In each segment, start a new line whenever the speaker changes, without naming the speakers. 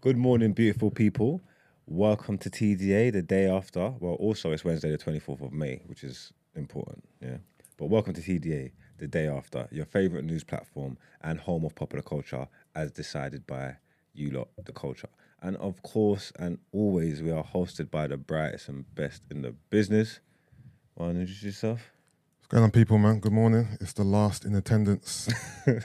Good morning, beautiful people. Welcome to TDA, the day after. Well, also it's Wednesday, the twenty fourth of May, which is important. Yeah, but welcome to TDA, the day after. Your favorite news platform and home of popular culture, as decided by you lot, the culture. And of course, and always, we are hosted by the brightest and best in the business. Want to introduce yourself?
What's going on, people, man? Good morning. It's the last in attendance. You know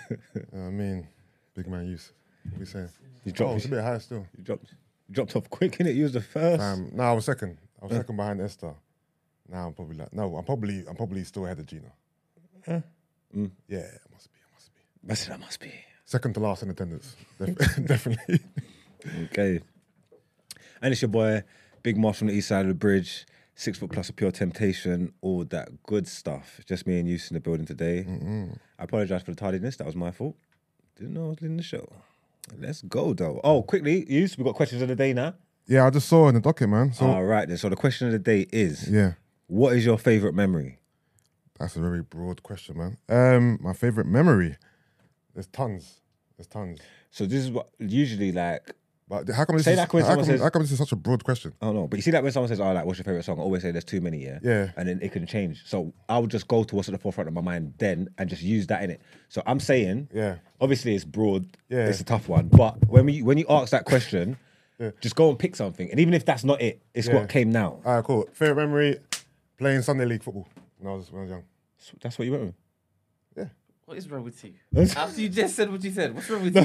what I mean, big man use. What are we saying?
You dropped-
oh, it's a bit higher still.
You dropped, you dropped off quick, innit? You was the first.
Um, no, I was second. I was second behind Esther. Now I'm probably like, no, I'm probably, I'm probably still ahead of Gina.
Mm.
Yeah, it must be, it must be.
I said, I must be.
Second to last in attendance, Def- definitely.
Okay. And it's your boy, Big Marsh from the east side of the bridge, six foot plus of pure temptation, all that good stuff. It's just me and you in the building today. I apologize for the tardiness. That was my fault. Didn't know I was leading the show. Let's go though. Oh, quickly, use. We've got questions of the day now.
Yeah, I just saw in the docket, man. So
All right then. So the question of the day is:
yeah,
What is your favorite memory?
that's a very broad question, man. Um, my favorite memory. There's tons. There's tons.
So this is what usually like.
But how come this
Say
is
that when
how
someone
come,
says-
how come this is such a broad question?
I don't know, but you see, like when someone says, "Oh, like, what's your favorite song?" I always say, "There's too many, yeah."
Yeah.
And then it can change. So I would just go to what's at the forefront of my mind then, and just use that in it. So I'm saying,
Yeah.
Obviously, it's broad.
Yeah.
It's a tough one, but when we when you ask that question, just go and pick something, and even if that's not it, it's
Yeah.
what came now.
All right, cool. Favorite memory playing Sunday league football when I was when I was young.
So that's what you went with.
What is wrong with you? After you just said what you said, what's wrong with you?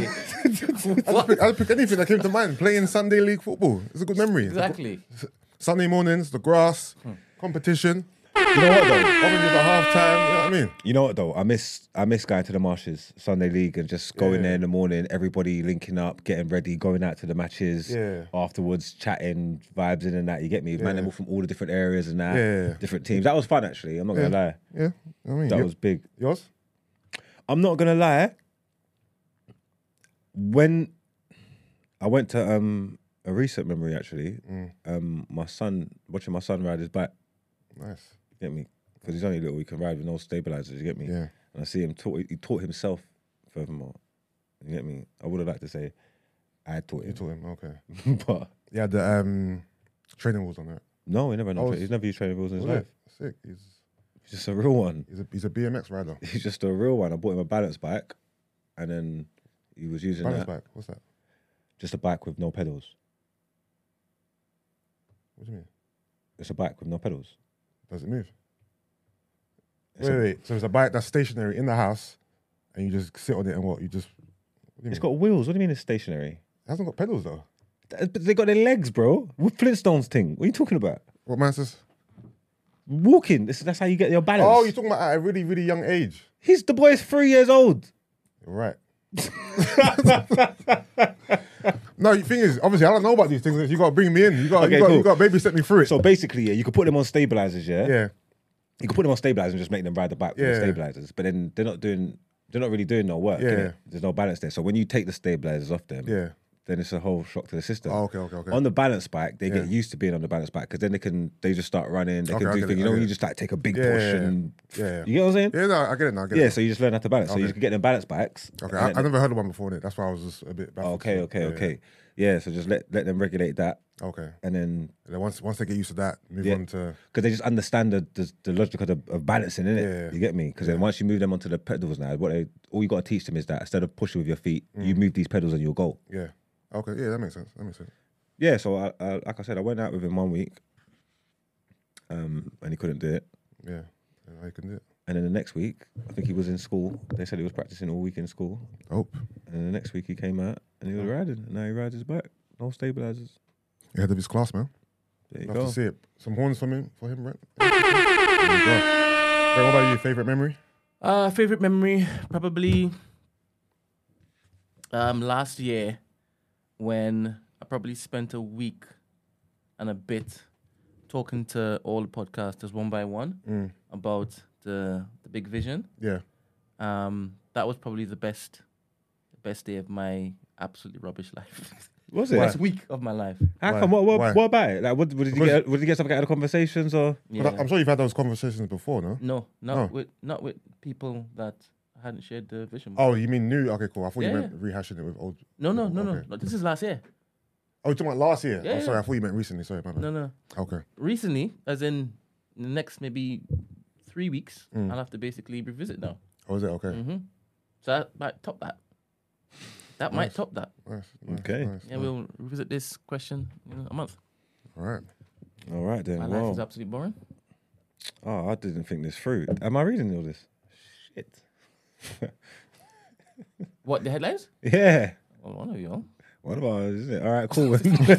I
What?
just pick, I just pick anything that came to mind. Playing Sunday league football. It's a good memory. It's a good-
Exactly.
Sunday mornings, the grass, competition. You know what though? Oranges at half time. You know what I mean?
You know what though? I miss I miss going to the marshes Sunday league and just going there in the morning. Everybody linking up, getting ready, going out to the matches.
Yeah.
Afterwards, chatting, vibes in and that. You get me? Man, they were from all the different areas and that.
Yeah.
Different teams. That was fun actually. I'm not gonna lie.
Yeah. You know what I mean?
That
Yo-
was big.
yours?
I'm not gonna lie. When I went to um a recent memory actually,
Mm.
um my son watching my son ride his bike.
Nice.
You get me? Because he's only little, he can ride with no stabilizers. You get me?
Yeah.
And I see him taught. He taught himself. Furthermore, you get me? I would have liked to say I taught
You
him,
taught him, okay.
but
Yeah, the um training wheels on that.
no, he never.
Oh,
knows
it's-
he's never used training wheels in his
Was it?
life.
Sick. He's
He's just a real one.
he's a he's a BMX rider.
He's just a real one. I bought him a balance bike, and then he was using
Balance
that.
bike. What's that?
Just a bike with no pedals.
What do you mean?
It's a bike with no pedals.
Does it move?
It's
wait,
a-
wait. So it's a bike that's stationary in the house, and you just sit on it and what? You just what do you
It's
mean?
got wheels. What do you mean it's stationary?
it hasn't got pedals though.
Th- But they got their legs, bro. With Flintstones thing. What are you talking about?
What man says?
Walking. This, that's how you get your balance.
Oh, you're talking about at a really, really young age.
he's the boy's three years old.
You're right. no, the thing is, obviously, I don't know about these things. You got to bring me in. You got, to
Okay,
you got,
cool.
you got to babysit me through it.
So basically, yeah, you could put them on stabilizers, yeah.
yeah,
You could put them on stabilizers and just make them ride the bike with the
Yeah.
stabilizers. But then they're not doing. They're not really doing no work.
Yeah.
innit? There's no balance there. So when you take the stabilizers off them,
yeah.
then it's a whole shock to the system.
Oh, okay, okay, okay.
On the balance bike, they get
Yeah.
used to being on the balance bike because then they can they just start running. They
Okay,
can
I
do
get it,
things. You
I
know,
get
when you
it.
just like take a big
Yeah,
push
yeah, yeah.
and
Yeah, yeah.
you get what I'm saying?
yeah, no, I get it now. I get
Yeah,
it.
so you just learn how to balance. So you
Okay.
can get them balance bikes.
Okay,
and
I,
let
I
them-
never heard of one before, innit? That's why I was just a bit. baffled.
okay, okay,
Yeah,
okay. Yeah, so just let let them regulate that,
yeah. Okay.
and then
And then once once they get used to that, move
Yeah.
on to
because they just understand the the, the logic of, the, of balancing, innit?
Yeah.
You get me? Because then once you move them onto the pedals now, what they all you got to teach them is that instead of pushing with your feet, you move these pedals and you'll go.
yeah. Okay, yeah, that makes sense. That makes sense.
Yeah, so I, I, like I said, I went out with him one week, um, and he couldn't do it.
Yeah, yeah I can do it.
And then the next week, I think he was in school. They said he was practicing all week in school.
Dope.
And then the next week he came out and he was riding. And now he rides his bike, no stabilizers.
Ahead of his class, man.
There you
Love
go.
to see it. Some horns from him for him, right? there you go. Brent, what about your favorite memory?
Uh, favorite memory probably um last year when I probably spent a week and a bit talking to all the podcasters one by one about the the big vision.
Mm, Yeah.
Um, that was probably the best the best day of my absolutely rubbish life.
Was it?
best week of my life.
How
Why?
come? What, what,
Why?
what about it? Like, what, what did you
Because-
get? What did you get something out of the conversations or?
But
Yeah. Mm.
I- I'm sure you've had those conversations before, no?
No, not
No.
with not with people that I hadn't shared the vision. with.
Oh, you mean new? Okay, cool. I thought
Yeah,
you meant rehashing it with old.
no, no,
people.
no, no,
Okay.
no. This is last year.
Oh, you're talking about last year?
Yeah,
I'm
yeah.
sorry, I thought you meant recently. Sorry, my bad.
No, no.
Okay.
Recently, as in the next maybe three weeks, I'll have to basically revisit now. Mm-hmm.
Oh, is it? Mm. Okay.
So that might top that. That might top that.
Nice, nice,
Okay.
nice,
Mm. Yeah,
nice.
we'll revisit this question in a month.
All right.
All right then.
My life
Well,
is absolutely boring.
oh, I didn't think this through. Am I reading all this? Shit.
What the headlines?
Yeah.
Well, one of you all.
What about is it? All right, cool.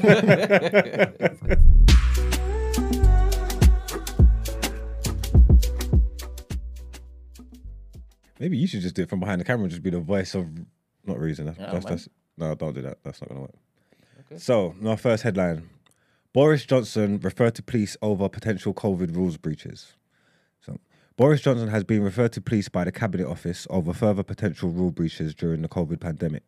Maybe you should just do it from behind the camera and just be the voice of not reason. That's,
Yeah,
that's,
man.
that's- no, don't do that. That's not gonna work.
Okay.
So, our first headline: Boris Johnson referred to police over potential COVID rules breaches. So, Boris Johnson has been referred to police by the Cabinet Office over further potential rule breaches during the COVID pandemic.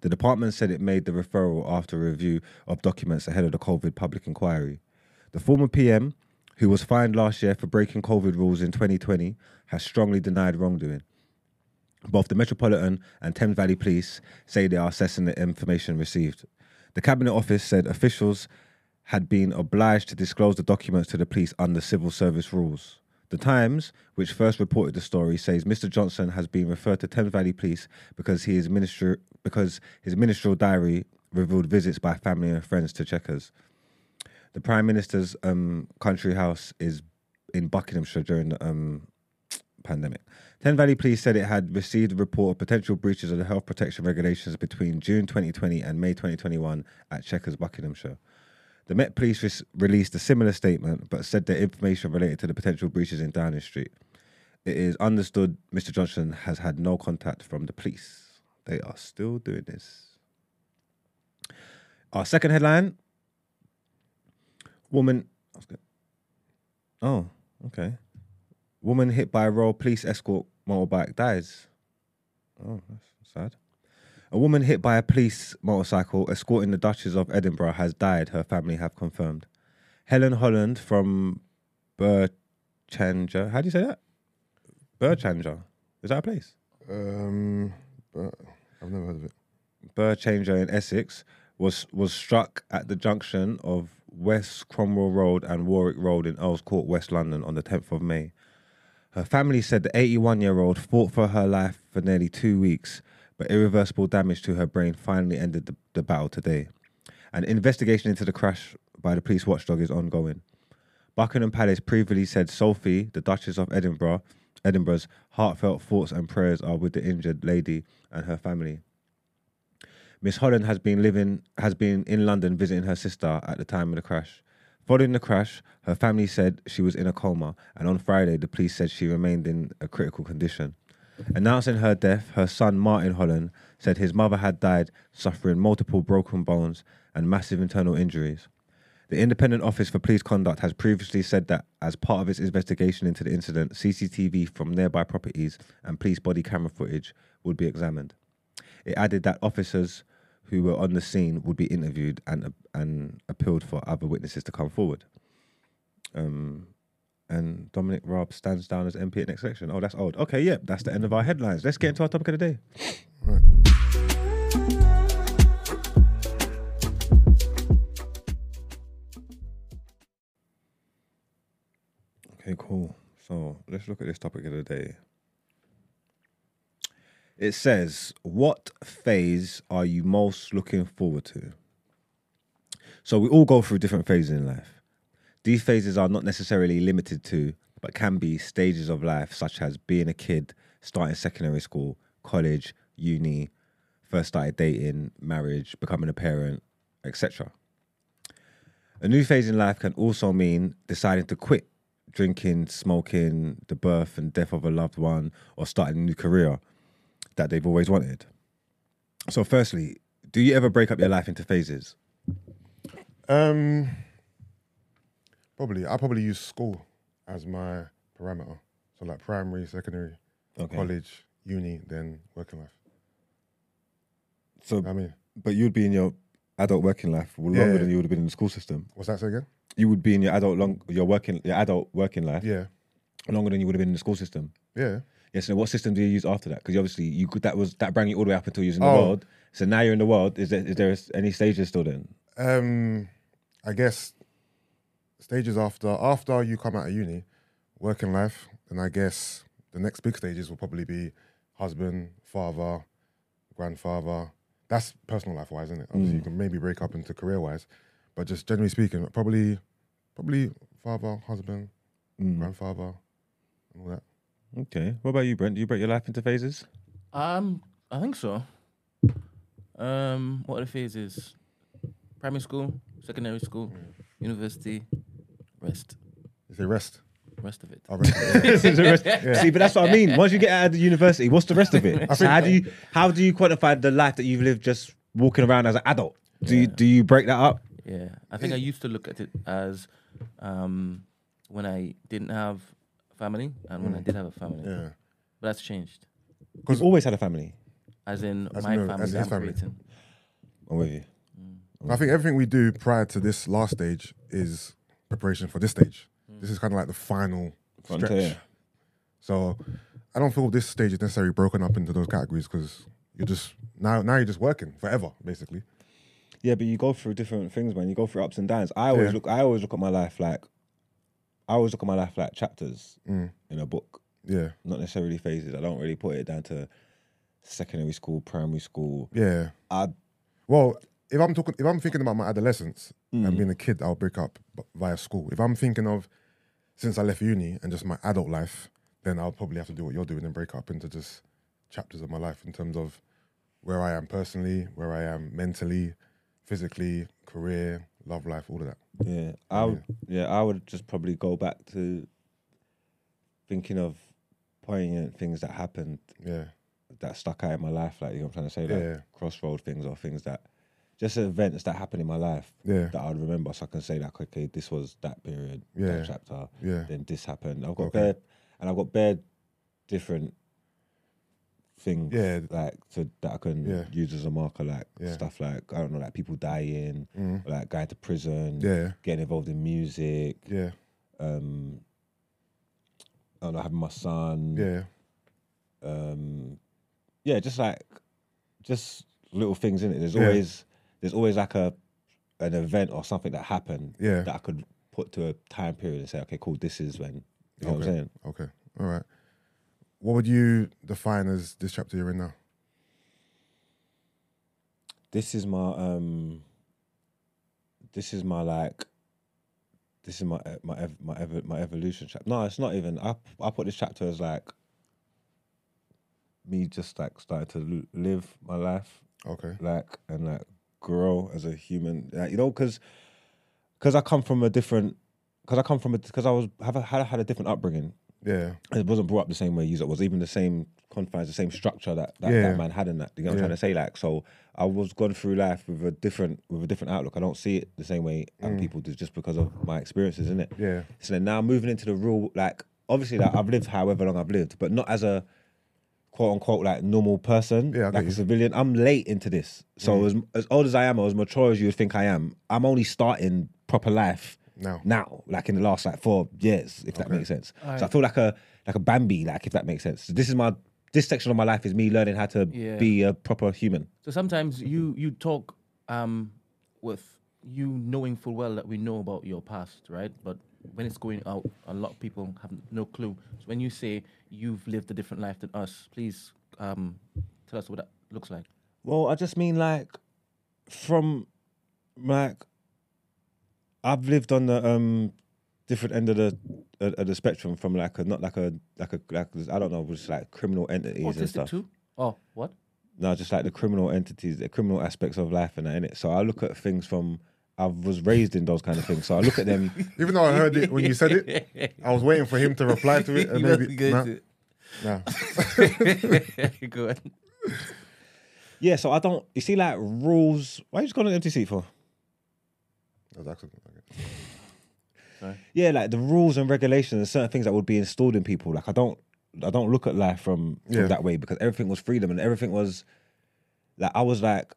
The department said it made the referral after a review of documents ahead of the COVID public inquiry. The former PM, who was fined last year for breaking COVID rules in 2020, has strongly denied wrongdoing. Both the Metropolitan and Thames Valley Police say they are assessing the information received. The Cabinet Office said officials had been obliged to disclose the documents to the police under civil service rules. The Times, which first reported the story, says Mr. Johnson has been referred to Thames Valley Police because he is minister- because his ministerial diary revealed visits by family and friends to checkers. The Prime Minister's um, country house is in Buckinghamshire during the um, pandemic. Ten Valley Police said it had received a report of potential breaches of the health protection regulations between June 2020 and May 2021 at Chequers, Buckinghamshire. The Met Police res- released a similar statement, but said that information related to the potential breaches in Downing Street. It is understood Mr. Johnson has had no contact from the police. They are still doing this. Our second headline Woman. Oh, okay. Woman hit by a roll, police escort motorbike dies. Oh, that's sad. A woman hit by a police motorcycle escorting the Duchess of Edinburgh has died, her family have confirmed. Helen Holland from Burchanger. How do you say that? Burchanger. Is that a place?
Um, but I've never heard of it.
Burchanger in Essex was was struck at the junction of West Cromwell Road and Warwick Road in Earls Court, West London, on the 10th of May. Her family said the 81 year old fought for her life for nearly two weeks, but irreversible damage to her brain finally ended the, the battle today. An investigation into the crash by the police watchdog is ongoing. Buckingham Palace previously said Sophie, the Duchess of Edinburgh, Edinburgh's heartfelt thoughts and prayers are with the injured lady and her family. Miss Holland has been living has been in London visiting her sister at the time of the crash. Following the crash, her family said she was in a coma, and on Friday, the police said she remained in a critical condition. Announcing her death, her son Martin Holland said his mother had died suffering multiple broken bones and massive internal injuries. The Independent Office for Police Conduct has previously said that, as part of its investigation into the incident, CCTV from nearby properties and police body camera footage would be examined. It added that officers who were on the scene would be interviewed and uh, and appealed for other witnesses to come forward. Um, and Dominic Raab stands down as MP at next election. Oh, that's old. Okay, yeah, that's the end of our headlines. Let's get into our topic of the day. Okay, cool. So let's look at this topic of the day. It says, What phase are you most looking forward to? So we all go through different phases in life. These phases are not necessarily limited to, but can be stages of life, such as being a kid, starting secondary school, college, uni, first started dating, marriage, becoming a parent, etc. A new phase in life can also mean deciding to quit drinking, smoking, the birth and death of a loved one, or starting a new career that they've always wanted. So, firstly, do you ever break up your life into phases?
Um, probably I probably use school as my parameter. So like primary, secondary,
Okay.
college, uni, then working life.
So,
I mean,
but you'd be in your adult working life longer
Yeah.
than you would have been in the school system.
what's that say again?
You would be in your adult long, your working, your adult working life
Yeah,
longer than you would have been in the school system.
yeah.
Yes. So, what system do you use after that? Because obviously, you could, that was that brought you all the way up until you was in the
Oh.
world. So now you're in the world. Is there, is there any stages still then?
um, I guess stages after after you come out of uni, working life, and I guess the next big stages will probably be husband, father, grandfather. That's personal life wise, isn't it? Obviously, you can maybe break up into career wise, but just generally speaking, probably probably father, husband, grandfather, and all that.
Okay. What about you, Brent? Do you break your life into phases?
Um, I think so. Um, what are the phases? Primary school, secondary school,
Mm.
university, rest,
You say rest.
rest of it.
I'll rest.
The rest- See, but that's what I mean. Once you get out of the university, what's the rest of it? So how do you how do you quantify the life that you've lived just walking around as an adult? Do you, do you break that up?
Yeah, I think I used to look at it as um, when I didn't have family and when I did have a family.
Mm. yeah.
But that's changed.
You've always had a family.
As in
As
my
no-
family,
as
that
his
I'm
family.
creating.
I'm with you.
I think everything we do prior to this last stage is preparation for this stage. This is kind of like the final stretch.
Frontier.
So I don't feel this stage is necessarily broken up into those categories because you're just now now you're just working forever basically.
Yeah, but you go through different things, man. You go through ups and downs. I always
Yeah.
look. I always look at my life like. I always look at my life like chapters in a book,
Yeah,
not necessarily phases. I don't really put it down to secondary school, primary school.
yeah.
I
Well, if I'm talking, if I'm thinking about my adolescence
Mm.
and being a kid, I'll break up b- via school. If I'm thinking of since I left uni and just my adult life, then I'll probably have to do what you're doing and break up into just chapters of my life in terms of where I am personally, where I am mentally, physically, career, love life, all of that.
Yeah, I would. Yeah, I would just probably go back to thinking of poignant things that happened
Yeah,
that stuck out in my life. Like you know, what I'm trying to say, like
Yeah.
crossroad things or things that just events that happened in my life
Yeah.
that I'd remember, so I can say like, okay, this was that period,
Yeah.
that chapter.
Yeah.
Then this happened. I've got
Okay.
bare, and I've got bare different things
Yeah.
like to, that I can
Yeah.
use as a marker, like
Yeah.
stuff like I don't know, like people dying, like going to prison,
Mm. Yeah.
getting involved in music,
yeah,
um, I don't know, having my son,
yeah,
um, yeah, just like just little things in it. There's
Yeah.
always there's always like a an event or something that happened
Yeah.
that I could put to a time period and say, okay, cool, this is when. You know what I'm saying?
okay, all right. What would you define as this chapter you're in now?
This is my um. This is my like. This is my e- my ev- my ev- my evolution chapter. No, it's not even. I I put this chapter as like. Me just like starting to l- live my life
Okay,
like and like grow as a human like, you know because because i come from a different because i come from a because i was have a, had, had a different upbringing
yeah,
it wasn't brought up the same way you was even the same confines the same structure that that,
Yeah.
that man had in that you know what
Yeah.
i'm trying to say like so i was gone through life with a different with a different outlook i don't see it the same way other people do just because of my experiences in it
Mm. yeah,
so then now moving into the real, like obviously, like I've lived however long I've lived, but not as a quote unquote like normal person,
Yeah, I get
like
you. Mm.
a civilian. I'm late into this, so as as old as I am, or as mature as you would think I am, I'm only starting proper life
Now.
Now, like in the last like four years, if that makes sense. So I feel like a like a Bambi, like if that makes sense. So this is my this section of my life is me learning how to
Yeah.
be a proper human.
So sometimes you you talk um, with you knowing full well that we know about your past, right? But when it's going out, a lot of people have no clue. So when you say you've lived a different life than us, please um, tell us what that looks like.
Well, I just mean like from like I've lived on the um different end of the uh, of of the spectrum from like a not like a like a like I don't know just like criminal entities and
Autistic
stuff.
too? Oh, what?
No, just like the criminal entities, the criminal aspects of life and that in it. So I look at things from I was raised in those kind of things. So I look at them.
Even though I heard it when you said it, I was waiting for him to reply to it. And
You
maybe,
wasn't going
nah,
to.
nah.
Go on.
yeah. So I don't. You see, like rules. Why you just got an empty seat for?
That was accident. Okay.
yeah, like the rules and regulations and certain things that would be installed in people. Like I don't, I don't look at life from, from
Yeah.
that way because everything was freedom and everything was, like I was like,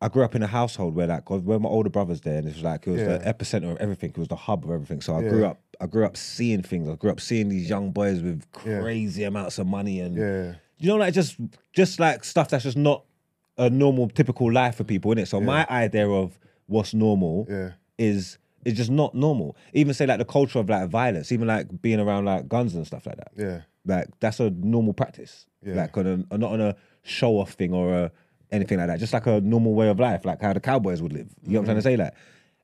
I grew up in a household where like where my older brothers there and it was like it was
Yeah.
the epicenter of everything. It was the hub of everything. So I
Yeah.
grew up, I grew up seeing things. I grew up seeing these young boys with
Yeah.
crazy amounts of money and
Yeah,
you know, like just just like stuff that's just not a normal, typical life for people, innit? So my idea of what's normal
Yeah.
is is just not normal. Even say like the culture of like violence, even like being around like guns and stuff like that.
Yeah.
Like that's a normal practice.
Yeah.
Like on a, not on a show off thing or a, anything like that. Just like a normal way of life, like how the cowboys would live. You know what I'm trying to say?
Mm-hmm.
Like,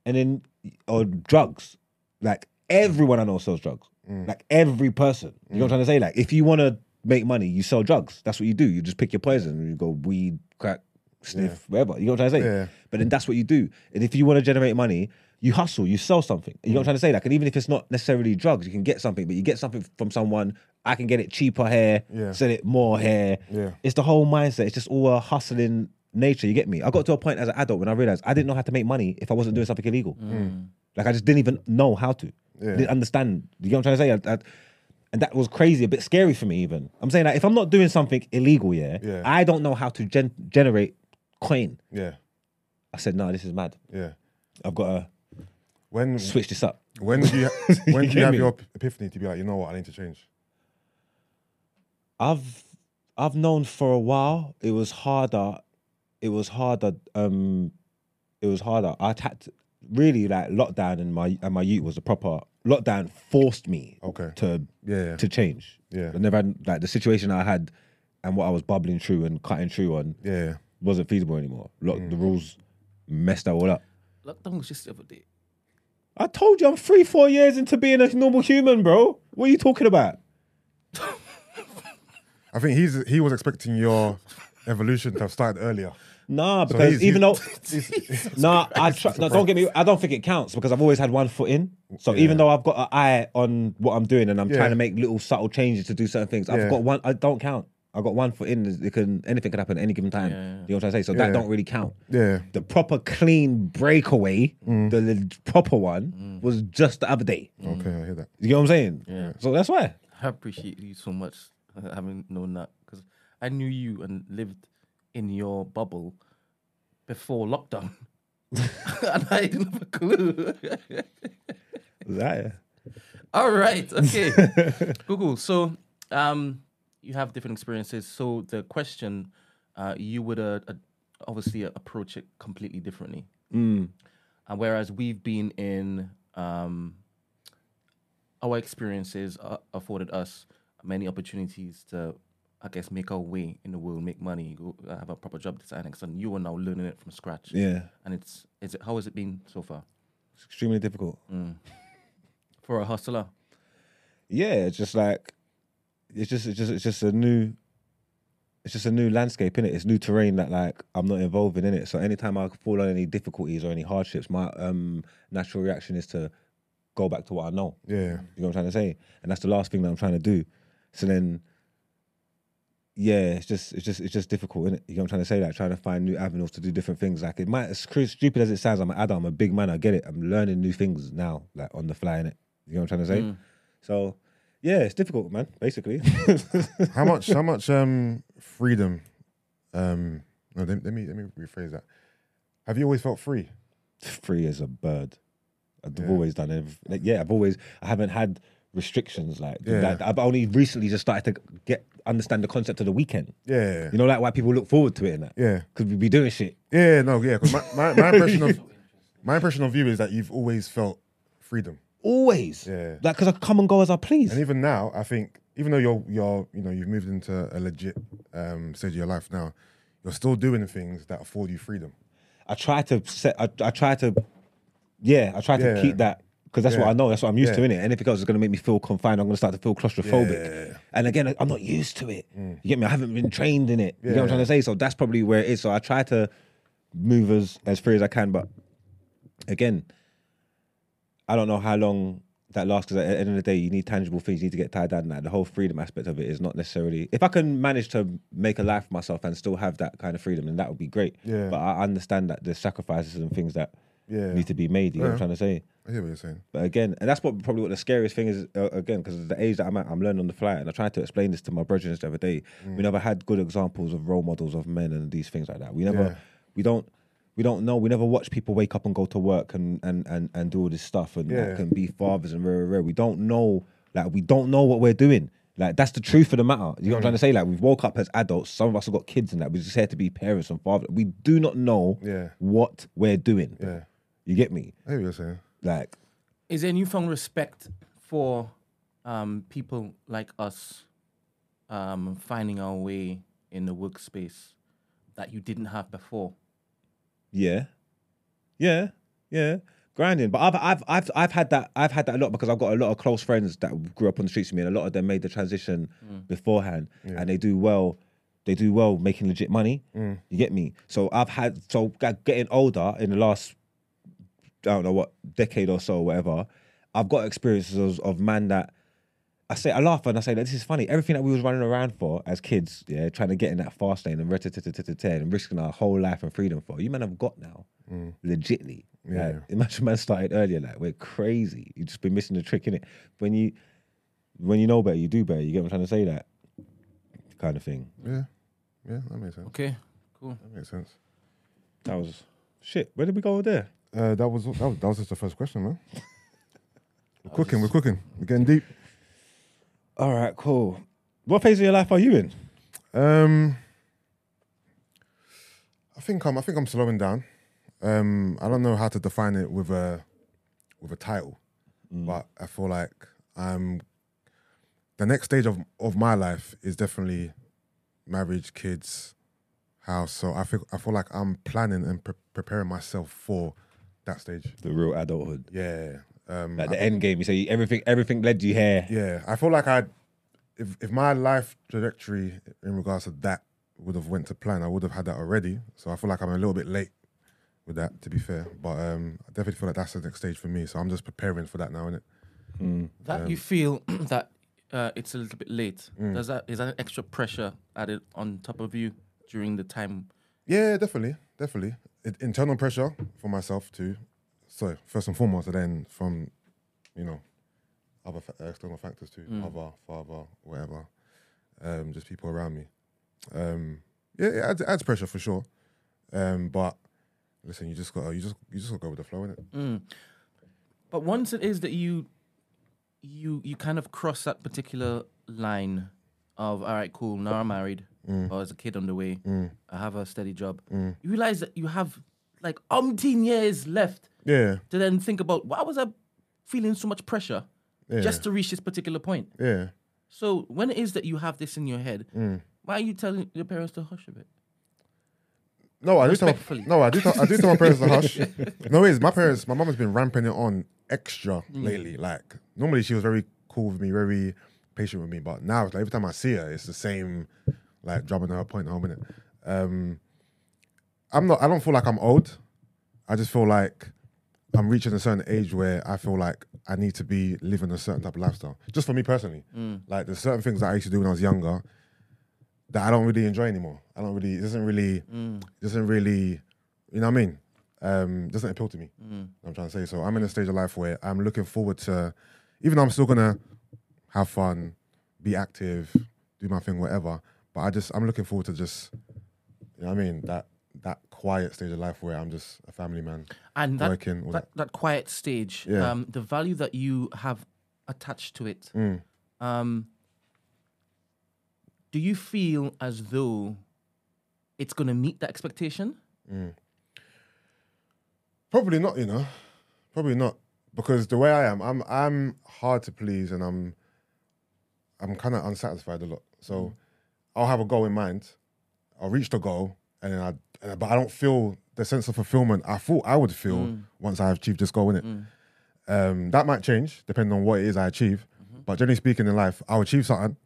and then or drugs. Like everyone I know sells drugs.
Mm.
Like every person. You know what I'm trying to say? Like if you want to make money, you sell drugs. That's what you do. You just pick your poison. You go weed, crack, sniff, whatever. You know what I'm trying to say?
Yeah.
But then that's what you do. And if you want to generate money, you hustle, you sell something. You know what I'm trying to say? Like, and even if it's not necessarily drugs, you can get something, but you get something from someone. I can get it cheaper here,
Yeah.
sell it more here.
Yeah.
It's the whole mindset. It's just all a hustling nature. You get me? I got to a point as an adult when I realized I didn't know how to make money if I wasn't doing something illegal. Like, I just didn't even know how to.
Mm. Yeah.
Didn't understand. You know what I'm trying to say? I- I- and that was crazy, a bit scary for me, even. I'm saying, like, if I'm not doing something illegal, yeah,
Yeah.
I don't know how to gen- generate coin.
Yeah.
I said, no, this is mad.
Yeah.
I've got to
When
switch this up.
when do you when
You
do you
get
have
me?
your epiphany to be like, you know what, I need to change?
I've I've known for a while. It was harder. It was harder. Um, it was harder. I had to, really like lockdown and my and my youth was a proper lockdown forced me
Okay.
to
Yeah, yeah.
to change.
Yeah.
I never had like the situation I had and what I was bubbling through and cutting through on
Yeah. Mm. yeah.
wasn't feasible anymore. Lock, The rules messed that all up.
Lockdown was just the other day.
I told you I'm three, four years into being a normal human, bro. What are you talking about?
I think he's he was expecting your evolution to have started earlier.
Nah, because
he's-
even though
he's-
nah, I try, no, don't get me. I don't think it counts because I've always had one foot in. So even though I've got an eye on what I'm doing and I'm
Yeah.
trying to make little subtle changes to do certain things, I've
Yeah.
got one. I don't count. I got one foot in. It can anything can happen at any given time.
Yeah, yeah.
You know what I'm trying to say? So
Yeah.
that don't really count.
Yeah. Mm.
The proper clean breakaway, the, leg- proper one, was just the other day.
Okay, I hear that.
You know what I'm saying?
Mm. Yeah.
So that's why.
I appreciate you so much uh, having known that because I knew you and lived in your bubble before lockdown, and I didn't have a clue.
That,
All right, okay. Google. So, um, you have different experiences. So the question, uh, you would uh, uh, obviously approach it completely differently. And whereas we've been in, um, our experiences uh, afforded us many opportunities to, I guess, make our way in the world, make money, go, uh, have a proper job, this and And you are now learning it from scratch.
yeah,
And it's is it how has it been so far
it's extremely difficult.
for a hustler?
yeah, it's just like it's just it's just it's just a new it's just a new landscape in it. It's new terrain that like I'm not involved in it. So anytime I fall on any difficulties or any hardships, my um natural reaction is to go back to what I know.
Yeah.
You know what I'm trying to say? And that's the last thing that I'm trying to do. So then yeah, it's just it's just it's just difficult, innit? You know what I'm trying to say? Like trying to find new avenues to do different things. Like it might as cru- stupid as it sounds, I'm an adult, I'm a big man, I get it. I'm learning new things now, like on the fly, innit? You know what I'm trying to say?
Mm.
So yeah, it's difficult, man, basically.
How much how much um freedom um no let, let me let me rephrase that. Have you always felt free?
Free as a bird. I've
Yeah.
always done everything. Like, yeah, I've always I haven't had restrictions like,
Yeah.
like I've only recently just started to get understand the concept of the weekend.
Yeah.
You know, like why people look forward to it and that.
Yeah.
Could we be doing shit?
Yeah, no, yeah. 'cause My, my, my impression of my impression of you is that you've always felt freedom.
Always.
Yeah.
Like, cause I come and go as I please.
And even now, I think even though you're you're you know, you've moved into a legit um stage of your life now, you're still doing things that afford you freedom.
I try to set. I, I try to, yeah, I try to
Yeah.
keep that because that's what
Yeah.
I know. That's what I'm used to
Yeah.
in it. Anything else is going to make me feel confined. I'm going to start to feel claustrophobic.
Yeah. Mm.
And again, I'm not used to it. You get me? I haven't been trained in it. You know what I'm trying to say? So that's probably where it is. So I try to move as as free as I can, but again, I don't know how long that lasts because at the end of the day, you need tangible things. You need to get tied down. and That the whole freedom aspect of it is not necessarily. If I can manage to make a life for myself and still have that kind of freedom, then that would be great.
Yeah.
But I understand that there's sacrifices and things that
Yeah.
need to be made. You know what I'm trying to say.
I hear what you're saying.
But again, and that's what probably what the scariest thing is uh, again, because the age that I'm at, I'm learning on the fly, and I tried to explain this to my brethren the other day.
Mm.
We never had good examples of role models of men and these things like that. We never,
Yeah.
we don't, we don't know. We never watch people wake up and go to work and and and, and do all this stuff and
Yeah.
like, and be fathers and rare, rare. We don't know, like we don't know what we're doing. Like that's the truth of the matter. You know
Mm.
what I'm trying to say? Like we've woke up as adults. Some of us have got kids and that. We just here to be parents and fathers. We do not know
Yeah.
what we're doing.
Yeah.
You get me?
I hear what you're saying.
Like,
Is there newfound respect for um, people like us um, finding our way in the workspace that you didn't have before?
yeah, yeah, yeah, grinding. But I've, I've, I've, I've had that. I've had that a lot because I've got a lot of close friends that grew up on the streets with me, and a lot of them made the transition beforehand, and they do well. They do well making legit money. You get me? So I've had so g- getting older in the last I don't know what decade or so, whatever. I've got experiences of, of man that I say I laugh and I say that this is funny. Everything that we was running around for as kids, yeah, trying to get in that fast lane and rat-a-tat-tat-tat-tat and risking our whole life and freedom for, you men have got now, legitly.
Yeah.
Like, imagine man started earlier, like we're crazy. You just been missing the trick in it. When you when you know better, you do better. You get what I'm trying to say? That kind of thing.
Yeah, yeah, that makes sense.
Okay, cool.
That makes sense.
That was shit. Where did we go with there?
Uh, that was that was that was just the first question, man. We're cooking, we're cooking, we're getting deep.
All right, cool. What phase of your life are you in?
Um, I think I'm. I think I'm slowing down. Um, I don't know how to define it with a with a title, but I feel like I'm. The next stage of of my life is definitely marriage, kids, house. So I think I feel like I'm planning and pre- preparing myself for that stage.
The real adulthood.
Yeah. Um,
Like the end game, you say everything everything led you here.
yeah, I feel like I, if if my life trajectory in regards to that would have went to plan, I would have had that already. So I feel like I'm a little bit late with that, to be fair. But um, I definitely feel like that's the next stage for me. So I'm just preparing for that now, innit?
That you feel that uh, it's a little bit late. Does that is that an extra pressure added on top of you during the time?
Yeah, definitely, definitely. It, internal pressure for myself too. So first and foremost, and then from, you know, other fa- uh, external factors too, other father, whatever, um, just people around me. Um, yeah, it adds, adds pressure for sure. Um, but listen, you just got to you just you just got to go with the flow, innit?
But once it is that you you you kind of cross that particular line of all right, cool, now I'm married or as a kid on the way, I have a steady job. You realize that you have like umpteen years left
Yeah,
to then think about why was I feeling so much pressure
yeah,
just to reach this particular point.
yeah.
So when it is that you have this in your head, why are you telling your parents to hush a bit?
No, I do tell.
Respectfully.
No, I do. Tell, I do tell my parents to hush. No, it is my parents. My mum has been ramping it on extra lately. Like normally, she was very cool with me, very patient with me, but now it's like every time I see her, it's the same, like drumming her point home in it. Um, I'm not. I don't feel like I'm old. I just feel like I'm reaching a certain age where I feel like I need to be living a certain type of lifestyle. Just for me personally, like there's certain things that I used to do when I was younger that I don't really enjoy anymore. I don't really. It doesn't really.
Mm.
It doesn't really. You know what I mean? Um, doesn't appeal to me.
Mm.
I'm trying to say. So I'm in a stage of life where I'm looking forward to, even though I'm still gonna have fun, be active, do my thing, whatever. But I just I'm looking forward to just, you know what I mean? That that quiet stage of life where I'm just a family man.
and that,
working, all
that, that quiet stage
Yeah.
um, the value that you have attached to it
Mm.
um, do you feel as though it's going to meet that expectation
Probably not, you know. Probably not. Because the way I am, I'm I'm hard to please and I'm I'm kinda unsatisfied a lot. So I'll have a goal in mind. I'll reach the goal and then I and, I- but I don't feel the sense of fulfillment I thought I would feel once I achieved this goal in it. Um, that might change depending on what it is I achieve. But generally speaking in life, I'll achieve something,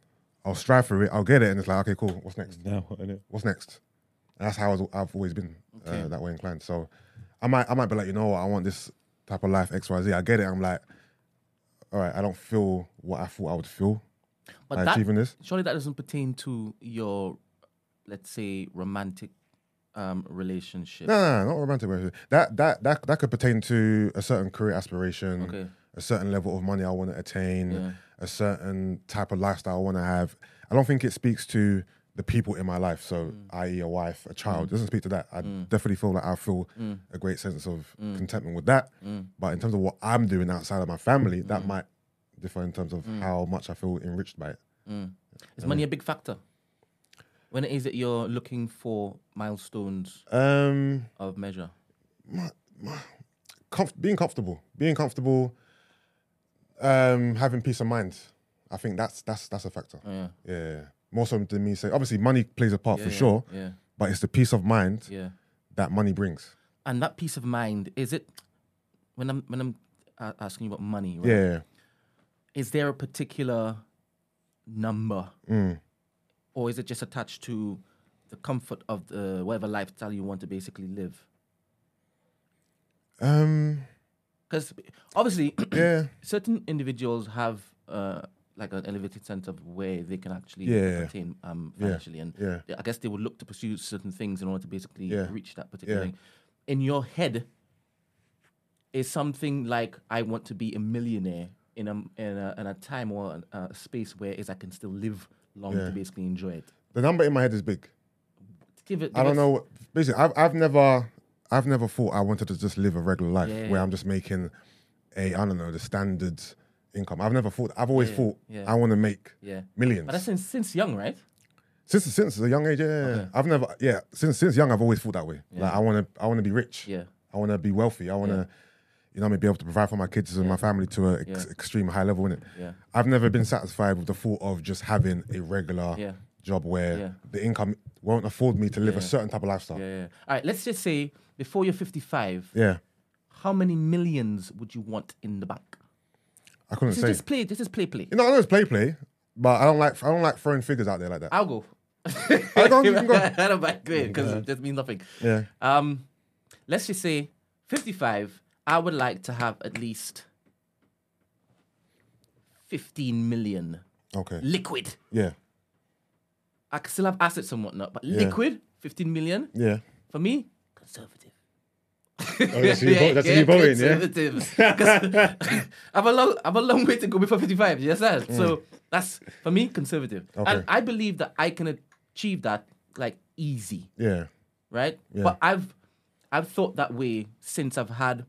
I'll strive for it, I'll get it, and it's like, okay, cool, what's next?
No, innit?
what's next? And that's how I was, I've always been uh, that way inclined. So I might I might be like, you know what, I want this type of life X Y Z. I get it. I'm like, all right, I don't feel what I thought I would feel
but
by
that
achieving this.
surely that doesn't pertain to your let's say romantic um, relationship
No, no, no, not romantic. relationship. That that that that could pertain to a certain career aspiration,
Okay.
a certain level of money I want to attain,
Yeah.
a certain type of lifestyle I want to have. I don't think it speaks to the people in my life. So,
Mm.
i.e., a wife, a child, doesn't speak to that. I definitely feel like I feel
Mm.
a great sense of contentment with that. But in terms of what I'm doing outside of my family,
Mm.
that might differ in terms of how much I feel enriched by it.
is money a big factor when it is that you're looking for milestones
Um,
of measure
comf- being comfortable, being comfortable, um, having peace of mind. I think that's that's that's a factor.
Oh, yeah.
Yeah, more so than me saying. Obviously, money plays a part
Yeah,
for
yeah,
sure,
Yeah.
but it's the peace of mind
Yeah.
that money brings.
And that peace of mind is it when I'm when I'm a- asking you about money, right?
Yeah,
Is there a particular number,
mm.
or is it just attached to the comfort of the whatever lifestyle you want to basically live?
um,
Because obviously,
yeah,
certain individuals have uh, like an elevated sense of where they can actually
Yeah.
attain um,
Yeah.
financially, and
yeah.
I guess they would look to pursue certain things in order to basically
Yeah.
reach that particular
Yeah.
thing. In your head, is something like I want to be a millionaire in a in a, in a time or an- a space where is I can still live long
Yeah.
to basically enjoy it.
The number in my head is big.
Give it.
I don't
give
know. What, basically, I've I've never I've never thought I wanted to just live a regular life
Yeah.
where I'm just making a I don't know the standard income. I've never thought. I've always
Yeah,
thought
yeah.
I want to make
it- Yeah.
millions.
But that's since, since young, right?
since since a young age, yeah, yeah, yeah.
Okay.
I've never, yeah, since since young, I've always thought that way.
Yeah.
Like I want to, I want to be rich.
Yeah.
I want to be wealthy. I want to, you know, I mean, be able to provide for my kids and my family to an ex-
Yeah.
extreme high level. In it,
Yeah.
I've never been satisfied with the thought of just having a regular
Yeah.
job where
Yeah.
the income won't afford me to live a certain type of lifestyle.
Yeah,
Yeah.
yeah. yeah. All right. Let's just say before you're 55, how many millions would you want in the bank?
I couldn't
This
say.
is just play. This is play, play.
You know, I know it's play play, but I don't like I don't like throwing figures out there like that.
I'll go.
I don't, you can go.
I don't mind
Oh
going because that means nothing.
Yeah,
Um, let's just say 55. I would like to have at least 15 million
okay,
liquid.
yeah,
I can still have assets and whatnot, but liquid 15 million
yeah.
for me, conservative.
Oh, that's you, bo- that's you voting, yeah?
conservative. Cons- I've a long, I've a long way to go before 55. Yes, sir.
Mm.
So that's for me conservative, and
Okay.
I believe that I can achieve that like easy.
Yeah,
right? But I've I've thought that way since I've had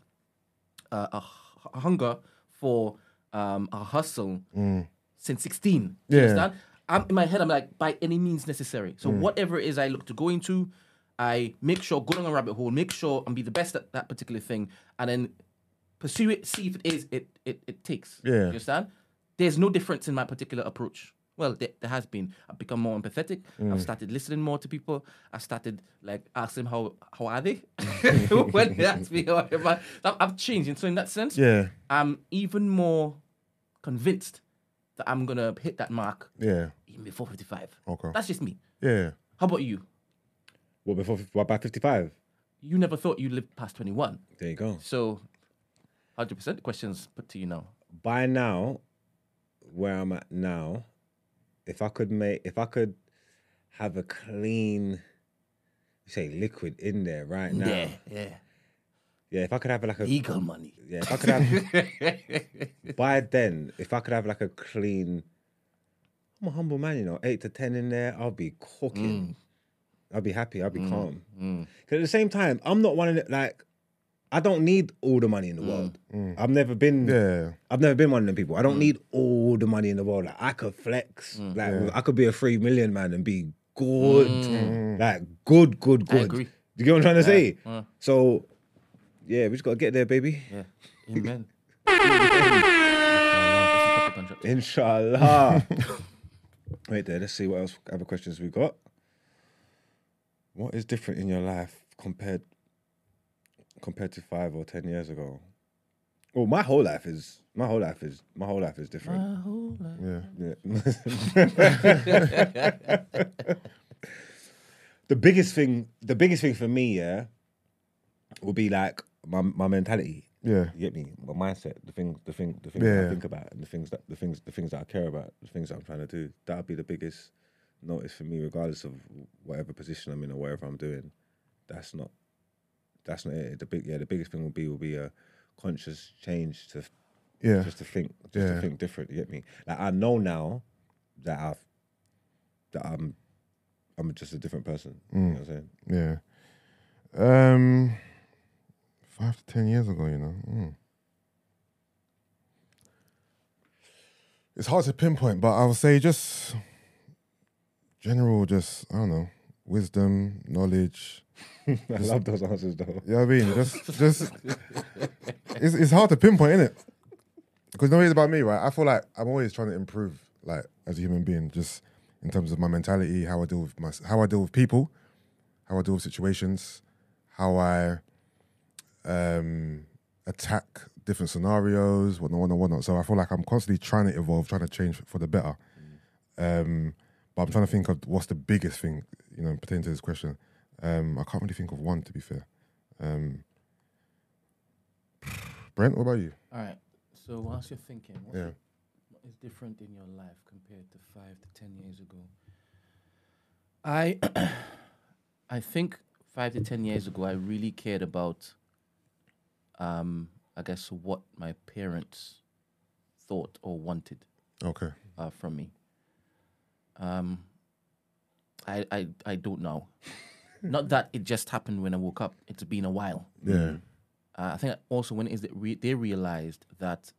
uh, a hu- hunger for um, a hustle since
Mm. Yeah.
16. Do
Mm.
You understand? I'm, in my head, I'm like, by any means necessary. So whatever it is I look to go into, I make sure, go down a rabbit hole, make sure and be the best at that particular thing, and then pursue it, see if it is, it it, it takes.
Yeah.
Do You understand? There's no difference in my particular approach. Well, there, there has been. I've become more empathetic. I've started listening more to people. I started like asking how how are they when they ask me how am I. I've- I've changed, and so in that sense,
yeah,
I'm even more convinced that I'm gonna hit that mark
yeah.
even before 55.
Okay.
That's just me.
Yeah.
How about you?
What before? What by fifty-five?
You never thought you'd live past 21,
There you go.
so 100% questions put to you now.
By now, where I'm at now, if I could make, if I could have a clean, say liquid in there right now,
Yeah, yeah.
yeah, if I could have like a
Legal money.
Yeah, if I could have by then, if I could have like a clean, I'm a humble man, you know, eight to ten in there, I'll be cooking. I'll be happy. I'll be calm. Because at the same time, I'm not one of the, like, I don't need all the money in the world. I've never been.
Yeah.
I've never been one of them people. I don't need all the money in the world. Like I could flex. Like I could be a three million man and be good. Like good, good, good.
agree.
Do you get what I'm trying to say? So, yeah, we just gotta get there, baby.
Yeah. Amen.
Inshallah. Wait there, let's see what else other questions we got. What is different in your life compared compared to five or ten years ago? Well, my whole life is my whole life is my whole life is different.
Yeah.
Yeah. the biggest thing the biggest thing for me, yeah, will be like my my mentality.
Yeah.
You get me? My mindset, the things, the thing, the things that I
Yeah.
think about, and the things that the things, the things that I care about, the things that I'm trying to do. That'll be the biggest notice for me, regardless of whatever position I'm in or whatever I'm doing. That's not. That's not it. The big, yeah, the biggest thing will be will be a conscious change to
Yeah.
just to think, just to
Yeah.
think different. You get me? Like I know now that I've that I'm I'm just a different person. You
Mm.
know what I'm saying?
Yeah. Um, five to ten years ago, you know. Mm. It's hard to pinpoint, but I would say just general, just I don't know, wisdom, knowledge.
I love those answers though.
You know what I mean? Just, just, it's, it's hard to pinpoint, innit? Because no, it's about me, right? I feel like I'm always trying to improve, like as a human being, just in terms of my mentality, how I deal with my, how I deal with people, how I deal with situations, how I um, attack different scenarios, whatnot, whatnot, whatnot. So I feel like I'm constantly trying to evolve, trying to change for the better. Um, but I'm trying to think of what's the biggest thing, you know, pertaining to this question. Um, I can't really think of one, to be fair. Um, Brent, what about you?
All right. So whilst you're thinking, what's
Yeah.
what is different in your life compared to five to ten years ago? I I think five to ten years ago, I really cared about, um, I guess, what my parents thought or wanted
Okay.
uh, from me. Um, I, I I don't know. Not that it just happened when I woke up. It's been a while.
Yeah.
Uh, I think also when it is that re- they realized that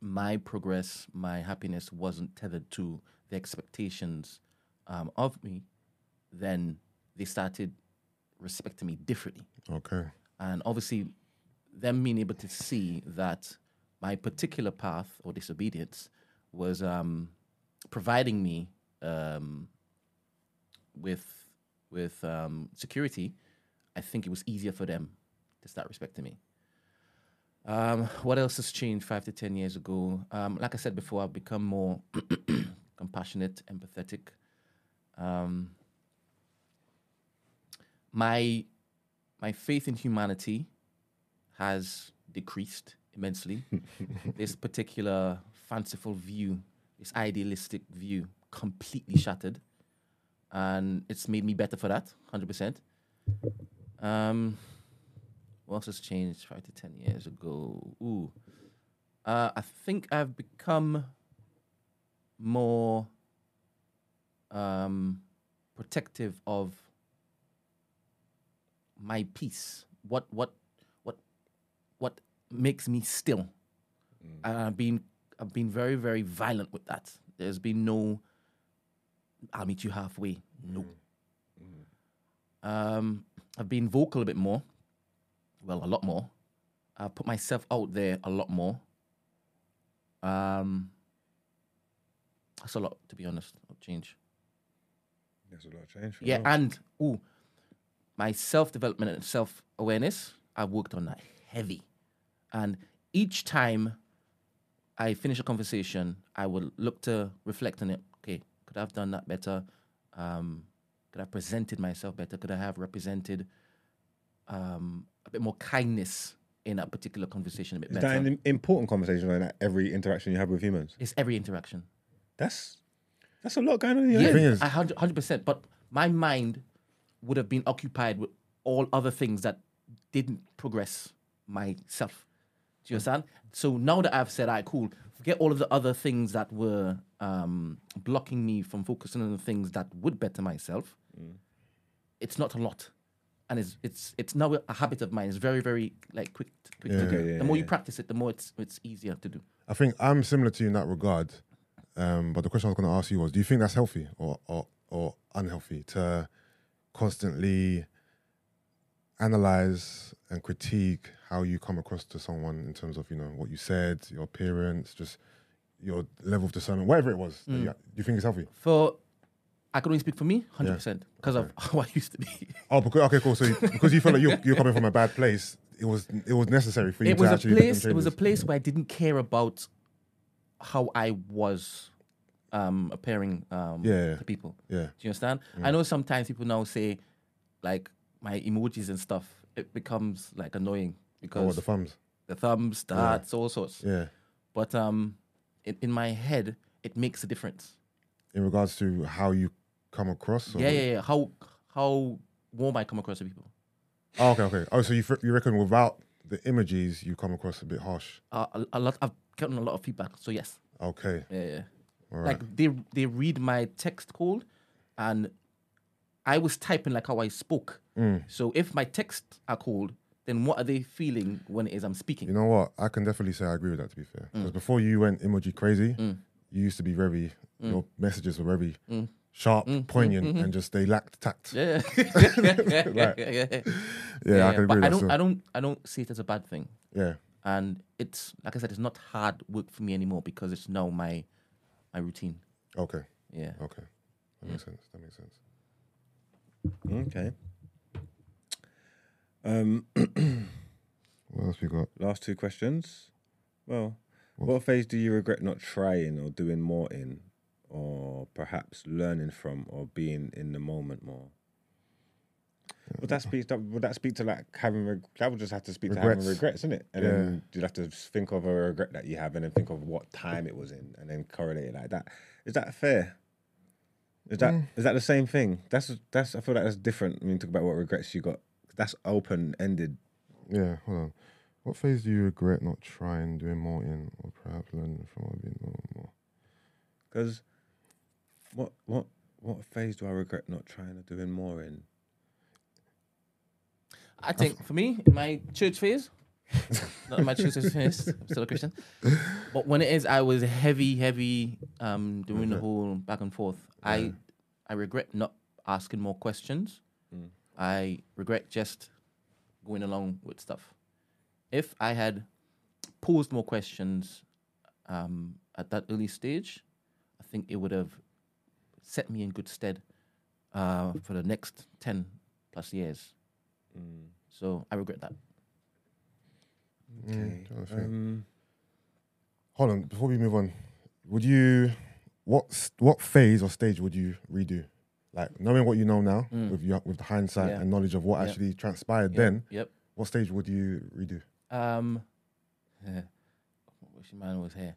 my progress, my happiness wasn't tethered to the expectations um, of me, then they started respecting me differently.
Okay.
And obviously, them being able to see that my particular path or disobedience was um, providing me um, with with um, security, I think it was easier for them to start respecting me. Um, what else has changed five to ten years ago? Um, like I said before, I've become more compassionate, empathetic. Um, my my faith in humanity has decreased immensely. this particular fanciful view, this idealistic view, completely shattered. And it's made me better for that, 100%. Um, what else has changed five to 10 years ago? Ooh. Uh, I think I've become more um, protective of my peace what what what what makes me still
Mm.
and i've been i've been very very violent with that there's been no i'll meet you halfway
Mm.
no um i've been vocal a bit more well a lot more i've put myself out there a lot more um that's a lot to be honest of change
There's a lot of change. for
yeah,
real.
and ooh, my self development and self awareness, I worked on that heavy. And each time I finish a conversation, I will look to reflect on it. Okay, could I have done that better? Um, could I have presented myself better? Could I have represented um, a bit more kindness in that particular conversation a bit
Is
better?
that an im- important conversation like, in every interaction you have with humans?
it's every interaction.
That's that's a lot going on in your
Yeah,
life.
thing is-
I hundred hundred percent. But my mind would have been occupied with all other things that didn't progress myself. Do you understand? So now that I've said, "I cool," forget all of the other things that were um, blocking me from focusing on the things that would better myself. It's not a lot, and it's it's it's now a habit of mine. It's very very like quick quick to
Yeah.
do.
Yeah, yeah,
the more you
yeah.
practice it, the more it's it's easier to do.
I think I'm similar to you in that regard. Um, but the question I was going to ask you was, do you think that's healthy or, or or unhealthy to constantly analyze and critique how you come across to someone in terms of you know what you said, your appearance, just your level of discernment, whatever it was? that
Mm.
you- do you think it's healthy?
For I can only speak for me, hundred percent, because of how I used to be.
Oh, because, okay, cool. So you- because you felt like you're, you're coming from a bad place, it was it was necessary for you
it
to
was a
actually make them
place. It was a
changes.
place where I didn't care about how I was um, appearing um,
Yeah.
to people.
Yeah.
Do you understand? I know sometimes people now say like my emojis and stuff. It becomes like annoying
Oh,
because
what, the thumbs?
the thumbs, the hearts, all sorts.
Yeah.
But um, in, in my head, it makes a difference.
In regards to how you come across. Or?
Yeah, yeah, yeah. How how warm I come across to people.
Oh, okay, okay. Oh, so you fr- you reckon without the images, you come across a bit harsh?
Uh, a, a lot. I've gotten a lot of feedback. So yes.
Okay.
Yeah, yeah.
Alright.
Like they they read my text call, and I was typing like how I spoke.
Mm.
So if my texts are called, then what are they feeling when it is I'm speaking?
You know what? I can definitely say I agree with that. To be
Mm. Mm.
fair, because before you went emoji crazy, you used to be very your messages were very sharp, poignant, and just they lacked tact. Yeah,
Mm-hmm. Yeah, yeah, yeah, yeah, yeah, yeah.
I can
But
agree with that.
I don't,
still.
I don't, I don't see it as a bad thing.
yeah,
And it's like I said, it's not hard work for me anymore because it's now my, my routine.
okay,
Yeah.
okay, that
Mm.
makes sense. That makes sense.
Okay. Um,
What else we got?
last two questions. Well, what phase do you regret not trying or doing more in, or perhaps learning from, or being in the moment more? Would that speak? That, would that speak to like having? Reg- that would just have to speak to having
Regrets.
regrets, isn't it? And
Yeah.
then you'd have to think of a regret that you have, and then think of what time it was in, and then correlate it like that. Is that fair? Is that
Mm.
is that the same thing? That's that's. I feel like that's different. when you talk about what regrets you got. That's open ended.
Yeah, hold on. What phase do you regret not trying, doing more in, or perhaps learning from or being more? more?
Because what what what phase do I regret not trying to doing more in?
I think for me, in my church phase, not in my church phase, I'm still a Christian. But when it is, I was heavy, heavy, um, doing the whole back and forth. I, I regret not asking more questions. I regret just going along with stuff. If I had posed more questions um, at that early stage, I think it would have set me in good stead uh, for the next ten plus years.
Mm.
So I regret that.
Mm, trying to think.
Um,
Hold on, before we move on, would you what s- what phase or stage would you redo? Like knowing what you know now,
Mm.
with your with the hindsight
Yeah.
and knowledge of what
Yep.
actually transpired then,
Yep.
what stage would you redo?
Um, yeah. wish your man was here.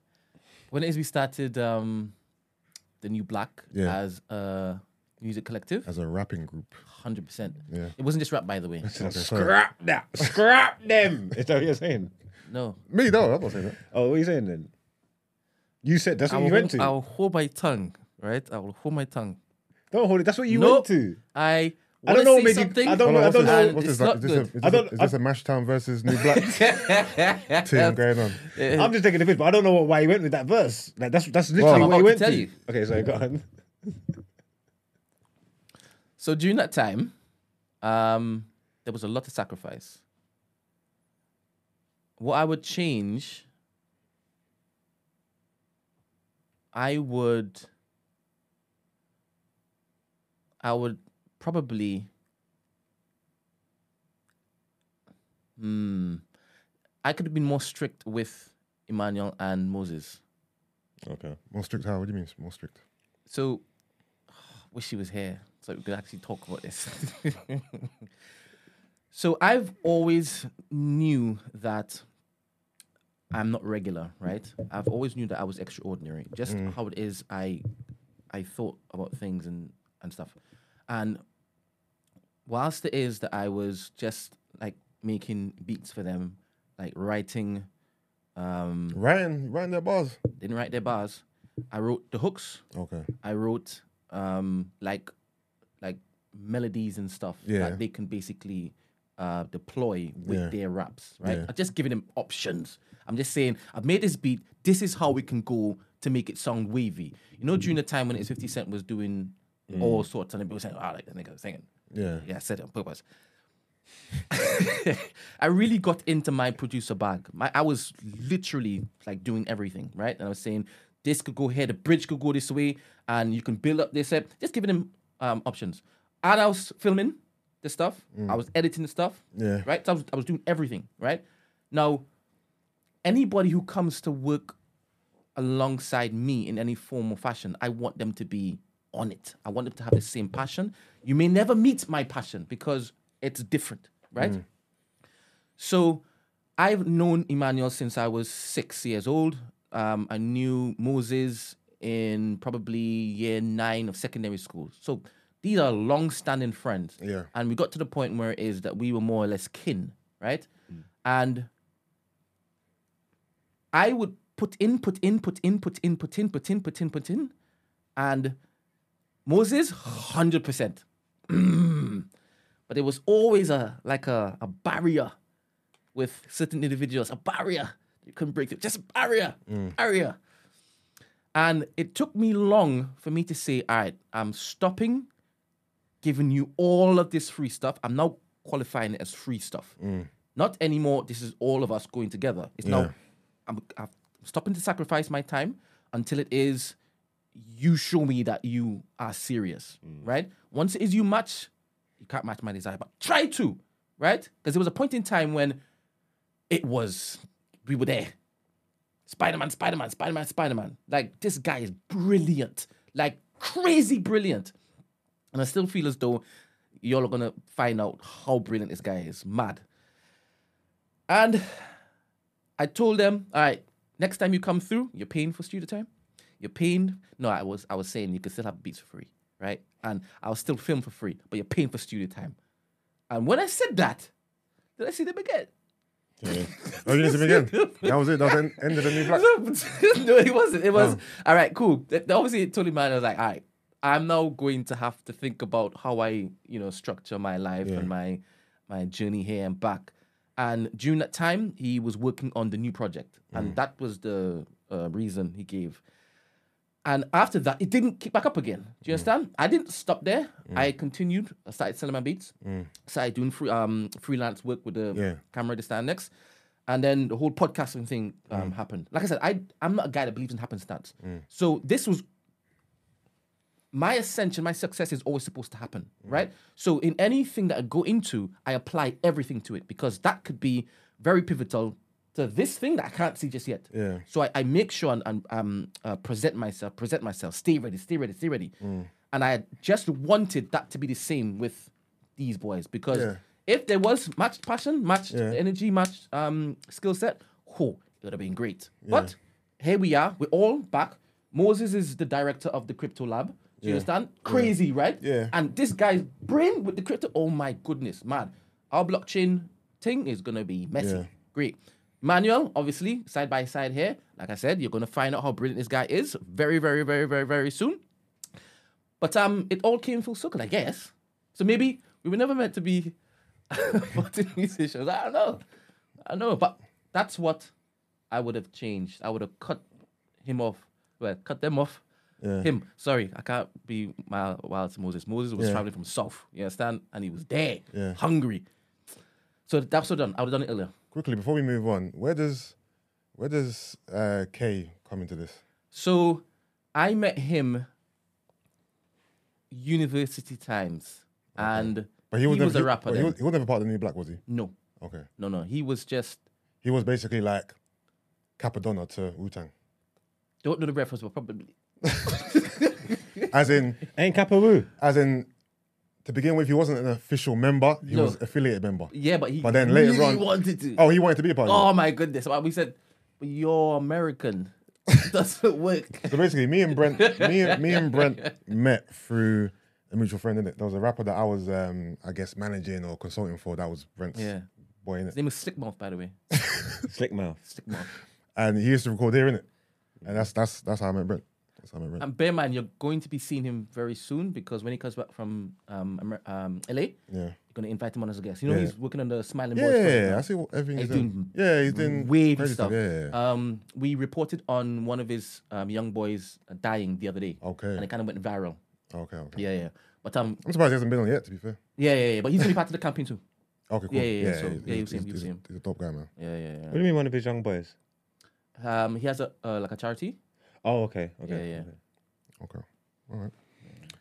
When it is we started um, the new black
Yeah.
as a music collective,
As a rapping group,
hundred percent.
Yeah.
It wasn't just rap, by the way.
so scrap that, scrap them. Is that what you're saying?
No,
me though, I'm not saying that.
Oh, what are you saying then? You said that's
I
what
will,
you went
hold,
to.
I will hold my tongue. Right, I will hold my tongue.
Don't hold it. That's what you
Nope.
went to.
I.
I don't
wanna
know,
see
maybe-
Something.
I don't
Hold on,
know, I
what's
don't
this-
know.
what's this
It's
like?
not
Is this a-
good.
is this
I
a-
don't-
is this a Mash Town versus New Black team going on?
I'm just taking the piss, but I don't know what, why he went with that verse. Like that's that's literally
Well,
what he
I'm
went
about
to.
to tell you.
Okay, so go on.
So during that time, um, there was a lot of sacrifice. What I would change, I would, I would probably, hmm, I could have been more strict with Emmanuel and Moses.
Okay.
More strict? How? What do you mean more strict?
So, wish she was here so we could actually talk about this. so I've always knew that I'm not regular, right? I've always knew that I was extraordinary. Just how it is, I I thought about things and and stuff, and whilst it is that I was just like making beats for them, like writing, um,
Ryan, Ryan, their bars.
didn't write their bars. I wrote the hooks.
Okay.
I wrote um, like like melodies and stuff
Yeah.
that they can basically uh, deploy with
Yeah.
their raps, right?
Yeah.
I'm just giving them options. I'm just saying, I've made this beat. This is how we can go to make it sound wavy. You know, during the time when it's 50 Cent was doing
Mm.
all sorts, and people saying, "I like that nigga singing."
Yeah.
Yeah, I said it on purpose. I really got into my producer bag. My, I was literally like doing everything, right? And I was saying, this could go here, the bridge could go this way, and you can build up this. Up. Just giving them um, options. And I was filming the stuff, I was editing the stuff,
Mm. Yeah.
right? So I was, I was doing everything, right? Now, anybody who comes to work alongside me in any form or fashion, I want them to be on it. I want them to have the same passion. You may never meet my passion because it's different, right? So I've known Emmanuel since I was six years old. Um, I knew Moses in probably year nine of secondary school. So these are long standing friends.
Yeah.
And we got to the point where it is that we were more or less kin, right? And I would put in, put in, put in, put in, put in, put in, put in, put in, and Moses, hundred percent. But there was always a like a, a barrier with certain individuals, a barrier you couldn't break through, just a barrier, barrier. And it took me long for me to say, all right, I'm stopping giving you all of this free stuff. I'm now qualifying it as free stuff. Not anymore, this is all of us going together. It's
Yeah.
now, I'm, I'm stopping to sacrifice my time until it is you show me that you are serious, right? Once it is you match, you can't match my desire, but try to, right? Because there was a point in time when it was, we were there. Spider Man, Spider Man, Spider Man, Spider Man. Like, this guy is brilliant, like, crazy brilliant. And I still feel as though y'all are going to find out how brilliant this guy is. Mad. And I told them, all right, next time you come through, you're paying for studio time. You're paying. No, I was I was saying you could still have beats for free, right? And I'll still film for free, but you're paying for studio time. And when I said that, did I see them again?
Oh, you didn't see me again. That was it. That was the en- end of the new black.
no, it wasn't. It was all right, cool. Th- Obviously, it totally man. I was like, all right, I'm now going to have to think about how I, you know, structure my life and my my journey here and back. And during that time, he was working on the new project, and that was the uh, reason he gave. And after that, it didn't kick back up again. Do you understand? I didn't stop there. I continued. I started selling my beats. Started doing free, um, freelance work with the
Yeah.
camera to stand next. And then the whole podcasting thing um, happened. Like I said, I, I'm not a guy that believes in happenstance. So this was my ascension, my success is always supposed to happen, right? So in anything that I go into, I apply everything to it because that could be very pivotal to this thing that I can't see just yet.
Yeah.
So I, I make sure and, and um, uh, present myself, present myself, stay ready, stay ready, stay ready.
Mm.
And I just wanted that to be the same with these boys because
Yeah.
if there was matched passion, matched
Yeah.
energy, matched um, skill set, oh, it would have been great. But here we are, we're all back. Moses is the director of the crypto lab. Do you understand? Crazy, right?
Yeah.
And this guy's brain with the crypto. Oh my goodness, man. Our blockchain thing is gonna be messy.
Yeah.
Great. Manuel, obviously, side by side here. Like I said, you're gonna find out how brilliant this guy is very, very, very, very, very soon. But um, it all came full circle, I guess. So maybe we were never meant to be fucking musicians. I don't know. I don't know. But that's what I would have changed. I would have cut him off. Well, cut them off. Him. Sorry, I can't be my wild to Moses. Moses was
Yeah.
traveling from South. You understand? And he was there,
Yeah.
hungry. So that's what done. I would have done it earlier.
Quickly before we move on, where does where does uh, K come into this?
So I met him university times. And
But
he was,
never,
a rapper
but
then.
He was, he was never part of the new black, was he?
no,
Okay.
no, no. He was just
He was basically like Capadonna to Wu Tang,
don't know the reference, but probably
as in
Ain't Kappa
as in to begin with, he wasn't an official member. He
No.
was affiliated member.
yeah. But he
But then later
really
on-
wanted to.
Oh, he wanted to be a part. of
Oh my goodness! Well, we said "But you're American. Doesn't work.
it. So basically, me and Brent, me and me and Brent met through a mutual friend. In it, there was a rapper that I was, um, I guess, managing or consulting for. That was Brent's
Yeah.
boy in
His name is Slickmouth, by the way.
Slick Mouth.
Slickmouth.
and he used to record here in it. And that's that's that's how I met Brent. That's how I met Brent.
And bear in mind, you're going to be seeing him very soon because when he comes back from um, Amer- um LA, you're
yeah.
gonna invite him on as a guest. You know
Yeah.
he's working on the Smiling
Yeah,
Boys.
yeah,
project
yeah,
now.
I see what everything he's
He's
doing.
doing
Yeah, he's doing
wavy
crazy
stuff.
Yeah, yeah, yeah.
Um, we reported on one of his um, young boys dying the other day.
Okay.
And it kind of went viral.
okay, okay.
Yeah, yeah. But um,
I'm surprised he hasn't been on yet. To be fair.
yeah, yeah, yeah. But he's gonna be part of the campaign too.
Okay, cool.
Yeah, yeah, yeah, so-
he's-
yeah, you've seen
he's-
him, you've
he's-
seen him.
He's a top guy, man.
Yeah, yeah,
What do you mean one of his young boys?
yeah. Um, he has a uh, like a charity.
Oh, okay. Okay.
Yeah, yeah.
okay.
Okay. All right.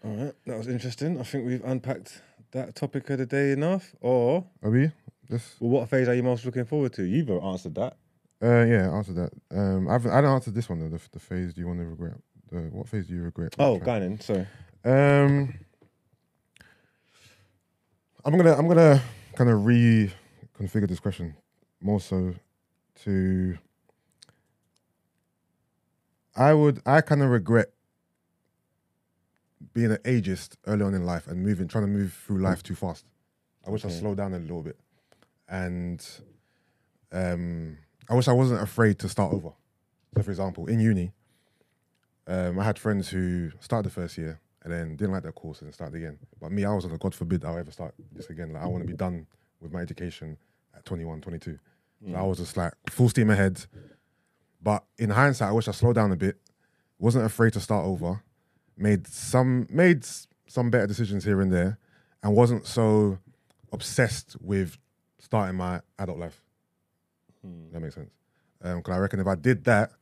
All right. That was interesting. I think we've unpacked that topic of the day enough. Or,
Obi, this.
well, what phase are you most looking forward to? You've answered that.
Uh, yeah, answer that. Um, I've I don't answer this one though. The, the phase do you want to regret? The, what phase do you regret?
Oh, Guinan. Sorry.
Um, I'm gonna I'm gonna kind of reconfigure this question more so to. I would I kind of regret being an ageist early on in life and moving trying to move through life too fast. I wish I
Okay.
slowed down a little bit, and um, I wish I wasn't afraid to start over. So, for example, in uni, um, I had friends who started the first year and then didn't like their course and started again. But me, I was like, God forbid I'll ever start this again. Like, I want to be done with my education at 21, 22. So I was just like, full steam ahead. But in hindsight, I wish I slowed down a bit, wasn't afraid to start over, made some made s- some better decisions here and there, and wasn't so obsessed with starting my adult life. That makes sense. Because I reckon if I did that,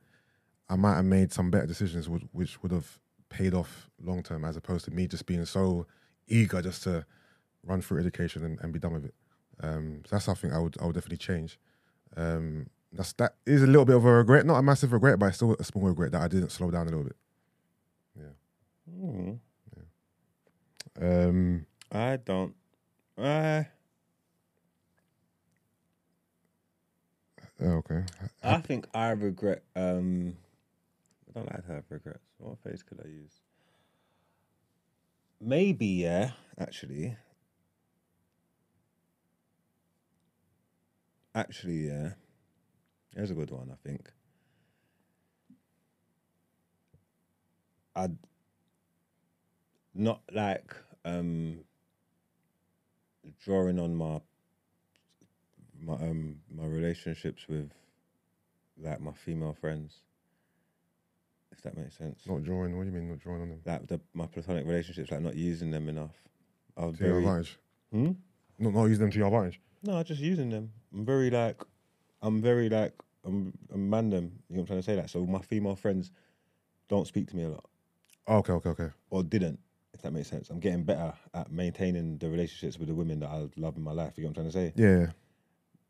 I might have made some better decisions, which, which would have paid off long term, as opposed to me just being so eager just to run through education and, and be done with it. Um, so that's something I would I would definitely change. Um, that's that is a little bit of a regret, not a massive regret, but it's still a small regret that I didn't slow down a little bit.
Hmm.
Um,
I don't. Uh,
oh, okay.
I think I regret. Um, I don't like to have regrets. What phrase could I use? Maybe yeah. Actually, actually yeah. There's a good one. I think. I'd not like um drawing on my my um my relationships with like my female friends, if that makes sense.
Not drawing. What do you mean not drawing on them?
Like the, my platonic relationships, like not using them enough. I was
To your
very
advantage.
hmm?
Not not using them to your advantage.
no, just using them. I'm very like, I'm very like, I'm, I'm random. You know what I'm trying to say? Like, so my female friends don't speak to me a lot
Oh, okay, okay, okay.
or didn't, if that makes sense. I'm getting better at maintaining the relationships with the women that I love in my life. You know what I'm trying to say?
Yeah, yeah.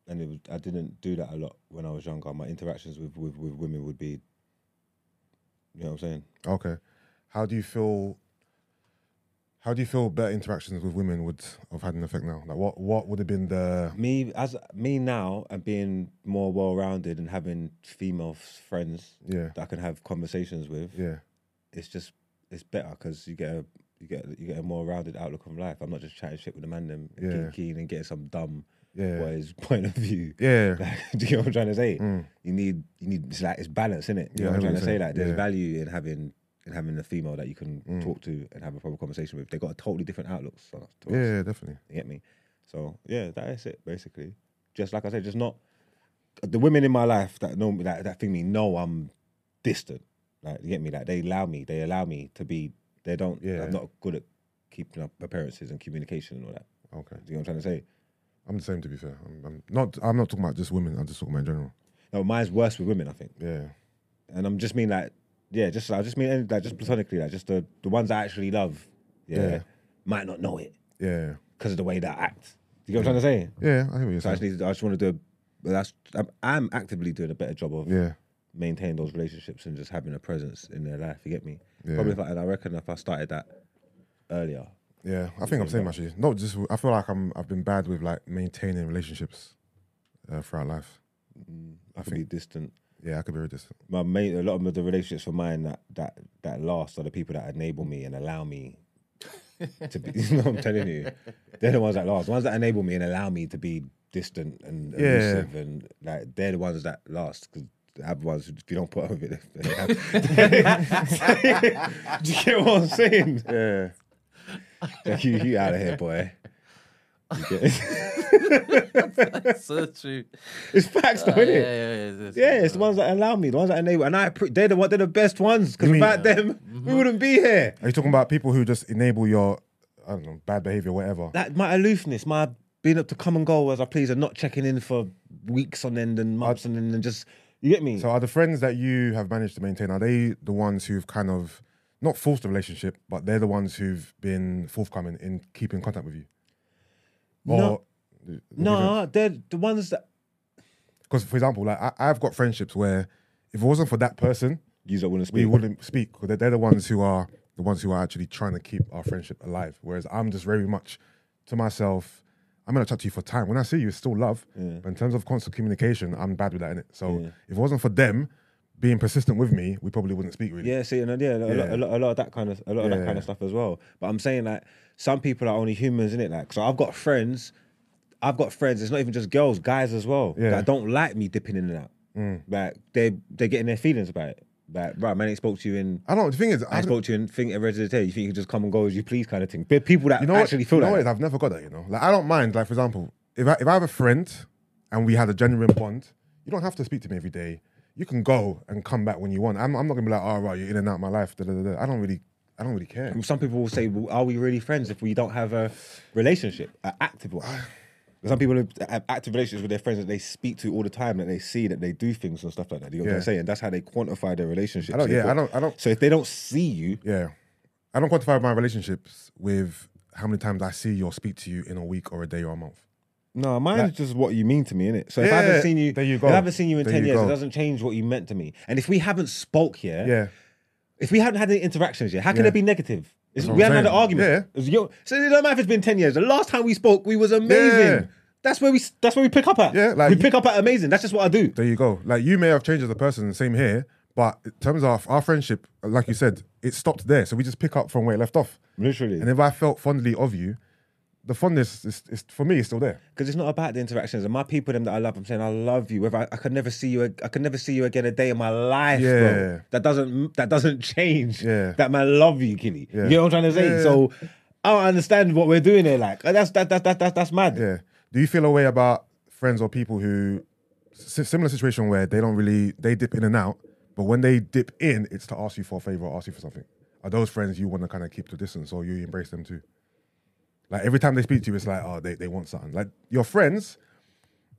and it was, I didn't do that a lot when I was younger. My interactions with, with, with women would be, you know what I'm saying?
Okay. How do you feel? How do you feel better interactions with women would have had an effect now? Like what what would have been the
Me as me now and being more well rounded and having female f- friends
yeah
that I can have conversations with,
yeah
it's just it's better because you get a you get you get a more rounded outlook on life. I'm not just chatting shit with the man them and
Yeah.
getting keen and getting some dumb
yeah
what is point of view.
yeah
Like, do you know what I'm trying to say?
Mm.
You need you need it's like it's balance, is it? You
Yeah,
know what I'm trying to say?
100%,
Like there's
yeah.
value in having in having a female that you can
Mm.
talk to and have a proper conversation with. They got a totally different outlooks on us- to us.
yeah definitely
You get me? So yeah, that is it basically. Just like I said, just not the women in my life that know me that, that think me know I'm distant. Like you get me? Like they allow me, they allow me to be they don't
Yeah.
I'm not good at keeping up appearances and communication and all that.
okay.
Do you know what I'm trying to say?
I'm the same to be fair. I'm, I'm not I'm not talking about just women. I'm just talking about in general.
No, mine's worse with women, I think.
Yeah
and I'm just mean like, yeah, just I just mean any- like just platonically, like just the the ones I actually love, yeah,
Yeah.
might not know it
yeah
because of the way that I act. Do you get what I'm trying to say?
yeah. I hear what you're
So I
saying.
just need, to- I just want to do, a, but that's I'm, I'm actively doing a better job of
yeah
maintaining those relationships and just having a presence in their life. You get me?
Yeah.
Probably if I, and I reckon if I started that earlier,
yeah. I think I'm same actually. Not just I feel like I'm I've been bad with like maintaining relationships uh, throughout life.
I could be distant.
Yeah, I could be very distant.
My mate, a lot of the relationships for mine that that that last are the people that enable me and allow me to be. You know, what I'm telling you, they're the ones that last. The ones that enable me and allow me to be distant and
Yeah.
elusive, and like they're the ones that last. Because the other ones, if you don't put up with it, they have- do you get what I'm saying? Yeah. Like you, you out of here, boy. You get-
so true.
it's facts, though,
yeah,
innit?
yeah,
Yeah,
yeah, yeah.
it's the ones that allow me, the ones that enable, and I appre- they're the one- they're the best ones because
You mean-
without them, we wouldn't be here.
Are you talking about people who just enable your I don't know bad behavior, whatever?
like my aloofness, my being up to come and go as I please, and not checking in for weeks on end and months on end, and just you get me.
So are the friends that you have managed to maintain, are they the ones who've kind of not forced the relationship, but they're the ones who've been forthcoming in keeping contact with you?
No. no, they're the ones that
Because for example, like I, I've got friendships where if it wasn't for that person,
you don't want to
we
speak.
wouldn't speak. 'cause They're, they're the ones who are the ones who are actually trying to keep our friendship alive. Whereas I'm just very much to myself. I'm gonna chat to you for time. When I see you, it's still love. But in terms of constant communication, I'm bad with that in it. So if it wasn't for them being persistent with me, we probably wouldn't speak really.
Yeah, see, and uh, yeah, a, Lot,
Yeah.
a lot, a lot of that kind of, a lot of that kind of stuff as well. But I'm saying like, some people are only humans, innit? Like, so I've got friends, I've got friends. It's not even just girls, guys as well.
Yeah. Mm.
That don't like me dipping in and out. Like they, they're getting their feelings about it. Like, right, man, ain't spoke to you in.
I don't. The thing is,
I
I
ain't spoke to you and think every rest of the day. You think you can just come and go as you please, kind of thing. But people that
you know
actually
what,
feel
you know
like
what
that.
it is? I've never got that. You know, like I don't mind. Like for example, if I, if I have a friend and we had a genuine bond, you don't have to speak to me every day. you can go and come back when you want. I'm, I'm not gonna be like, all right, you're in and out of my life. Da, da, da, da. I don't really, I don't really care.
Some people will say, well, "Are we really friends if we don't have a relationship, an active one?" Some people have- have active relationships with their friends that they speak to all the time, that they see, that they do things and stuff like that. You know what I'm
Yeah.
saying? That's how they quantify their relationship.
I don't-
So they
yeah, I
put-
don't- I don't-
So if they don't see you,
Yeah, I don't quantify my relationships with how many times I see you or speak to you in a week or a day or a month.
No, mine's
Like-
just what you mean to me, innit? So if I
Yeah,
haven't seen you,
there you
If
go.
I haven't seen you in
There
ten
you
years, it
go.
doesn't change what you meant to me. And if we haven't spoke yet,
Yeah,
if we haven't had any interactions yet, how can
Yeah.
it be negative? It's,
what
we
I'm
haven't had an
saying.
argument.
Yeah.
It was yo- so it doesn't matter if it's been ten years. The last time we spoke, we was amazing.
Yeah.
That's where we. That's where we pick up at.
Yeah, like
we
you-
pick up at amazing. That's just what I do.
there you go. Like you may have changed as a person, same here, but in terms of our friendship, like you said, it stopped there. So we just pick up from where it left off.
Literally,
And if I felt fondly of you, the fondness is, is for me is still there.
because it's not about the interactions and my people, them that I love. I'm saying I love you. Whether I, I could never see you, ag- I could never see you again a day in my life. bro.
Yeah.
that doesn't that doesn't change.
Yeah.
that man love you, Killy.
Yeah.
You know what I'm trying to say.
Yeah.
So I don't understand what we're doing here. Like that's that that that, that that's mad.
Yeah. Do you feel a way about friends or people who si- similar situation where they don't really they dip in and out, but when they dip in, it's to ask you for a favor or ask you for something. Are those friends you want to kind of keep to distance or you embrace them too? Like every time they speak to you, it's like, oh, they, they want something. Like your friends,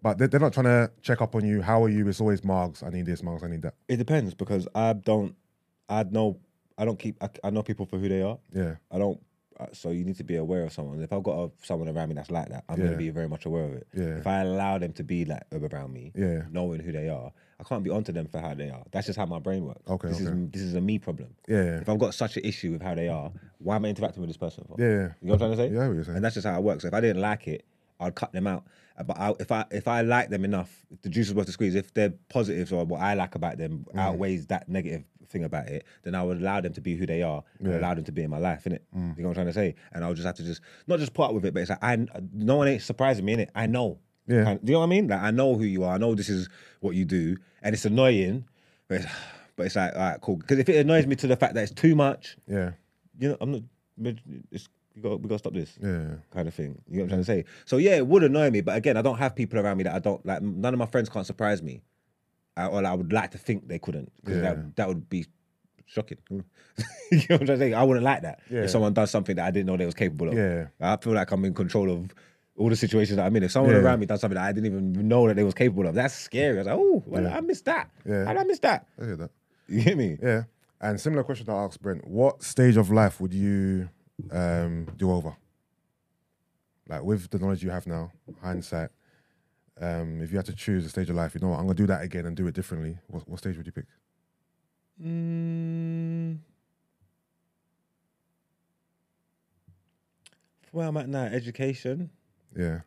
but they're, they're not trying to check up on you. How are you? It's always Margs, I need this, Margs, I need that.
It depends because I don't I know I don't keep I, I know people for who they are.
Yeah.
I don't. uh, So you need to be aware of someone. If I've got a, someone around me that's like that, I'm
Yeah.
gonna be very much aware of it.
Yeah.
If I allow them to be like around me,
Yeah.
knowing who they are, I can't be onto them for how they are. That's just how my brain works.
Okay,
This
okay.
is this is a me problem.
Yeah.
If I've got such an issue with how they are, why am I interacting with this person for?
Yeah. yeah.
You know what I'm trying to say?
Yeah, I hear what you're saying.
And that's just how it works. If I didn't like it, I'd cut them out. Uh, But I, if I if I like them enough, if the juice is worth the squeeze. If their positives or what I like about them outweighs that negative thing about it, then I would allow them to be who they are and allow them to be in my life, innit? You know what I'm trying to say? And I'll just have to just not just put up with it, but it's like I no one ain't surprising me, innit? I know.
Yeah.
Kind- do you know what I mean? Like I know who you are. I know this is what you do, and it's annoying, but it's, but it's like all right, cool. Because if it annoys me to the fact that it's too much,
Yeah.
you know, I'm not. It's, we got we got to stop this
Yeah.
kind of thing. You know what I'm trying to say? So yeah, it would annoy me, but again, I don't have people around me that I don't like. None of my friends can't surprise me, I, or I would like to think they couldn't, because
Yeah.
that, that would be shocking. you know what I'm trying to say? I wouldn't like that
Yeah.
if someone does something that I didn't know they was capable of.
Yeah.
I feel like I'm in control of all the situations that I'm in. If someone
Yeah.
around me does something that I didn't even know that they was capable of, that's scary. I was like, oh, well,
Yeah.
I missed that.
Yeah.
How did I miss that?
I hear that.
You hear me?
Yeah. And similar question that I asked Brent, what stage of life would you um, do over? Like with the knowledge you have now, hindsight, um, if you had to choose a stage of life, you know what, I'm gonna do that again and do it differently. What, what stage would you pick?
Mm. Where I'm at now, education.
Yeah.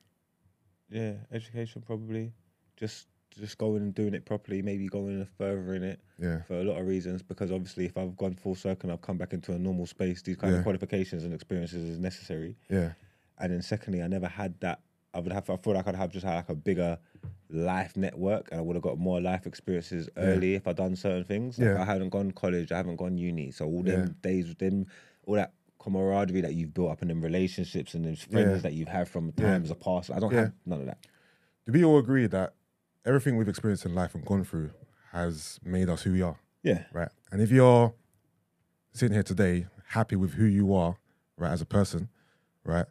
Yeah, education probably. Just just going and doing it properly, maybe going and furthering it
Yeah.
for a lot of reasons. Because obviously, if I've gone full circle and I've come back into a normal space, these kind
Yeah.
of qualifications and experiences is necessary.
Yeah.
And then secondly, I never had that. I would have. I feel like I'd have just had like a bigger life network, and I would have got more life experiences early if I'd done certain things. Like
Yeah.
I hadn't gone college. I haven't gone uni. So all
Yeah.
them days with them, all that camaraderie that you've built up and them relationships and those friends
Yeah.
that you've had from
Yeah.
times of past. I don't
Yeah.
have none of that.
Do we all agree that everything we've experienced in life and gone through has made us who we are?
Yeah.
right? And if you're sitting here today happy with who you are, right, as a person, right,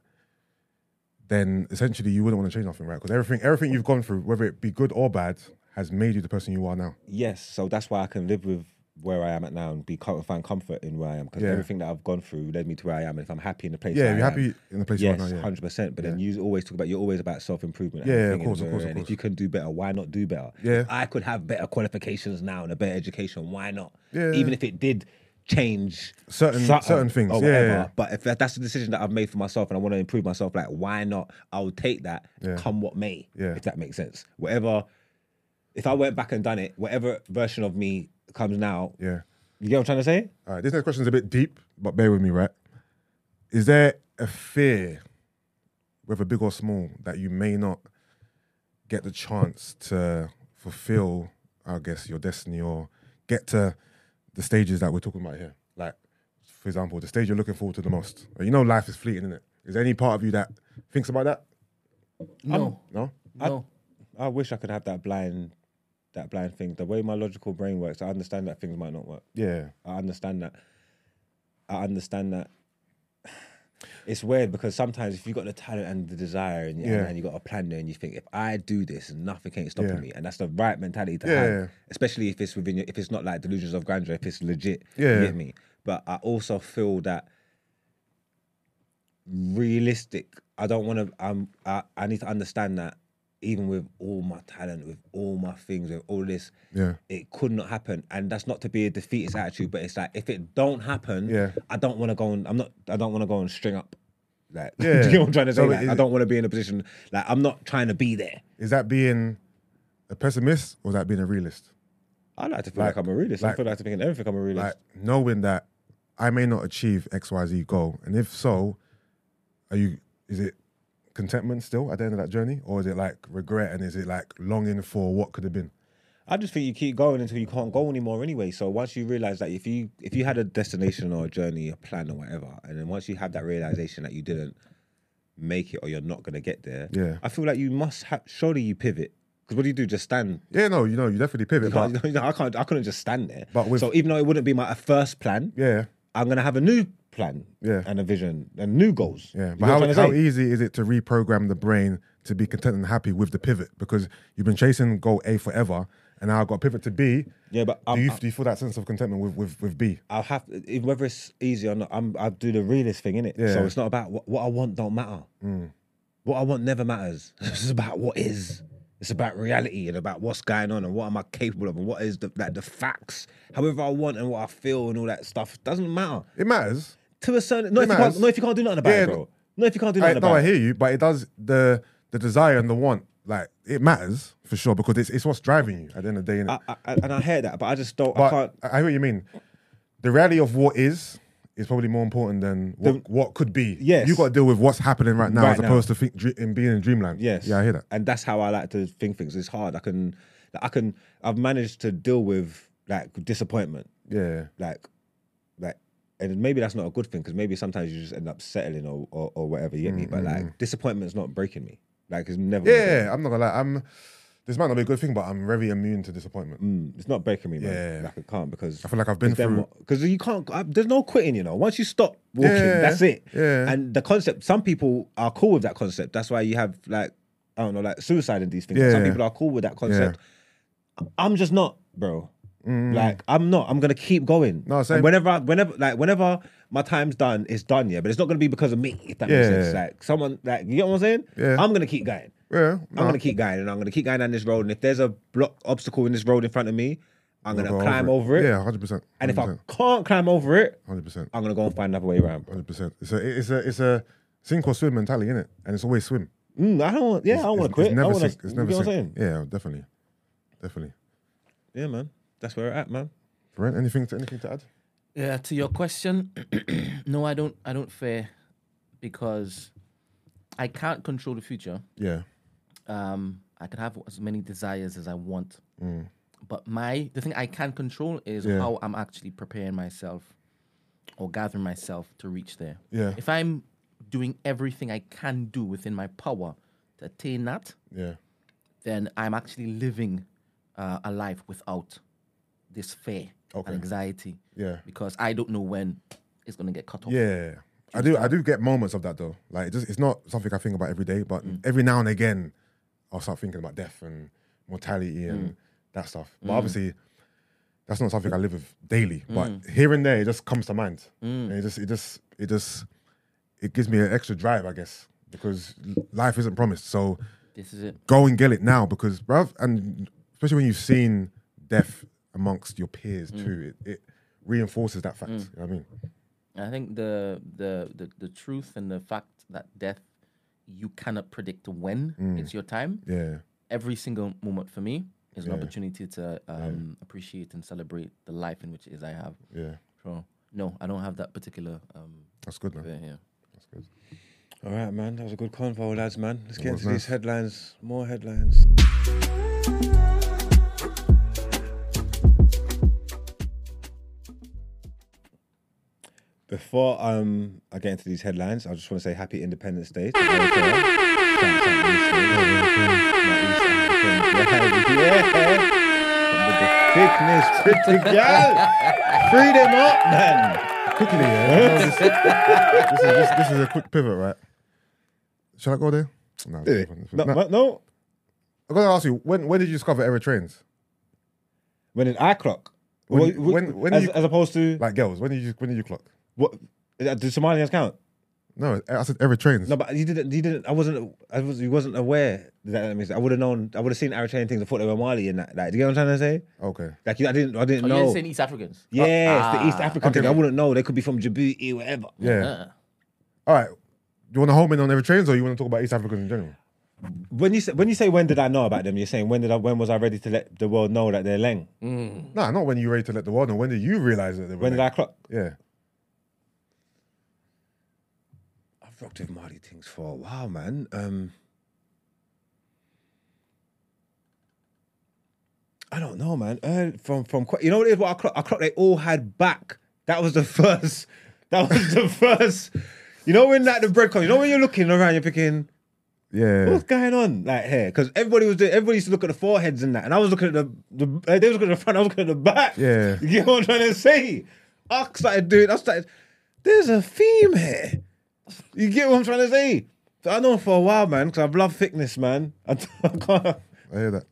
then essentially you wouldn't want to change nothing, right? Because everything, everything you've gone through, whether it be good or bad, has made you the person you are now.
yes, so that's why I can live with where I am at now and be com- find comfort in where I am because
Yeah.
everything that I've gone through led me to where I am. And if I'm happy in the place,
Yeah,
that
if
I
you're
am,
happy in the place
Yes,
you are now. oh, Yeah.
hundred percent. But then you always talk about you're always about self improvement.
Yeah, yeah, of course, of course, of
And if
course.
you can do better, why not do better?
Yeah.
If I could have better qualifications now and a better education. Why not?
Yeah.
even if it did change
Certain-
something
certain things,
or
yeah,
whatever.
yeah.
But if that- that's the decision that I've made for myself and I want to improve myself, like why not? I'll take that,
Yeah.
come what may.
Yeah.
if that makes sense. Whatever. If I went back and done it, whatever version of me comes now,
Yeah.
you get what I'm trying to say?
All right. This next question is a bit deep, but bear with me, right? Is there a fear, whether big or small, that you may not get the chance to fulfill, I guess, your destiny or get to the stages that we're talking about here? Like, for example, the stage you're looking forward to the most. You know, life is fleeting, isn't it? Is there any part of you that thinks about that?
No,
No.
no.
I wish I could have that blind that blind thing. The way my logical brain works, I understand that things might not work.
Yeah.
I understand that. I understand that. It's weird because sometimes if you've got the talent and the desire and,
Yeah.
and you got a plan there and you think if I do this nothing can stop
Yeah.
me and that's the right mentality to
Yeah,
have
yeah.
especially if it's within your, if it's not like delusions of grandeur if it's legit
Yeah.
you get me but I also feel that realistic I don't want to I'm I, I need to understand that even with all my talent with all my things with all this
Yeah.
it could not happen and that's not to be a defeatist attitude but it's like if it don't happen
Yeah.
i don't want to go and i'm not i don't want to go and string up like
Yeah.
do you know what i'm trying to say
No,
Like,
it-
i don't want to be in a position like i'm not trying to be there
Is that being a pessimist or is that being a realist?
i like to feel like,
Like-
i'm a realist i
like-
feel like to think in everything i'm a realist
Like knowing that I may not achieve XYZ goal. And if so, are you is it contentment still at the end of that journey? Or is it like regret and is it like longing for what could have been?
I just think you keep going until you can't go anymore anyway. So once you realize that if you if you had a destination or a journey, a plan or whatever, and then once you have that realization that you didn't make it or you're not gonna get there,
Yeah.
I feel like you must have surely you pivot. Because what do you do? Just stand.
Yeah, no, you know, you definitely
You
pivot.
can't,
But
you know, I can't I couldn't just stand there.
But with-
so even though it wouldn't be my first plan,
yeah,
I'm gonna have a new plan
Yeah.
and a vision and new goals.
yeah.
You
But
know what
how,
I'm
e, how
trying to say?
easy is it to reprogram the brain to be content and happy with the pivot? Because you've been chasing goal A forever and now I've got to pivot to B.
Yeah, Um, but
do,
I'm-
you, do you feel that sense of contentment with, with, with B?
I'll have if- whether it's easy or not. I'm I do the realist thing in it. So
Yeah. Mm.
it's not about what, what I want. Don't matter. What I want never matters. It's about what is. It's about reality and about what's going on and what am I capable of and what is the like the facts. However I want and what I feel and all that stuff doesn't matter
It matters.
to a certain. No,
It
if you can't,
matters.
no, if you can't do nothing about
Yeah,
it, bro. No, if you can't do
I,
nothing
no,
about
I
it.
hear you, but it does the the desire and the want, like it matters for sure because it's it's what's driving you at the end of the day. innit?
I, I, I- and I hear that, but I just don't. I can't.
but I, I hear what you mean. The reality of what is is probably more important than what, what could be.
Yes.
you got to deal with what's happening right now
Right
as opposed to think, dr- in being in dreamland.
Yes.
yeah, I hear that.
And that's how I like to think things. It's hard. I can. I can. I've managed to deal with like disappointment.
Yeah,
like like and maybe that's not a good thing because maybe sometimes you just end up settling or or, or whatever you get me but like disappointment's not breaking me like it's never gonna
Mm, yeah. I'm not gonna lie. I'm. This might not be a good thing, but I'm very immune to disappointment.
break- mm, it's not breaking me man.
Yeah.
like it can't because
I feel like I've been through.
because you can't I, there's no quitting you know once you stop walking
Yeah,
that's it
yeah.
and the concept some people are cool with that concept that's why you have like I don't know like suicide and these things
Yeah.
some people are cool with that concept I'm just not bro like I'm not I'm gonna keep going
Mm. No,
And
same.
whenever I, whenever like whenever my time's done it's done yeah but it's not gonna be because of me if that makes
Yeah.
sense like someone like you know what I'm saying
Yeah.
I'm gonna keep going
Yeah,
I'm
nah.
gonna keep going and I'm gonna keep going down this road. And if there's a block obstacle in this road in front of me, I'm gonna
Go
climb over it.
Yeah, hundred percent.
and if I can't climb over it,
hundred percent.
I'm gonna go and find another way around. bro.
Hundred percent. It's a it's a it's a sink or swim mentality, innit? And it's always swim.
Mm, I don't. want- Yeah, I don't want to
It's-
quit. I
It's never
want
sink.
to.
It's
You
never
know what I'm
sink.
saying?
Yeah, definitely, definitely.
Yeah, man. That's where we're at, man.
Brent, anything to anything to add?
Yeah, to your question, no, I don't. I don't fear because I can't control the future.
Yeah,
Um, I can have as many desires as I want, but my the thing I can control is
Yeah.
how I'm actually preparing myself or gathering myself to reach there.
Yeah.
If I'm doing everything I can do within my power to attain that,
yeah,
then I'm actually living uh, a life without this fear
Okay.
and anxiety.
Yeah.
Because I don't know when it's gonna get cut off.
yeah. I do. I do get moments of that though. Like it just, it's not something I think about every day, but every now and again, I'll start thinking about death and mortality and that stuff. But obviously, that's not something I live with daily. But here and there, it just comes to mind, and it just, it just, it just, it gives me an extra drive, I guess, because l- life isn't promised. So
This is it.
go and get it now because, bruv, and especially when you've seen death amongst your peers too, it, it reinforces that fact. You know what I mean?
I think the, the the the truth and the fact that death you cannot predict when it's your time.
Yeah,
Every single moment for me is an
Yeah.
opportunity to um, appreciate and celebrate the life in which it is I have.
yeah.
So no, I don't have that particular um,
That's good, man.
fear here.
That's good.
All right, man. That was a good convo, lads, man. Let's get
was
into these
nice.
headlines. More headlines. Before um, I get into these headlines, I just want to say Happy Independence Day. to all of you. Thanks, thank you. Yeah, yeah. is pretty girl. Free them up, man.
Quickly, yeah. this, is, this, this is a quick pivot, right? Shall I go there? No.
No,
no.
but no.
I gotta ask you, when when did you discover ever trains?
When in iClock.
When-
Wha- wha-
when- when
as,
you-
as opposed to
Like girls, when did you when did you clock?
what? uh, Do Somalians count?
No, I said ever trains.
No, but you didn't. You didn't. I wasn't. I was. You wasn't aware that. that means I would have known. I would have seen Eritrean things. and thought they were Mali and that. Like, do you get what I'm trying to say?
Okay.
Like, you, I didn't. I didn't
Oh,
know.
you're saying East Africans?
Yes, the East
Ah,
African thing. I wouldn't know. They could be from Djibouti, whatever.
Yeah.
Uh,
All right. You want to home in on ever trains, or you want to talk about East Africans in general?
When you say when you say when did I know about them, you're saying when did I when was I ready to let the world know that they're Leng?
Mm. Nah, not when you ready to let the world know. When did you realize that they were?
When did I
like-
clock?
Yeah.
I've rocked with Marty things for a while, man. Um, I don't know, man. Uh, from from quite, you know what it is? What I clock, I clock. They all had back. That was the first. That was the first. You know when like the bread comes. You know when you're looking around, you're picking.
Yeah.
What's going on like here? Because everybody was doing, everybody used to look at the foreheads and that, and I was looking at the, the uh, they was looking at the front, I was looking at the back.
Yeah.
you get what I'm trying to say? I started doing, I started. There's a theme here. You get what I'm trying to say? So I know for a while, man, because I've loved thickness, man. I can't.
I hear that.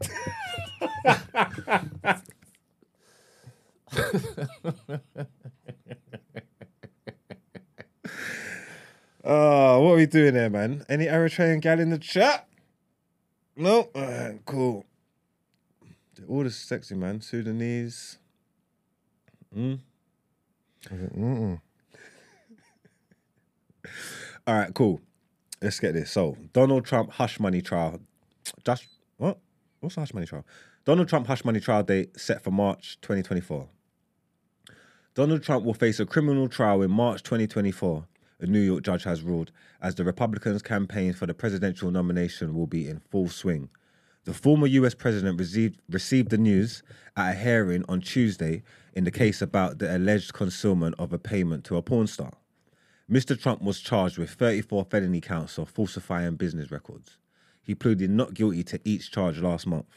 Oh, what are we doing there, man? Any Eritrean gal in the chat? No? Alright, cool. They're All this sexy, man. Sudanese. Hmm?
Mm-mm.
All right, cool. Let's get this. So, Donald Trump hush money trial. Just what? What's the hush money trial? Donald Trump hush money trial date set for March 2024. Donald Trump will face a criminal trial in March 2024, a New York judge has ruled, as the Republicans' campaign for the presidential nomination will be in full swing. The former US president received, received the news at a hearing on Tuesday in the case about the alleged concealment of a payment to a porn star. Mr. Trump was charged with 34 felony counts of falsifying business records. He pleaded not guilty to each charge last month.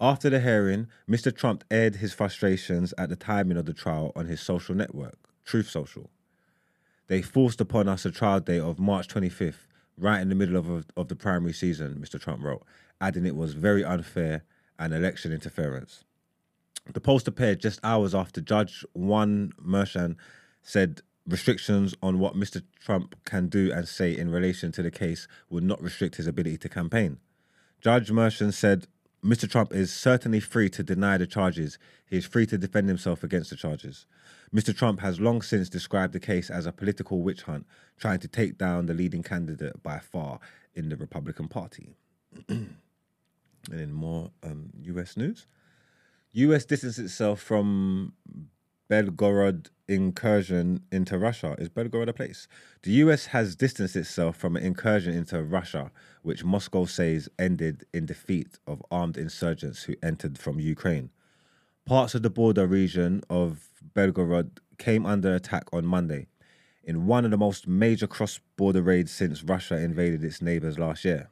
After the hearing, Mr. Trump aired his frustrations at the timing of the trial on his social network, Truth Social. They forced upon us a trial date of March 25th, right in the middle of, of the primary season, Mr. Trump wrote, adding it was very unfair and election interference. The post appeared just hours after Judge Juan Merchan said restrictions on what Mr. Trump can do and say in relation to the case would not restrict his ability to campaign. Judge Merchan said Mr. Trump is certainly free to deny the charges. He is free to defend himself against the charges. Mr. Trump has long since described the case as a political witch hunt, trying to take down the leading candidate by far in the Republican Party. and in more um, US news. US distanced itself from Belgorod incursion into Russia. Is Belgorod a place? The US has distanced itself from an incursion into Russia, which Moscow says ended in defeat of armed insurgents who entered from Ukraine. Parts of the border region of Belgorod came under attack on Monday in one of the most major cross border raids since Russia invaded its neighbors last year.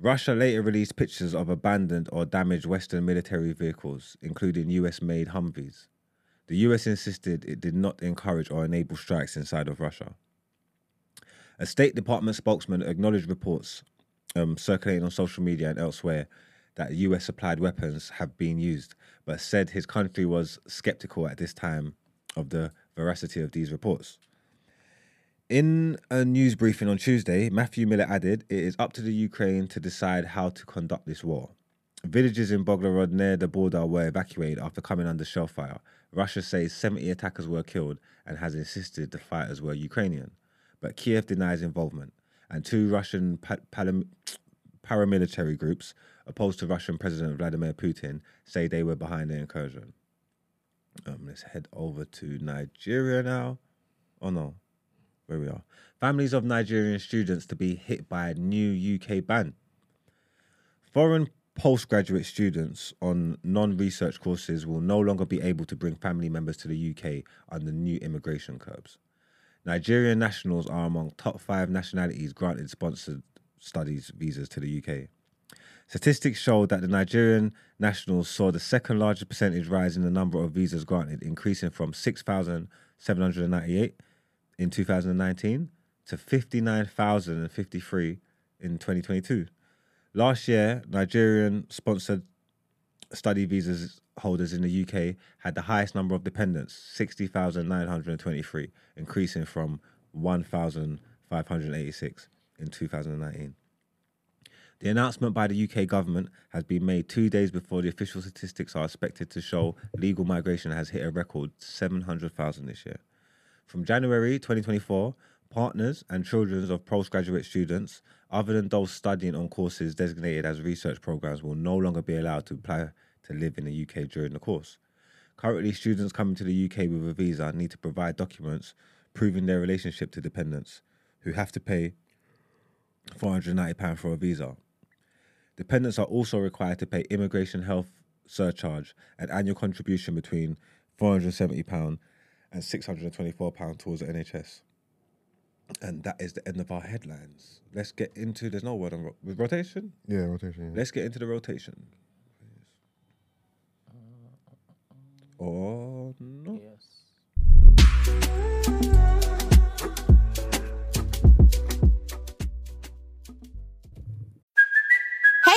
Russia later released pictures of abandoned or damaged Western military vehicles, including US made Humvees. The US insisted it did not encourage or enable strikes inside of Russia. A State Department spokesman acknowledged reports um, circulating on social media and elsewhere that US supplied weapons have been used, but said his country was skeptical at this time of the veracity of these reports. In a news briefing on Tuesday, Matthew Miller added, It is up to the Ukraine to decide how to conduct this war. Villages in Boglorod near the border were evacuated after coming under shell fire. Russia says 70 attackers were killed and has insisted the fighters were Ukrainian. But Kiev denies involvement, and two Russian pa- palam- paramilitary groups opposed to Russian President Vladimir Putin say they were behind the incursion. Um, let's head over to Nigeria now. Oh no, where we are. Families of Nigerian students to be hit by a new UK ban. Foreign postgraduate students on non research courses will no longer be able to bring family members to the UK under new immigration curbs. Nigerian nationals are among top five nationalities granted sponsored studies visas to the UK. Statistics show that the Nigerian nationals saw the second largest percentage rise in the number of visas granted, increasing from 6,798 in 2019 to 59,053 in 2022. Last year, Nigerian sponsored study visas holders in the UK had the highest number of dependents, 60,923, increasing from 1,586 in 2019. The announcement by the UK government has been made two days before the official statistics are expected to show legal migration has hit a record 700,000 this year. From January 2024, partners and children of postgraduate students, other than those studying on courses designated as research programs, will no longer be allowed to apply to live in the UK during the course. Currently, students coming to the UK with a visa need to provide documents proving their relationship to dependents, who have to pay £490 for a visa. Dependents are also required to pay immigration health surcharge, an annual contribution between £470 and £624 towards the NHS. And that is the end of our headlines. Let's get into, there's no word on ro- with rotation.
Yeah, rotation. Yeah.
Let's get into the rotation. Uh, Or not.
Yes.
Hey,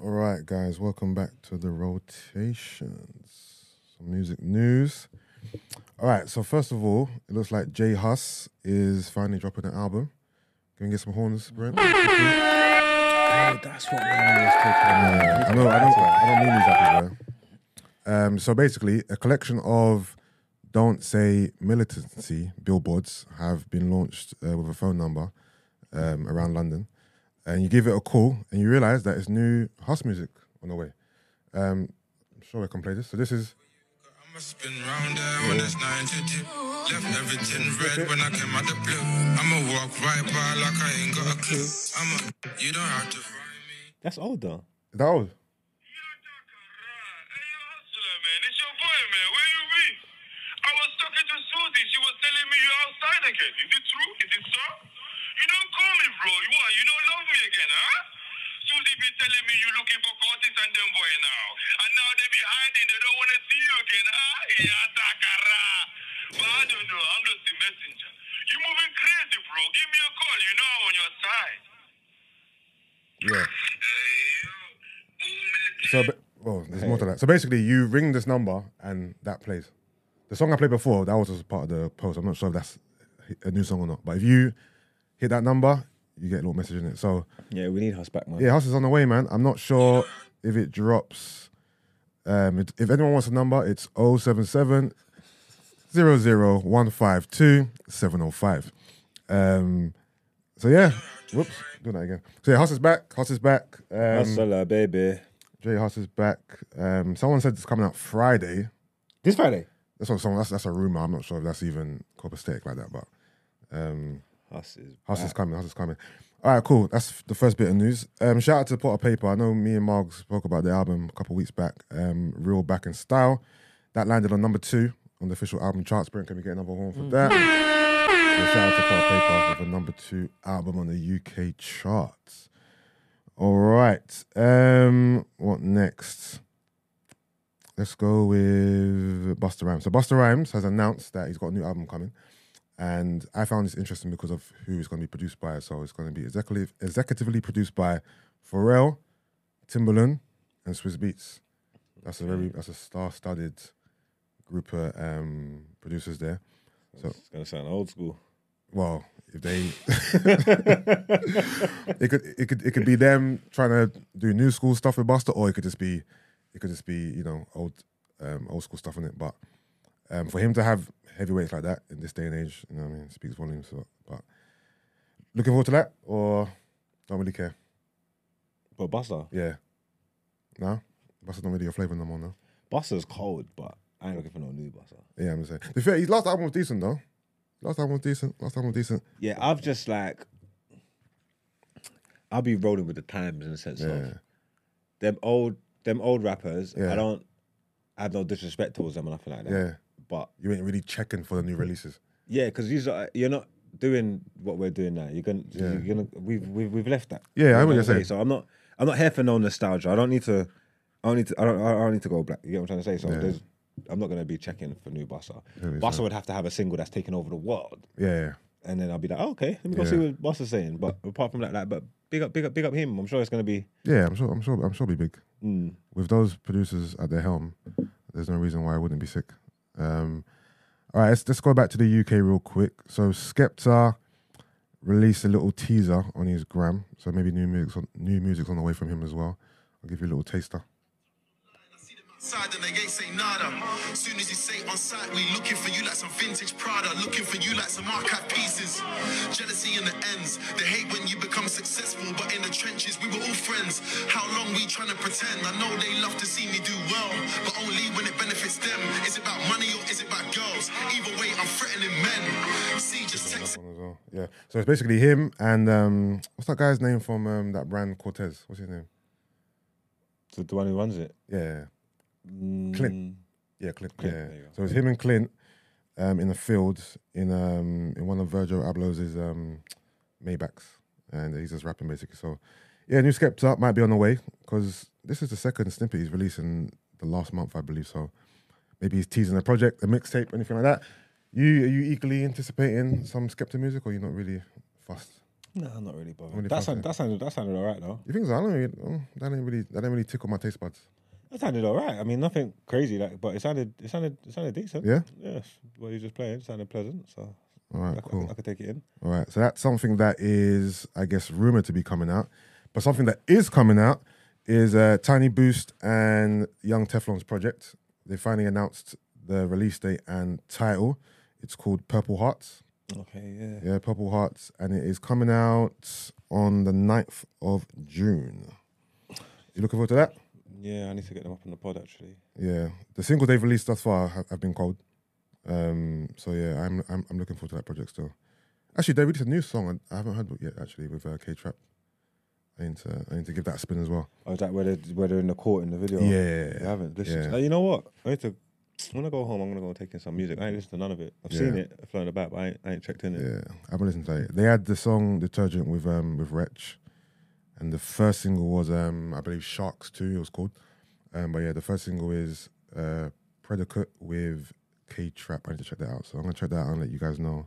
All right, guys, welcome back to the rotations. Some music news. All right, so first of all, it looks like Jay Huss is finally dropping an album. Can we get some horns, Brent?
Oh, that's what Manny was talking about.
I know, I don't, I don't mean these happy, bro. Um, so basically, a collection of don't say militancy billboards have been launched uh, with a phone number um, around London. And you give it a call and you realize that it's new house music on the way. Um, I'm sure I can play this. So this is,
I must spin round there when it's 950. Left everything red when I came out the blue. I'ma walk right by like I ain't got a clue. I'ma, you don't have to find me.
That's older.
is that old?
Hey, you hustler, man. It's your boy, man. Where you been? I was talking to Susie. She was telling me you're outside again. Is it true? Is it so? You don't call me, bro. You are. You don't love me again, huh? Susie be telling me you looking for Curtis and them boy now. And now they be hiding. They don't want to see you again, huh? Yeah, Takara. But I don't know. I'm just the messenger. You moving crazy, bro. Give me a call. You know I'm on your side.
Yeah.
Hey, yo.
So, ba- well, there's more to that. So basically, you ring this number and that plays. The song I played before, that was just part of the post. I'm not sure if that's a new song or not. But if you hit that number, you get a little message in it. So
Yeah, we need Huss back, man.
yeah, House is on the way, man. I'm not sure if it drops. Um, it- if anyone wants a number, it's 077 00152 705. Um, so yeah, whoops, doing that again. So yeah, House is back. House is back. Um,
Hustler, baby.
Jay Huss is back. Um, someone said it's coming out Friday.
This Friday.
That's what someone. That's, that's a rumor. I'm not sure if that's even copacetic like that, but
Huss is
Huss is coming. Huss is coming. All right, cool. That's the first bit of news. Um, shout out to Potter Paper. I know me and Marg spoke about the album a couple weeks back. Um, Real Back in Style. That landed on number two on the official album charts. Brent, can we get another horn for that? So shout out to Potter Paper for the number two album on the UK charts. All right. Um, what next? Let's go with Buster Rhymes. So Buster Rhymes has announced that he's got a new album coming, and I found this interesting because of who it's going to be produced by. So it's going to be executive, executively produced by Pharrell, Timbaland, and Swiss Beats. That's a very that's a star-studded group of um, producers there.
It's gonna sound old school.
Well, if they, it could it could it could be them trying to do new school stuff with Buster, or it could just be it could just be you know old um, old school stuff in it. But um, for him to have heavyweights like that in this day and age, you know what I mean, speaks volumes. So, but looking forward to that, or don't really care.
But Buster,
Yeah, No? Buster's not really your flavour no more, no?
Buster's cold, but I ain't looking for no new Buster.
Yeah, I'm saying. To be fair, his last album was decent, though. Last album was decent. Last album was decent.
Yeah, I've just like I'll be rolling with the times in the sense
Yeah.
of them old them old rappers.
Yeah.
I don't I have no disrespect towards them or nothing like that.
Yeah.
But
You ain't really checking for the new releases.
yeah, because you you're not doing what we're doing now. You're gonna you're gonna we've we've, we've left that. We've
Yeah, I know what
gone
you're
away.
saying.
So I'm not I'm not here for no nostalgia. I don't need to I don't need to I don't I don't need to go black. You get what I'm trying to say? So there's I'm not gonna be checking for new Buster. Buster would have to have a single that's taken over the world.
Yeah.
and then I'll be like, oh, okay, let me go see what boss is saying. But apart from that, like, but big up, big up, big up him. I'm sure it's gonna be.
Yeah, I'm sure I'm sure I'm sure it'll be big. With those producers at their helm, there's no reason why I wouldn't be sick. Um all right, let's, let's go back to the UK real quick. So Skepta released a little teaser on his gram. So maybe new music's on, new music's on the way from him as well. I'll give you a little taster.
See them outside and they ain't say nada. Soon as you say on site, we looking for you like some vintage Prada, looking for you like some archive pieces. Jealousy in the ends, they hate when you become successful, but in the trenches we were all friends. How long we trying to pretend? I know they love to see me do well, but only when it benefits them. Is it about money or is it about girls? Either way, I'm threatening men. See, just text.
One as well. Yeah. So it's basically him and um what's that guy's name from um, that brand Cortez? What's his name?
The, the one who runs it. Mm,
Yeah. Clint. Yeah, Clint.
Clint,
yeah.
there you go.
So it's him and Clint um, in the field in um, in one of Virgil Abloh's um, Maybachs, and he's just rapping basically. So yeah, new Skepta might be on the way because this is the second snippet he's releasing the last month, I believe. So maybe he's teasing a project, a mixtape, anything like that. You are you eagerly anticipating some Skepta music, or you're not really fussed?
No, I'm not really bothered.
Really
that
fucking-
sounded, that sounded, that sounded all right though.
You think so? I don't really, oh, that ain't really that ain't really tickle my taste buds.
That sounded all right. I mean, nothing crazy, like, but it sounded, it sounded, it sounded decent.
Yeah?
Yes. What he was just playing sounded pleasant, so
All right,
I, could-
cool.
I could take it in.
All right, so that's something that is, I guess, rumored to be coming out. But something that is coming out is uh, Tiny Boost and Young Teflon's project. They finally announced the release date and title. It's called Purple Hearts.
Okay. Yeah.
Yeah, Purple Hearts, and it is coming out on the 9th of June. You looking forward to that?
Yeah. I need to get them up on the pod actually.
Yeah, the singles they've released thus far have, have been cold. Um, so yeah, I'm, I'm I'm looking forward to that project still. Actually, they released a new song I I haven't heard it yet. Actually, with uh, K Trap, I need to I need to give that a spin as well.
Oh, is that where they're, where they're in the court in the video?
Yeah.
I haven't listened.
Yeah.
To, Uh, you know what? I need to. When I go home, I'm gonna go and take in some music. I ain't listened to none of it. I've seen it flown about, but I ain't, I ain't checked in it.
Yeah, I haven't listened to it. They had the song Detergent with um with Wretch, and the first single was um I believe Sharks Two it was called. Um, but yeah, the first single is uh Predicate with K Trap. I need to check that out. So I'm gonna check that out and let you guys know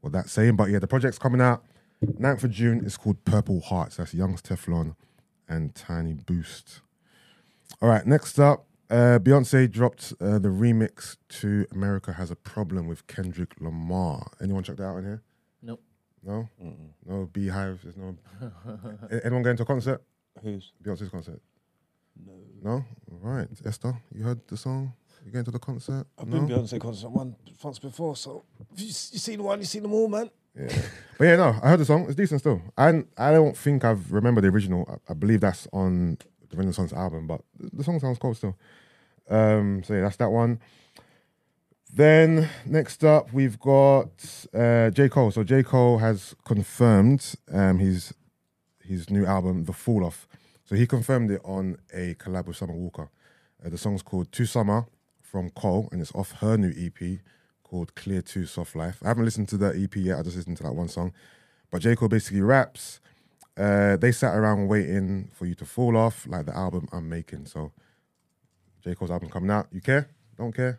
what that's saying. But yeah, the project's coming out 9th of June. It's called Purple Hearts. That's Young's Teflon and Tiny Boost. All right, next up, uh, Beyonce dropped uh, the remix to "America Has a Problem" with Kendrick Lamar. Anyone check that out in here?
No.
No, no Beehive. There's no. A- Anyone going to a concert?
Who's?
Beyonce's concert. No. No. All right, Esther, you heard the song. You going to the concert?
I've
no.
been Beyonce concert one once before, so if you, you seen one, you seen them all, man.
But yeah, no, I heard the song. It's decent still. I I don't think I've remember the original. I, I believe that's on the Renaissance album, but the, the song sounds cool still. Um, so yeah, that's that one. Then next up, we've got uh, J Cole. So J Cole has confirmed um, his his new album, The Fall Off. So he confirmed it on a collab with Summer Walker. Uh, the song's called To Summer from Cole, and it's off her new EP called Clear 2 Soft Life. I haven't listened to that EP yet, I just listened to that one song. But J. Cole basically raps, uh, they sat around waiting for you to fall off, like the album I'm making. So J. Cole's album coming out. You care? Don't care?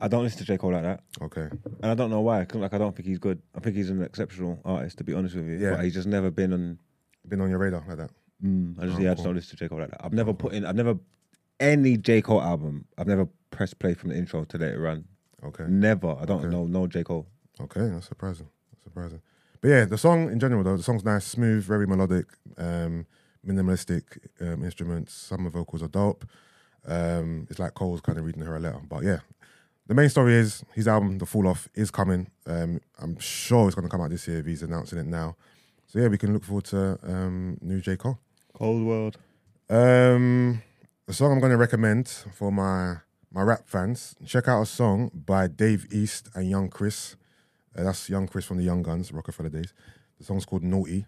I don't listen to J Cole like that,
Okay.
and I don't know why. 'cause, Like I don't think he's good. I think he's an exceptional artist, to be honest with you.
Yeah.
But he's just never been on.
Been on your radar like that.
I just, yeah, I just
Oh.
don't listen to J Cole like that. I've never put in. I've never any J Cole album. I've never pressed play from the intro to let it run.
Okay.
Never. I don't know no J Cole.
Okay, that's surprising. That's surprising. But yeah, the song in general though, the song's nice, smooth, very melodic, um, minimalistic um, instruments. Some of the vocals are dope. Um, it's like Cole's kind of reading her a letter. But yeah, the main story is his album, The Fall Off, is coming. Um, I'm sure it's going to come out this year if he's announcing it now. So yeah, we can look forward to um, new J Cole.
Cold World.
Um, the song I'm going to recommend for my my rap fans, check out a song by Dave East and Young Chris. Uh, that's Young Chris from the Young Guns, Rockefeller Days. The song's called Naughty.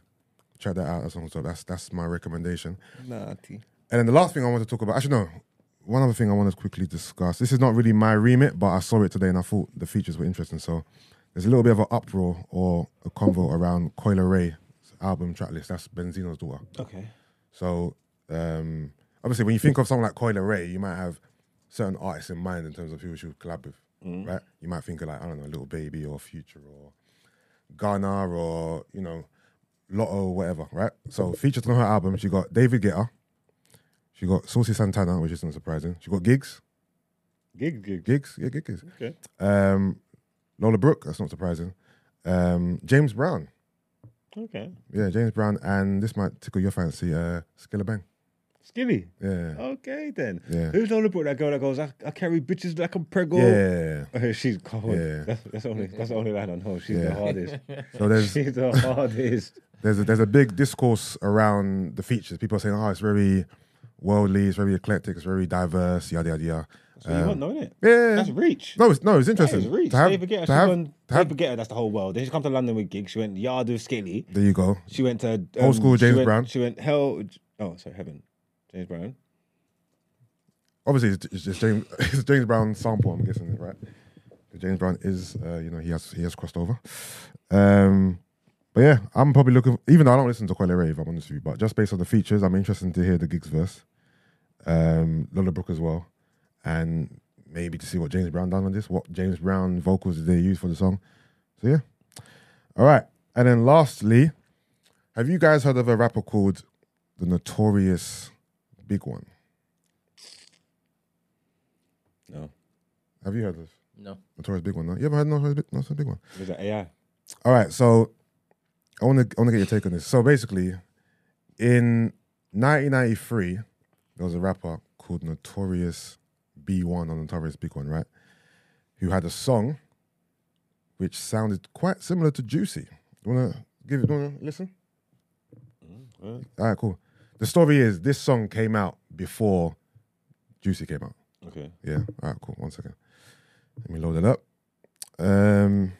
Check that out. That song's dope. That's that's my recommendation.
Naughty.
And then the last thing I want to talk about, actually, no, one other thing I want to quickly discuss. This is not really my remit, but I saw it today and I thought the features were interesting. So there's a little bit of an uproar or a convo around Coil Ray's album track list. That's Benzino's daughter.
Okay.
So um, obviously, when you think of someone like Coil Ray, you might have certain artists in mind in terms of who she would collab with, right? You might think of like I don't know, Little Baby or Future or Ghana or you know Lotto, whatever, right? So features on her album, she got David Guetta, she got Saucy Santana, which isn't surprising. She got Gigs,
Gig, gig.
Gigs, yeah, Gigs.
Okay.
Um, Lola Brooke, that's not surprising. Um, James Brown,
Okay.
yeah, James Brown, and this might tickle your fancy, uh, Skilla Bang,
Skilly.
yeah.
Okay then.
Yeah.
Who's Lola Brooke? That girl that goes, I, I carry bitches like I'm preggo.
Yeah.
Oh, She's cold.
Yeah.
That's, that's the only that's the only line I know. She's
Yeah.
the hardest.
So there's
She's the hardest.
there's a, there's a big discourse around the features. People are saying, "Oh, it's very worldly, it's very eclectic, it's very diverse, yada yada yada."
So you won't know it.
Um, yeah.
That's reach.
No, it's no, it's interesting.
That is reach.
To have,
Dave Guetta,
to
she
have-
gone-
to have-
David Guetta, that's the whole world. Then she come to London with gigs. She went Yard with Skilly.
there you go.
She went to um,
Old school
she
James
went-
Brown.
She went hell. Oh, sorry, heaven. James Brown.
Obviously, it's, it's just James it's James Brown sample. I'm guessing, right? James Brown is, uh, you know, he has he has crossed over. Um, but yeah, I'm probably looking. Even though I don't listen to Coil Ray, if I'm honest with you, but just based on the features, I'm interested to hear the gigs verse, um, Lola Brooke as well, and maybe to see what James Brown done on this. What James Brown vocals did they use for the song? So yeah, all right. And then lastly, have you guys heard of a rapper called the Notorious Big One?
No,
Have you heard of
No.
Notorious Big One? No, you ever heard of Notorious Big, Notorious Big One?
it was that AI.
All right, so I want to I want to get your take on this. So basically, in 1993, there was a rapper called Notorious B1 or Notorious Big One, right? Who had a song which sounded quite similar to Juicy. You wanna give it? Wanna listen? All right, cool. The story is this song came out before Juicy came out.
Okay.
Yeah. All right. Cool. One second. Let me load it up. Um.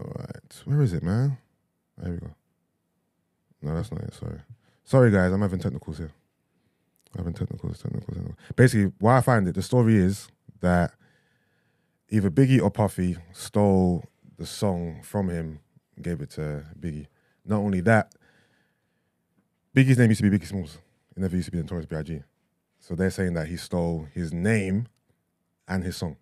All right. Where is it, man? There we go. No, that's not it. Sorry. Sorry, guys. I'm having technicals here. I'm having technicals, technicals, technicals. Basically, why I find it, the story is that either Biggie or Puffy stole the song from him, gave it to Biggie. Not only that, Biggie's name used to be Biggie Smalls. It never used to be Notorious B.I.G. So they're saying that he stole his name and his song.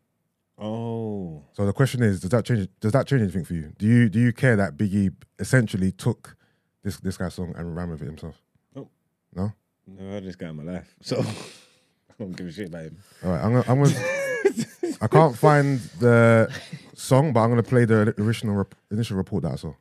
Oh,
So the question is, does that change? Does that change anything for you? Do you do you care that Biggie essentially took this this guy's song and ran with it himself?
Nope.
No.
never heard this guy in my life. So I don't give a shit about him.
All right. I'm gonna. I'm gonna I can't find the song, but I'm gonna play the original rep, initial report that I saw.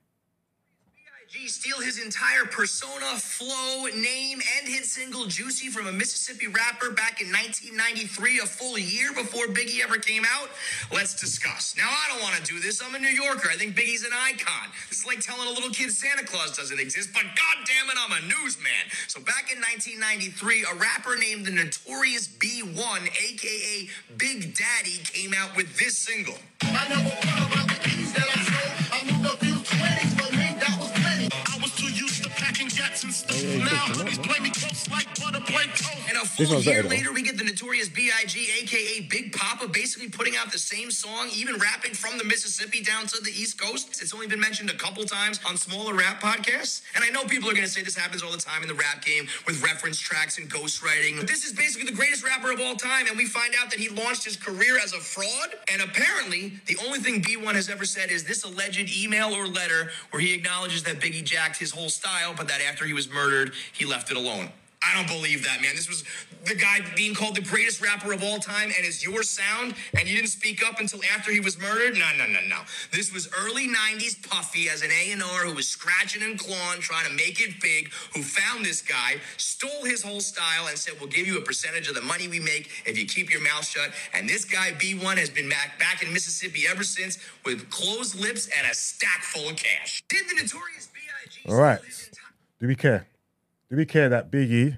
G steal his entire persona, flow, name, and hit single Juicy from a Mississippi rapper back in 1993, a full year before Biggie ever came out? Let's discuss. Now, I don't want to do this. I'm a New Yorker. I think Biggie's an icon. It's like telling a little kid Santa Claus doesn't exist, but goddamn it, I'm a newsman. So back in 1993, a rapper named the Notorious B1, aka Big Daddy, came out with this single.
I never thought about the keys that I sold. I knew a few 20s, but me, that was plenty. I was too used to packing jets and stuff. Now, honeys play me close like butter play toast.
And a
This
full
one's
year
better, though.
later, we get the notorious B.I.G., aka Big Papa, basically putting out the same song, even rapping from the Mississippi down to the East Coast. It's only been mentioned a couple times on smaller rap podcasts. And I know people are going to say this happens all the time in the rap game with reference tracks and ghostwriting. But This is basically the greatest rapper of all time, and we find out that he launched his career as a fraud. And apparently, the only thing B1 has ever said is this alleged email or letter where he acknowledges that Biggie jacked his whole style, but that after he was murdered, he left it alone. I don't believe that, man. This was the guy being called the greatest rapper of all time, and it's your sound, and you didn't speak up until after he was murdered. No, no, no, no. This was early '90s Puffy as an A and R who was scratching and clawing, trying to make it big. Who found this guy, stole his whole style, and said, "We'll give you a percentage of the money we make if you keep your mouth shut." And this guy B1 has been back back in Mississippi ever since, with closed lips and a stack full of cash. Did the notorious B.I.
All right. Do we care? Do we care that Biggie?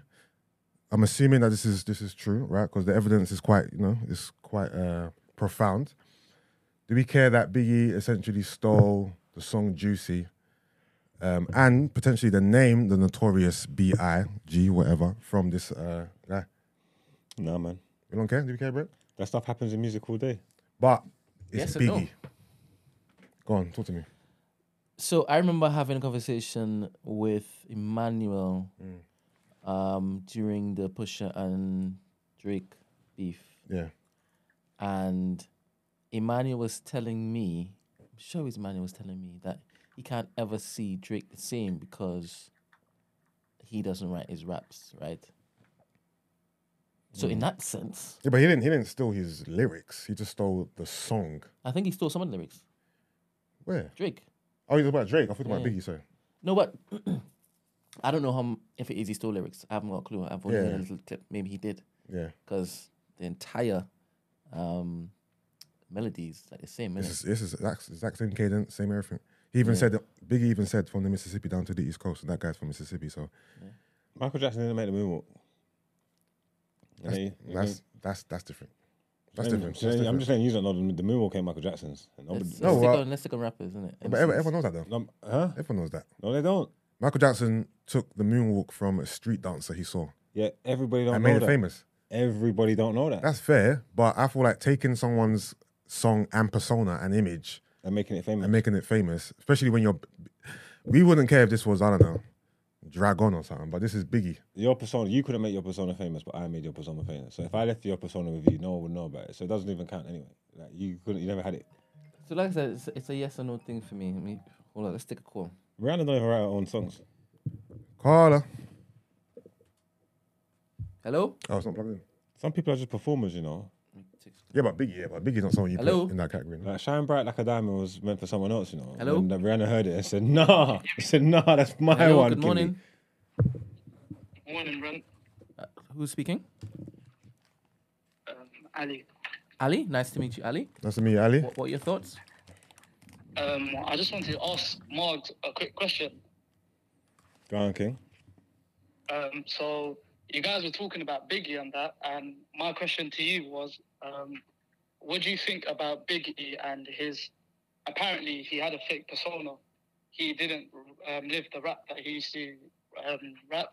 I'm assuming that this is this is true, right? Because the evidence is quite, you know, it's quite uh, profound. Do we care that Biggie essentially stole the song "Juicy" um, and potentially the name, the notorious B.I. G. whatever, from this uh, guy?
Nah, man.
You don't care? Do we care, Brett?
That stuff happens in music all day.
But it's
Yes and no.
Biggie. Go on, talk to me.
So I remember having a conversation with Emmanuel um, during the Pusha and Drake beef,
Yeah.
and Emmanuel was telling me, I'm sure it's Emmanuel was telling me that he can't ever see Drake the same because he doesn't write his raps, right? So in that sense,
Yeah, but he didn't. He didn't steal his lyrics. He just stole the song.
I think he stole some of the lyrics.
Where?
Drake.
Oh, he's about Drake. I thought about
Yeah.
Mm.
Biggie. Sorry.
No, but I don't know how m- if it is he stole lyrics. I haven't got a clue. I've only heard
Yeah.
a little clip. Maybe he did
Yeah.
because the entire um, melody is like the same.
This is
Isn't it?
this is exact, exact same cadence, same everything. He even said that Biggie even said from the Mississippi down to the East Coast, and that guy's from Mississippi. So
Michael Jackson didn't make the moonwalk. And
that's
they- they-
that's, that's that's different. That's
they-
different.
they- Mm-hmm. I'm
That's different.
just saying, you don't know the, the moonwalk ain't Michael Jackson's. And nobody-
Let's, let's,
No,
stick
well-
on, let's stick on rappers, isn't it?
But everyone,
MCs.
everyone knows that though.
no, huh?
Everyone knows that.
No, they don't.
Michael Jackson took the moonwalk from a street dancer he saw
Yeah, everybody don't
and
know
made it
that.
famous.
Everybody don't know that.
That's fair, but I feel like taking someone's song and persona and image
and making it famous.
and making it famous, especially when you're. We wouldn't care if this was I don't know, Dragon or something, but this is Biggie.
your persona, you couldn't make your persona famous, but I made your persona famous. So if I left your persona with you, no one would know about it. So it doesn't even count anyway. Like you couldn't, you never had it.
So like I said, it's, it's a yes or no thing for me. I mean, hold on, let's take a call.
Rihanna don't even write her own songs.
Carla.
Hello.
Oh, it's not plugged in.
Some people are just performers, you know.
Yeah, but Biggie, yeah, but Biggie's not someone you
Hello?
put in that category. no.
Like "Shine Bright Like a Diamond" was meant for someone else, you know.
Hello?
And Rihanna heard it and said, "Nah," I said, "Nah, that's my
Hello.
one."
good
Kimmy."
morning.
Morning, Ron.
Uh, who's speaking?
Um, Ali.
Ali. Nice to meet you, Ali.
That's me, Ali.
What, what are your thoughts?
Um, I just wanted to ask Marg a quick question.
Go on, King.
Um, so you guys were talking about Biggie and that, and my question to you was, um, what do you think about Biggie and his? Apparently, he had a fake persona. He didn't um, live the rap that he used to um, rap.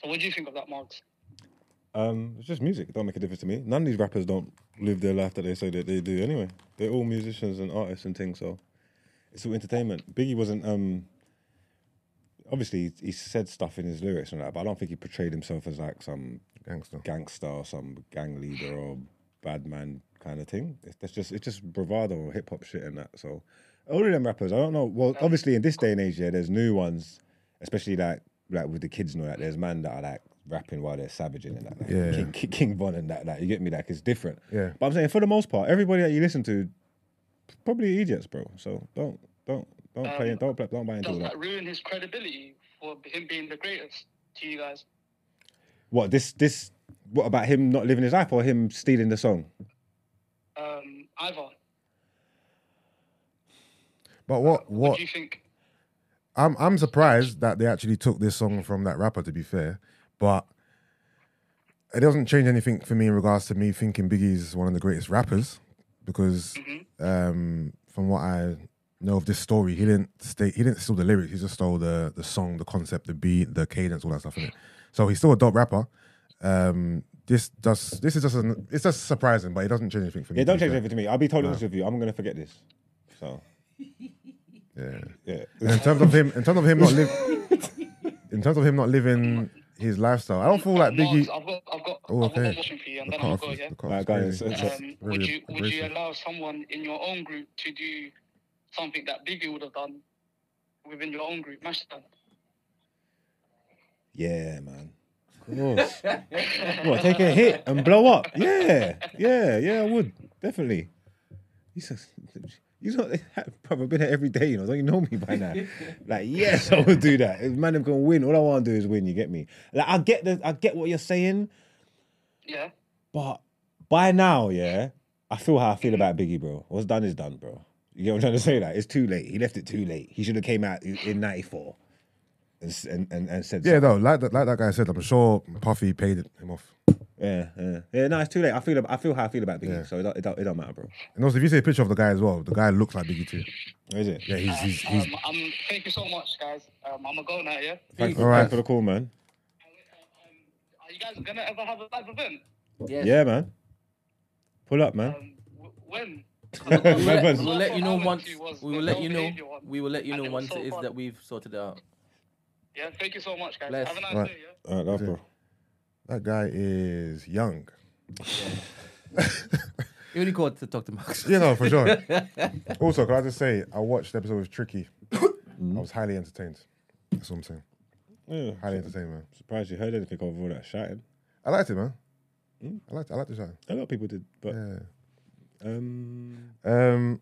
So, what do you think of that, Margs?
Um, it's just music. It don't make a difference to me. None of these rappers don't live their life that they say that they do anyway. They're all musicians and artists and things, so it's all entertainment. Biggie wasn't um obviously he, he said stuff in his lyrics and that, but I don't think he portrayed himself as like some
Gangster.
gangster or some gang leader or bad man kind of thing. It's, that's just it's just bravado or hip hop shit and that. So all of them rappers, I don't know. Well, obviously in this day and age, yeah, there's new ones, especially like like with the kids and all that. There's man that are like rapping while they're savaging and that. Like
Yeah.
King, King, King Von and that. Like you get me? Like it's different.
Yeah.
But I'm saying for the most part, everybody that you listen to, probably idiots, bro. So don't don't don't play
Um,
don't play, don't buy into all
Does
that.
that ruin his credibility for him being the greatest to you guys?
What this this what about him not living his life or him stealing the song?
Um, Ivar,
But what
what
what
do you think?
I'm I'm surprised that they actually took this song from that rapper to be fair, but it doesn't change anything for me in regards to me thinking Biggie's one of the greatest rappers because
Mm-hmm.
um, from what I know of this story, he didn't stay, he didn't steal the lyrics. He just stole the the song, the concept, the beat, the cadence, all that stuff in it. So he's still a dope rapper. Um, this does this is just an, it's just surprising, but it doesn't change anything for me.
Yeah,
to
don't
be
change
fair.
anything to me. I'll be totally honest with you. I'm gonna forget this. So
Yeah.
yeah,
in terms of him in terms of him not living in terms of him not living his lifestyle i don't feel like biggie
Margs, uh, I've got, I've got,
oh
I've got
okay
one question for you, and
The
then I'll
cut-off
go.
is-
Yeah.
the cut-off
Alright,
is
go on,
crazy.
it's- it's-
That's
Um,
really
would you would you
aggressive.
allow someone in your own group to do something that Biggie would have done within your own group? Mashdown.
yeah, man. Of course. what? Take a hit and blow up? Yeah, yeah, yeah. I would definitely. You just, you know, bro, I've been here every day. You know, don't you know me by now? like, yes, I would do that. If man, I'm gonna win. All I want to do is win. You get me? Like, I get the, I get what you're saying.
Yeah.
But by now, yeah, I feel how I feel about Biggie, bro. What's done is done, bro. You get what I'm trying to say? Like, it's too late. He left it too late. He should have came out in '94. and s- and and, and said
Yeah, no, like that, like that guy said, I'm sure Puffy paid him off.
Yeah, yeah, yeah. No, it's too late. I feel, I feel how I feel about Biggie,
Yeah.
so it don't, it, don't, it don't matter, bro.
And also, if you see a picture of the guy as well, the guy looks like Biggie too.
Is it?
Yeah, he's he's, he's
Um, I'm, thank you so much, guys. Um, I'm going to go now, yeah?
Thanks,
All right.
thanks for the call, man.
Are you guys going to ever have a live event?
Yeah, man. Pull up, man.
Um, w- when?
We will, let, we will let you know
Last one I
once.
went to was
We
the
will let
no
you know.
behaviour one.
We will let you
And
know
it was
once
so
it is
fun.
that we've sorted it out.
Yeah, thank you so much, guys.
Bless.
Have a nice
Right.
day, yeah?
All right, love, bro.
that guy is young.
You only called to talk to Max.
You know for sure. also, can I just say I watched the episode with Tricky. I was highly entertained. That's what I'm saying.
Yeah,
Highly entertained, man.
surprised you heard anything over all that shouting.
I liked it, man.
Mm.
I liked. I liked the shine.
A lot of people did, but
Yeah.
um,
Um,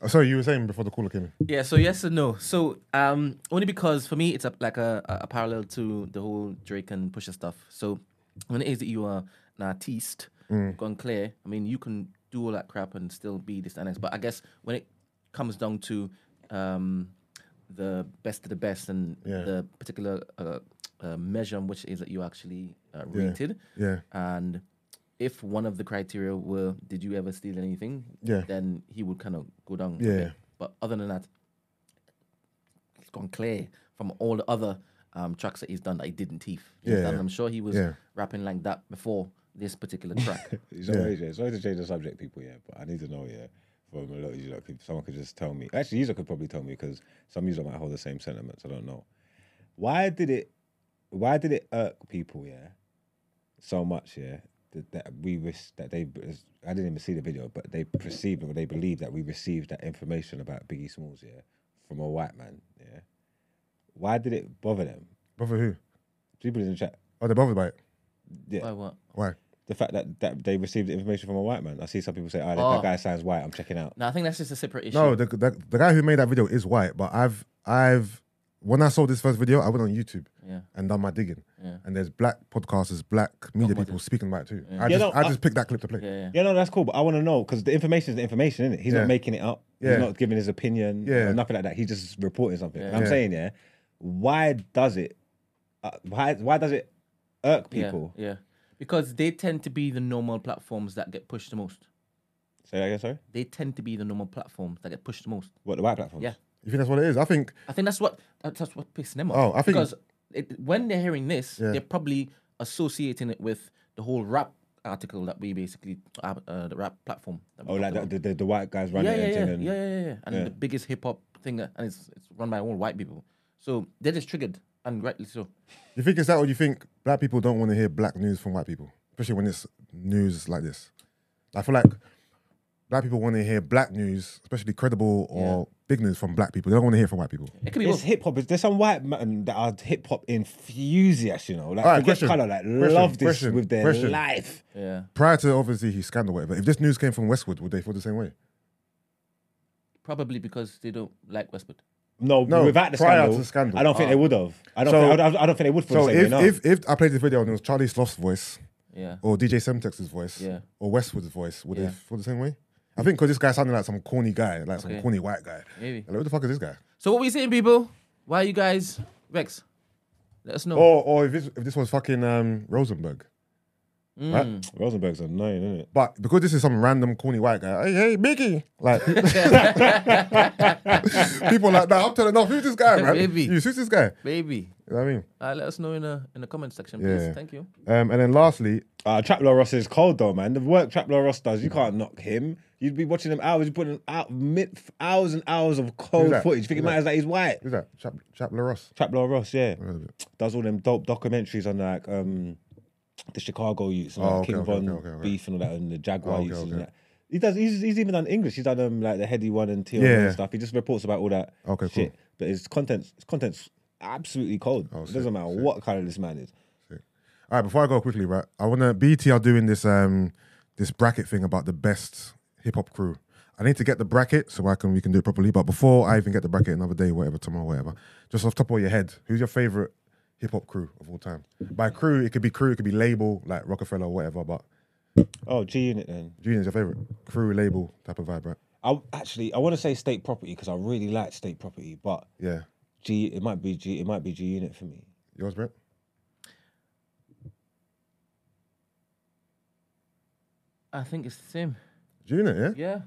oh, sorry, you were saying before the caller came in.
Yeah, so yes and no. So um only because for me it's a, like a, a a parallel to the whole Drake and Pusha stuff. So when it is that you are an artiste,
Mm.
gone clear, I mean you can do all that crap and still be this and that. But I guess when it comes down to um the best of the best and
Yeah.
the particular uh, uh, measure on which it is that you actually uh, rated,
Yeah.
and if one of the criteria were did you ever steal anything
Yeah.
then he would kind of go down a
Yeah.
bit. but other than that it's gone clear from all the other um, tracks that he's done that he didn't thief You
Yeah,
understand?
yeah.
i'm sure he was
Yeah.
rapping like that before this particular track
it's always yeah. it's always to change the subject, people. Yeah, but I need to know, yeah, from a lot of you, like, if someone could just tell me. Actually, user could probably tell me because some user might hold the same sentiments. I don't know. Why did it? Why did it irk people? Yeah, so much. Yeah, that, that we wish that they. I didn't even see the video, but they perceived or they believed that we received that information about Biggie Smalls. Yeah, from a white man. Yeah, why did it bother them?
Bother who?
People in the chat.
Oh, they're bothered by it.
Yeah.
Why what?
Why?
the fact that, that they received the information from a white man. I see some people say, "Oh, that, that
Oh.
guy sounds white. I'm checking out."
no i think that's just a separate issue
No, the, the the guy who made that video is white, but I've I've when I saw this first video, I went on YouTube
Yeah.
and done my digging.
Yeah.
And there's black podcasters, black media people speaking about it too. I
Yeah,
just
no,
I
I-
just picked that clip to play.
yeah,
Yeah, no, that's cool, but I want to know because the information is the information, isn't it? He's
Yeah.
not making it up.
Yeah.
He's not giving his opinion.
Yeah.
or nothing like that. He's just reporting something. And I'm
Yeah.
saying, yeah, why does it? Uh, why why does it irk
yeah
people?
yeah because they tend to be the normal platforms that get pushed the most
Say that again, sorry.
they tend to be the normal platforms that get pushed the most
What the white platforms?
Yeah.
You think that's what it is? I think
I think that's what that- that's what pissing them off.
Oh, I think-
because it, when they're hearing this,
Yeah.
they're probably associating it with the whole rap article that we basically uh, uh, the rap platform. That we
Oh, like
talked
the,
about.
the, the, the white guys running
yeah, yeah,
and
yeah,
thing.
yeah, yeah, yeah, yeah. and
Yeah.
the biggest hip hop thing, uh, and it's it's run by all white people, so they're just triggered and rightly so.
you think it's that or you think black people don't want to hear black news from white people? Especially when it's news like this. I feel like black people want to hear black news, especially credible or big news from black people. They don't want to hear from white people.
It could be
It's
both.
hip hop. There's some white men that are hip hop enthusiasts, you know, like
All right,
forget
question,
color, like
question,
love this
question,
with their
question.
life.
yeah,
Prior to obviously his scandal, whatever. If this news came from Westwood, would they feel the same way?
probably because they don't like Westwood.
No,
No,
without the
prior
scandal,
to the scandal.
I don't
Ah.
think they would have. I don't.
So-
think, I, don't, I don't think they would. For
So
the same
if,
way, no.
if if I played this video and it was Charlie Sloth's voice
Yeah,
or DJ Semtex's voice
Yeah.
or Westwood's voice, would
Yeah.
they feel the same way? I think because this guy sounded like some corny guy, like some
Okay.
corny white guy.
Maybe.
Like, who the fuck is this guy?
So what we saying, people? Why are you guys vex? Let us know.
Oh.
Or or if this if this was fucking um, Rosenberg.
Hmm.
Right?
Rosenberg's a nine, isn't it?
But because this is some random corny white guy, hey, hey, Biggie. Like people like that, I'm telling off, who's this guy, man?
Maybe.
You who's this guy?
Baby,
You know what I mean?
uh, let us know in the in the comment section,
Yeah.
please. Thank you.
Um, and then lastly,
Uh, Trap Law Ross is cold though, man. The work Trap Law Ross does, you can't knock him. You'd be watching him hours, you're putting out mid, hours and hours of cold
Who's that?
footage. You think
Who's
it matters that he's white?
who's that? Chap Chap LaRosse.
Trap Law Ross, yeah,
it?
does all them dope documentaries on like um the Chicago youths, and, like
Oh, okay,
King
okay,
Von
okay, okay, okay.
Beef and all that, and the Jaguar
Oh, okay,
youths
okay.
and that. He does. He's, he's even done English. He's done um like the heady one and teal
Yeah.
and stuff. He just reports about all that
Okay, cool.
shit. But his contents, his contents, absolutely cold. it doesn't
Oh, sick,
matter what color this man is.
All right, before I go quickly, right, I want to BT are doing this um this bracket thing about the best hip hop crew. I need to get the bracket so I can we can do it properly. But before I even get the bracket, another day, whatever, tomorrow, whatever. Just off the top of your head, who's your favorite hip hop crew of all time? By crew, it could be crew, it could be label, like Rockefeller or whatever. But
Oh, G Unit then.
Junior's your favorite crew, label type of vibe, right?
I actually I want to say state property because I really like state property, but
Yeah,
G. It might be G. It might be G Unit for me.
Yours, Brent?
I think it's the same.
Unit, yeah?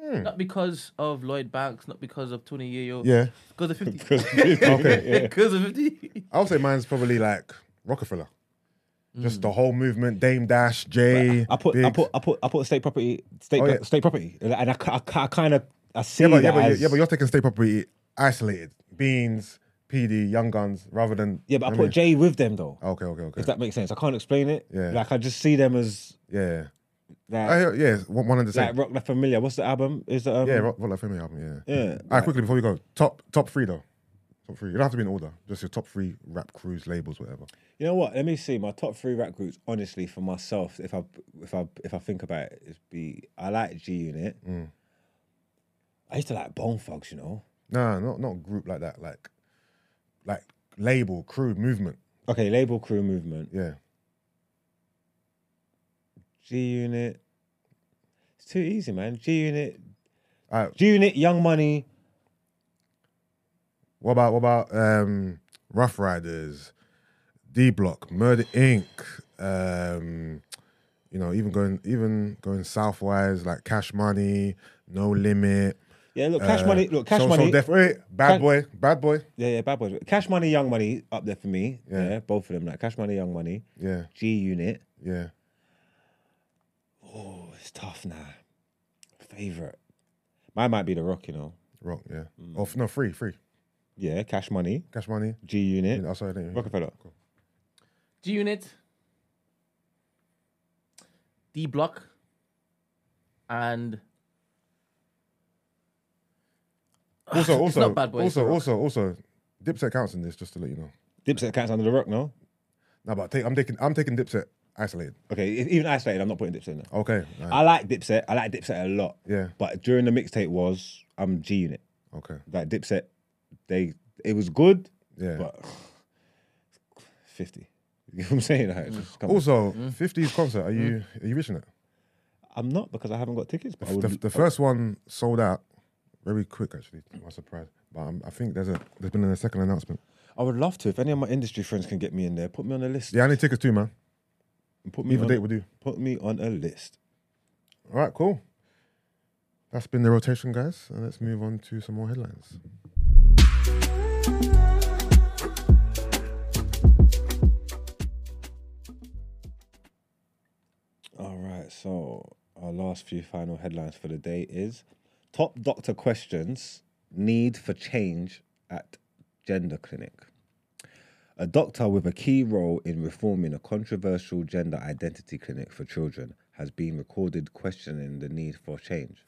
Yeah. Not because of Lloyd Banks, not because of Tony Yeo.
Yeah.
Because of 50.
Okay.
Because of 50.
I would say mine's probably like Rockefeller. Just the whole movement, Dame Dash, Jay.
Mm. I put, I
Biggs.
put, I put, I put state property, state,
Oh, yeah.
state property, and I, kind of, I see
Yeah, but,
that
yeah, but,
as,
yeah, but you're taking state property isolated. Beans, PD, Young Guns, rather than.
yeah, but I
know
put
what mean?
Jay with them though.
Okay, okay, okay.
If that makes sense, I can't explain it.
Yeah.
like I just see them as
yeah.
like,
I hear, yeah, it's one one and the same.
like rock like familiar. What's the album? Is that um,
yeah, Rock, Rock Like Family album, yeah.
Yeah,
All right, quickly before we go, top top three though. Top three. You don't have to be in order. Just your top three rap crews, labels, whatever.
You know what? Let me see. My top three rap groups, honestly, for myself, if I if I if I think about it, is be I like G Unit.
Mm.
I used to like Bone Thugs, you know.
Nah, not not a group like that. Like like label, crew, movement.
Okay, label crew movement.
Yeah.
G Unit. It's too easy, man. G Unit.
All right.
G Unit, Young Money.
What about what about um Rough Riders, D Block, Murder Inc. Um, you know, even going even going southwise like Cash Money, No Limit.
Yeah, look, Cash
uh,
Money. Look, Cash
So- So
Money.
Def- wait, bad
Ca-
boy, bad boy.
yeah, yeah, bad boys. Cash Money, Young Money, up there for me.
Yeah.
Yeah, both of them. Like Cash Money, Young Money.
Yeah,
G Unit.
yeah.
Oh, it's tough now. Favorite. Mine might be The Rock, you know.
Rock, yeah.
Mm.
Oh f- no, free, free.
Yeah, Cash Money,
Cash Money.
G Unit.
Yeah, oh, sorry, I didn't-
Rockefeller.
G Unit, D Block, and
Also, also,
not Bad Boy, it's
also,
The Rock.
also, also, Dipset counts in this, just to let you know.
Dipset counts under the rock, no?
No, but take, I'm taking, I'm taking Dipset isolated.
Okay, if, even isolated, I'm not putting Dipset in there.
Okay, alright,
I like Dipset. I like Dipset a lot.
Yeah.
But during the mixtape was I'm G Unit.
okay,
Like Dipset, they it was good,
yeah.
but fifty. You know what I'm saying? Like, just come on.
also,
Mm.
50s concert. Are you, are you reaching it?
I'm not because I haven't got tickets. But I would,
The, the first one sold out very quick, actually. to My surprise, but um, I think there's a, there's been a second announcement.
I would love to. If any of my industry friends can get me in there, put me on a list.
Yeah, I need tickets too, man.
Put me
Either
on,
date will do.
Put me on a list.
All right, cool. That's been the rotation, guys, and let's move on to some more headlines.
All right, so our last few final headlines for the day is top doctor questions need for change at gender clinic. A doctor with a key role in reforming a controversial gender identity clinic for children has been recorded questioning the need for change.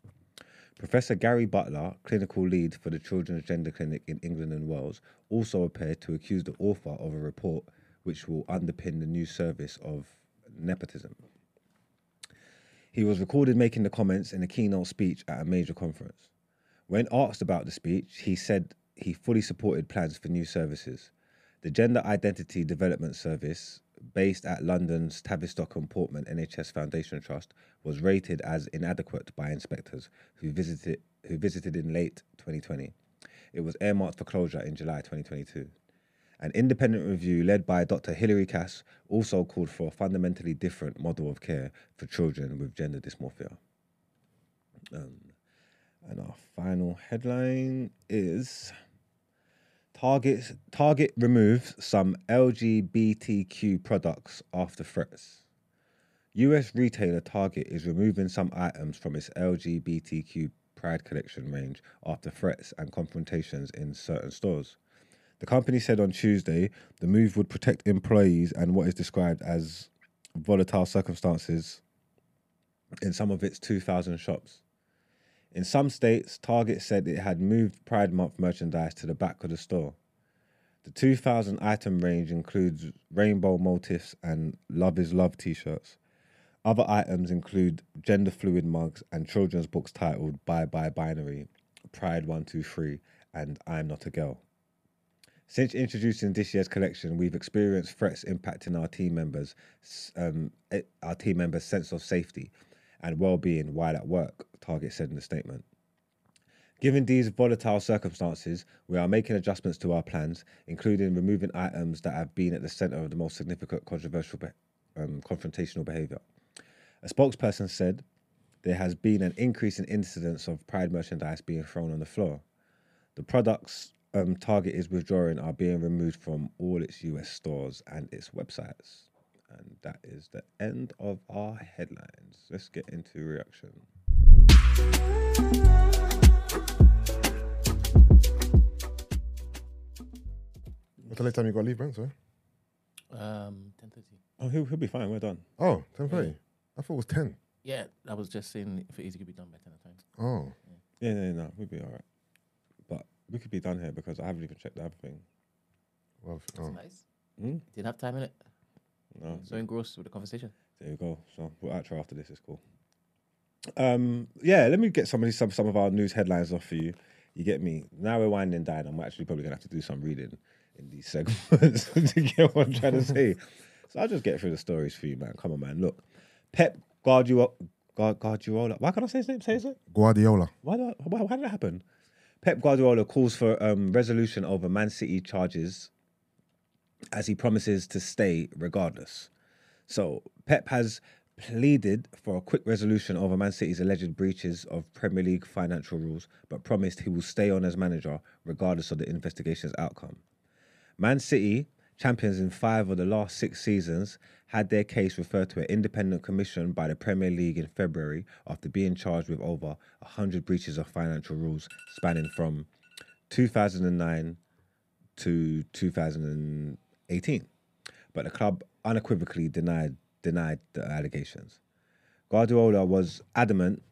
Professor Gary Butler, clinical lead for the Children's Gender Clinic in England and Wales, also appeared to accuse the author of a report which will underpin the new service of nepotism. He was recorded making the comments in a keynote speech at a major conference. When asked about the speech, he said he fully supported plans for new services. The Gender Identity Development Service, based at London's Tavistock and Portman NHS Foundation Trust, was rated as inadequate by inspectors who visited who visited in late 2020. It was earmarked for closure in July 2022. An independent review led by Dr. Hilary Cass also called for a fundamentally different model of care for children with gender dysmorphia. Um, and our final headline is Target, Target removes some LGBTQ products after threats. US retailer Target is removing some items from its LGBTQ Pride collection range after threats and confrontations in certain stores. The company said on Tuesday the move would protect employees and what is described as volatile circumstances in some of its 2,000 shops. In some states, Target said it had moved Pride Month merchandise to the back of the store. The 2,000 item range includes rainbow motifs and Love is Love t shirts. Other items include gender fluid mugs and children's books titled Bye Bye Binary, Pride 123, and I'm Not a Girl. Since introducing this year's collection, we've experienced threats impacting our team members, s- um, eh, our team members' sense of safety and well-being while at work. Target said in a statement. Given these volatile circumstances, we are making adjustments to our plans, including removing items that have been at the center of the most significant controversial, be- um, confrontational behavior. A spokesperson said there has been an increase in incidents of Pride merchandise being thrown on the floor. The products um, Target is withdrawing are being removed from all its US stores and its websites. And that is the end of our headlines. Let's get into reaction.
What's the late time you got to leave, Brent? Sorry?
Um, ten thirty.
Oh, he'll, he'll be fine. We're done.
Oh, 10.30. I thought it was 10.
Yeah, I was just saying if it is, it could be done by ten or ten.
Oh.
Yeah, no, no, we'll be all right. But we could be done here because I haven't even checked the other thing.
Well, oh.
Nice.
Hmm?
Didn't have time in it.
No,
So engrossed with the conversation.
There you go. So we'll outro after this. It's cool. Um, yeah, let me get some of these, some some of our news headlines off for you. You get me? Now we're winding down. I'm actually probably gonna have to do some reading in these segments to get what I'm trying to say. So I'll just get through the stories for you, man. Come on, man. Look, Pep Guardiola. Guard- Guardiola. Why can't I say his name? Say his name.
Guardiola.
Why, do I, why, why did that happen? Pep Guardiola calls for um, resolution over Man City charges as he promises to stay regardless. So, Pep has pleaded for a quick resolution over Man City's alleged breaches of Premier League financial rules, but promised he will stay on as manager regardless of the investigation's outcome. Man City, champions in five of the last six seasons, had their case referred to an independent commission by the Premier League in February after being charged with over 100 breaches of financial rules spanning from 2009 to 2018. But the club unequivocally denied, denied the allegations. Guardiola was adamant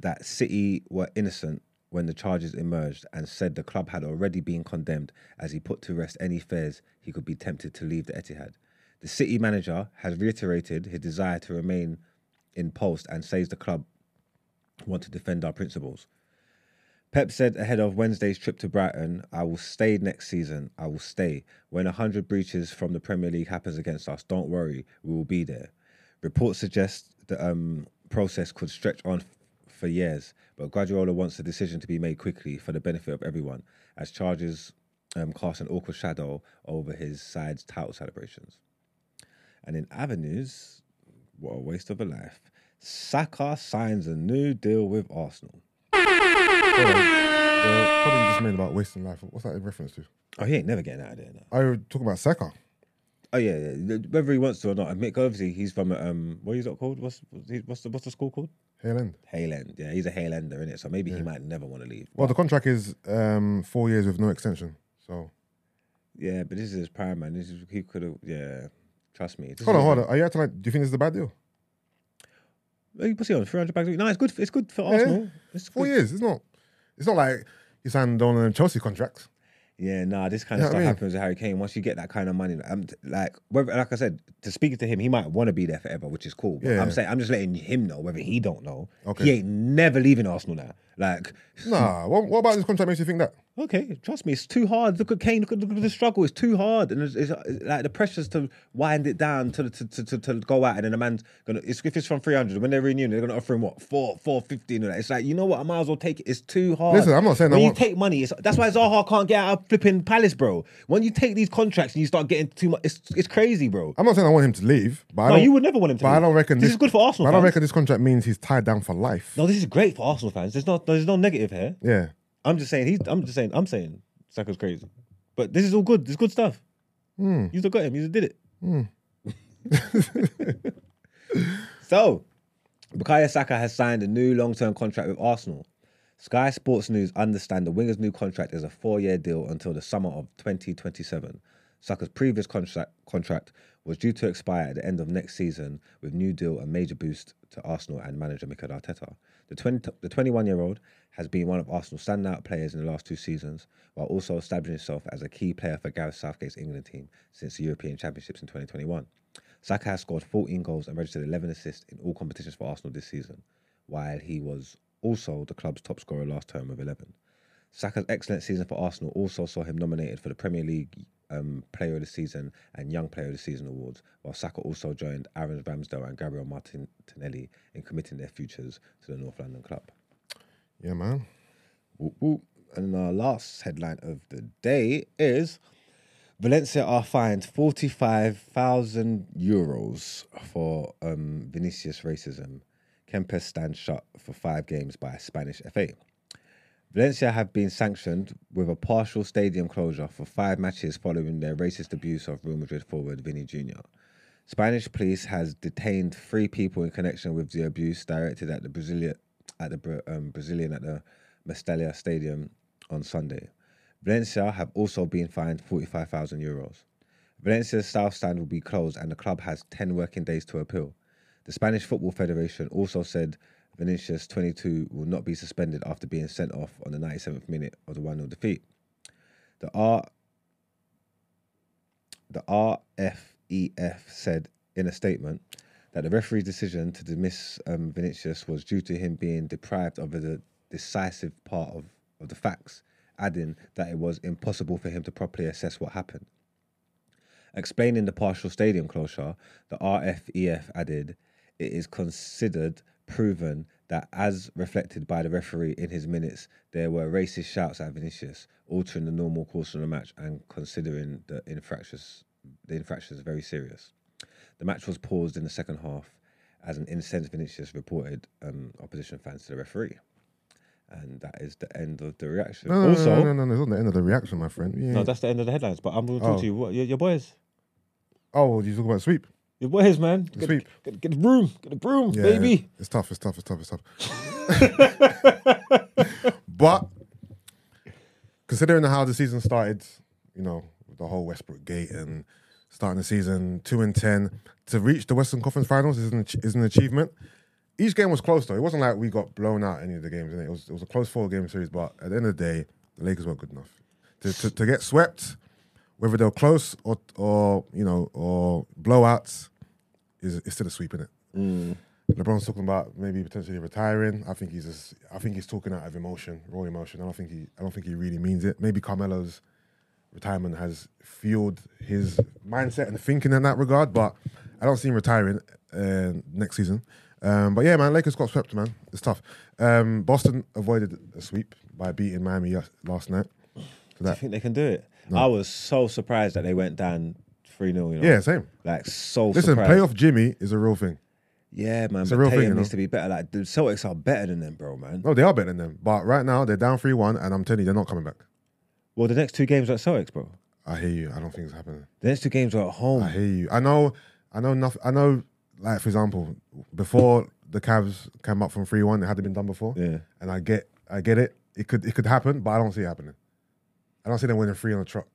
that City were innocent when the charges emerged and said the club had already been condemned as he put to rest any fears he could be tempted to leave the Etihad. The City manager has reiterated his desire to remain in post and says the club want to defend our principles. Pep said ahead of Wednesday's trip to Brighton, I will stay next season. I will stay. When 100 breaches from the Premier League happens against us, don't worry, we will be there. Reports suggest the um, process could stretch on f- for years, but Guardiola wants the decision to be made quickly for the benefit of everyone, as charges um, cast an awkward shadow over his side's title celebrations. And in Avenues, what a waste of a life. Saka signs a new deal with Arsenal.
The comment you just made about wasting life. What's that in reference to?
Oh, he ain't never getting out of there now.
I was talking about Saka.
Oh yeah, yeah, yeah, whether he wants to or not. I mean, obviously he's from a, um, what is that called? What's what's he- what's the what's the school called?
Hale End.
Hale End. Yeah, he's a Hale Ender in it, so maybe he might never want to leave.
Well, the contract is um, four years with no extension. So
Yeah, but this is his prime man. This is he could have. Yeah, trust me. This
hold
is-
on, hold on. Are you acting like? Do you think this is a bad deal?
Hey, What's he on? Three hundred bags a week. No, it's good. It's good for
Yeah.
Arsenal. It's
Four
good.
years. It's not. It's not like he signed on a Chelsea contract.
Yeah, nah, this kind
You
of stuff
know what I mean?
happens with Harry Kane. Once you get that kind of money, like, I'm t- like, whether, like I said, to speak to him, he might want to be there forever, which is cool. But
Yeah.
I'm saying, I'm just letting him know whether he don't know.
Okay.
He ain't never leaving Arsenal now. Like,
Nah. What, what about this contract makes you think that?
okay, trust me, it's too hard. Look at Kane. Look at, look at the struggle. It's too hard, and it's, it's, uh, like the pressures to wind it down to to, to, to, to go out, and then a man's gonna. It's, if it's from three hundred, when they're renewing, they're gonna offer him what four, four fifteen. Or that. It's like you know what? I might as well take it. It's too hard.
Listen, I'm not saying I
when you
want-
take money. It's, that's why Zaha can't get out of flipping Palace, bro. When you take these contracts and you start getting too much, it's it's crazy, bro.
I'm not saying I want him to leave, but I
No,
don't,
you would never want him to
But I
leave.
don't reckon
This is good for Arsenal
But I don't
fans.
reckon this contract means he's tied down for life.
No, this is great for Arsenal fans. There's not there's no negative here.
Yeah.
I'm just saying he's. I'm just saying. I'm saying Saka's crazy, but this is all good. This is good stuff. You still got him. You still did it. so, Bukayo Saka has signed a new long-term contract with Arsenal. Sky Sports News understand the winger's new contract is a four-year deal until the summer of 2027. Saka's previous contract contract was due to expire at the end of next season, with new deal a major boost to Arsenal and manager Mikel Arteta. The 20, the 21-year-old has been one of Arsenal's standout players in the last two seasons, while also establishing himself as a key player for Gareth Southgate's England team since the European Championships in 2021. Saka has scored 14 goals and registered 11 assists in all competitions for Arsenal this season, while he was also the club's top scorer last term with 11. Saka's excellent season for Arsenal also saw him nominated for the Premier League um, Player of the Season and Young Player of the Season awards, while Saka also joined Aaron Ramsdale and Gabriel Martinelli in committing their futures to the North London club.
Yeah, man.
Whoop, whoop. And our last headline of the day is Valencia are fined 45,000 euros for um, Vinicius racism. Kempes stands shut for five games by Spanish FA. Valencia have been sanctioned with a partial stadium closure for five matches following their racist abuse of Real Madrid forward Vinny Jr. Spanish police has detained three people in connection with the abuse directed at the Brazilian at the Bra- um, Brazilian at the Mestalla Stadium on Sunday. Valencia have also been fined 45,000 euros. Valencia's south stand will be closed and the club has 10 working days to appeal. The Spanish Football Federation also said Vinicius 22 will not be suspended after being sent off on the 97th minute of the 1-0 defeat. The R the RFEF said in a statement that the referee's decision to dismiss um, Vinicius was due to him being deprived of the decisive part of, of the facts, adding that it was impossible for him to properly assess what happened. Explaining the partial stadium closure, the RFEF added, it is considered proven that, as reflected by the referee in his minutes, there were racist shouts at Vinicius, altering the normal course of the match and considering the infractions, the infractions very serious. The match was paused in the second half as an incensed Vinicius reported um, opposition fans to the referee. And that is the end of the reaction.
No, no,
also,
no, no, no, no, it's not the end of the reaction, my friend. Yeah.
no, that's the end of the headlines. But I'm going to talk
Oh.
to you. What, your, your boys,
oh, well, you talk about sweep.
your boys, man. Get, a-
sweep.
Get, get a broom, get a broom,
Yeah,
baby.
It's tough, it's tough, it's tough, it's tough. but considering how the season started, you know, with the whole Westbrook gate and starting the season two and ten to reach the Western Conference Finals is an ach- is an achievement. Each game was close though. It wasn't like we got blown out any of the games. innit? It was it was a close four game series. But at the end of the day, the Lakers weren't good enough to to, to get swept. Whether they were close or or you know or blowouts, is it's still a sweep in it. LeBron's talking about maybe potentially retiring. I think he's just, I think he's talking out of emotion, raw emotion. I don't think he I don't think he really means it. Maybe Carmelo's retirement has fueled his mindset and thinking in that regard, but I don't see him retiring uh, next season. Um, but yeah, man, Lakers got swept, man. It's tough. Um, Boston avoided a sweep by beating Miami yes- last night. So
I
that,
think they can do it. I was so surprised that they went down 3 0. You know?
yeah, same.
Like, so
Listen,
surprised.
playoff Jimmy is a real thing.
Yeah, man.
It's
But
a
Tatum
real thing, you know?
needs to be better. Like, the Celtics are better than them, bro, man.
No, they are better than them. But right now they're down three one, and I'm telling you, they're not coming back.
Well, the next two games are at Celtics, bro.
I hear you. I don't think it's happening.
The next two games are at home.
I hear you. I know. I know. Nothing. I know. Like for example, before the Cavs came up from three one, it hadn't been done before.
Yeah.
And I get. I get it. It could. It could happen, but I don't see it happening. I don't see them winning three on the truck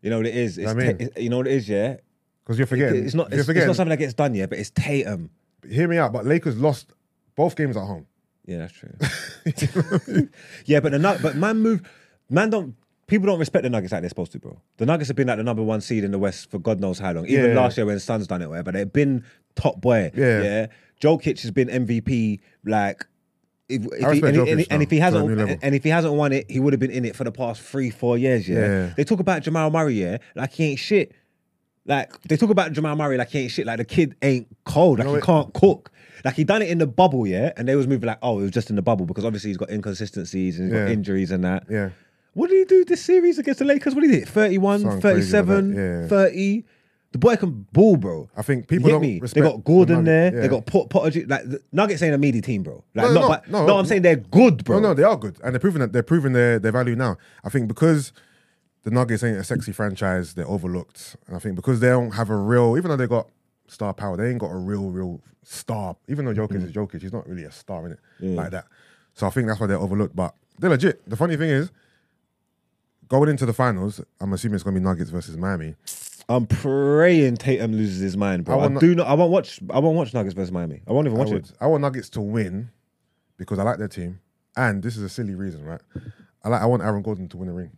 You know what it is? It's
I mean-
Ta- it's- you know what it is, yeah?
because you're
It-
forgetting.
it's, not, it's,
You're
it's
forgetting.
not something that gets done yet, but it's Tatum.
hear me out. But Lakers lost both games at home.
Yeah, that's true. yeah, but the Nug- but man move man don't people don't respect the Nuggets like they're supposed to, bro. The Nuggets have been like the number one seed in the West for God knows how long. Even
Yeah.
last year when Suns done it, whatever, they've been top boy.
Yeah.
yeah. Jokic has been MVP like. If, if he,
respect
and, he- and,
Jokic
he- and
now,
if he
to a
hasn't,
new level.
and, if he hasn't won it, he would have been in it for the past three, four years. Yeah?
Yeah.
they talk about Jamal Murray, yeah, like he ain't shit. Like they talk about Jamal Murray, like he ain't shit. Like the kid ain't cold, like
know
he
it-
can't can't cook. Like he done it in the bubble, yeah, and they was moving like, oh, it was just in the bubble because obviously he's got inconsistencies and he's got
Yeah.
injuries and that.
Yeah.
What did he do this series against the Lakers? What did he hit? 31,
Something crazy like that,
37,
yeah.
30. The boy can ball, bro.
I think
You
people
get
don't
me. They
respect
got Gordon
the
there.
Nuggets,
They
yeah.
got Pot Potter. Like the Nuggets ain't a meaty team, bro. Like
No,
not,
no,
but,
no.
no, I'm saying they're good, bro.
No, no, they are good, and they're proving that they're proving their, their value now. I think because the Nuggets ain't a sexy franchise, they're overlooked, and I think because they don't have a real, even though they got star power, they ain't got a real, real star. Even though Jokic is Jokic, he's not really a star in it like that. So I think that's why they're overlooked. But they're legit. The funny thing is, going into the finals, I'm assuming it's gonna be Nuggets versus Miami.
I'm praying Tatum loses his mind, bro.
I
I,
will not-
do not. I won't watch. I won't watch Nuggets versus Miami. I won't even watch
I, would,
it.
I want Nuggets to win because I like their team, and this is a silly reason, right? I like. I want Aaron Gordon to win a ring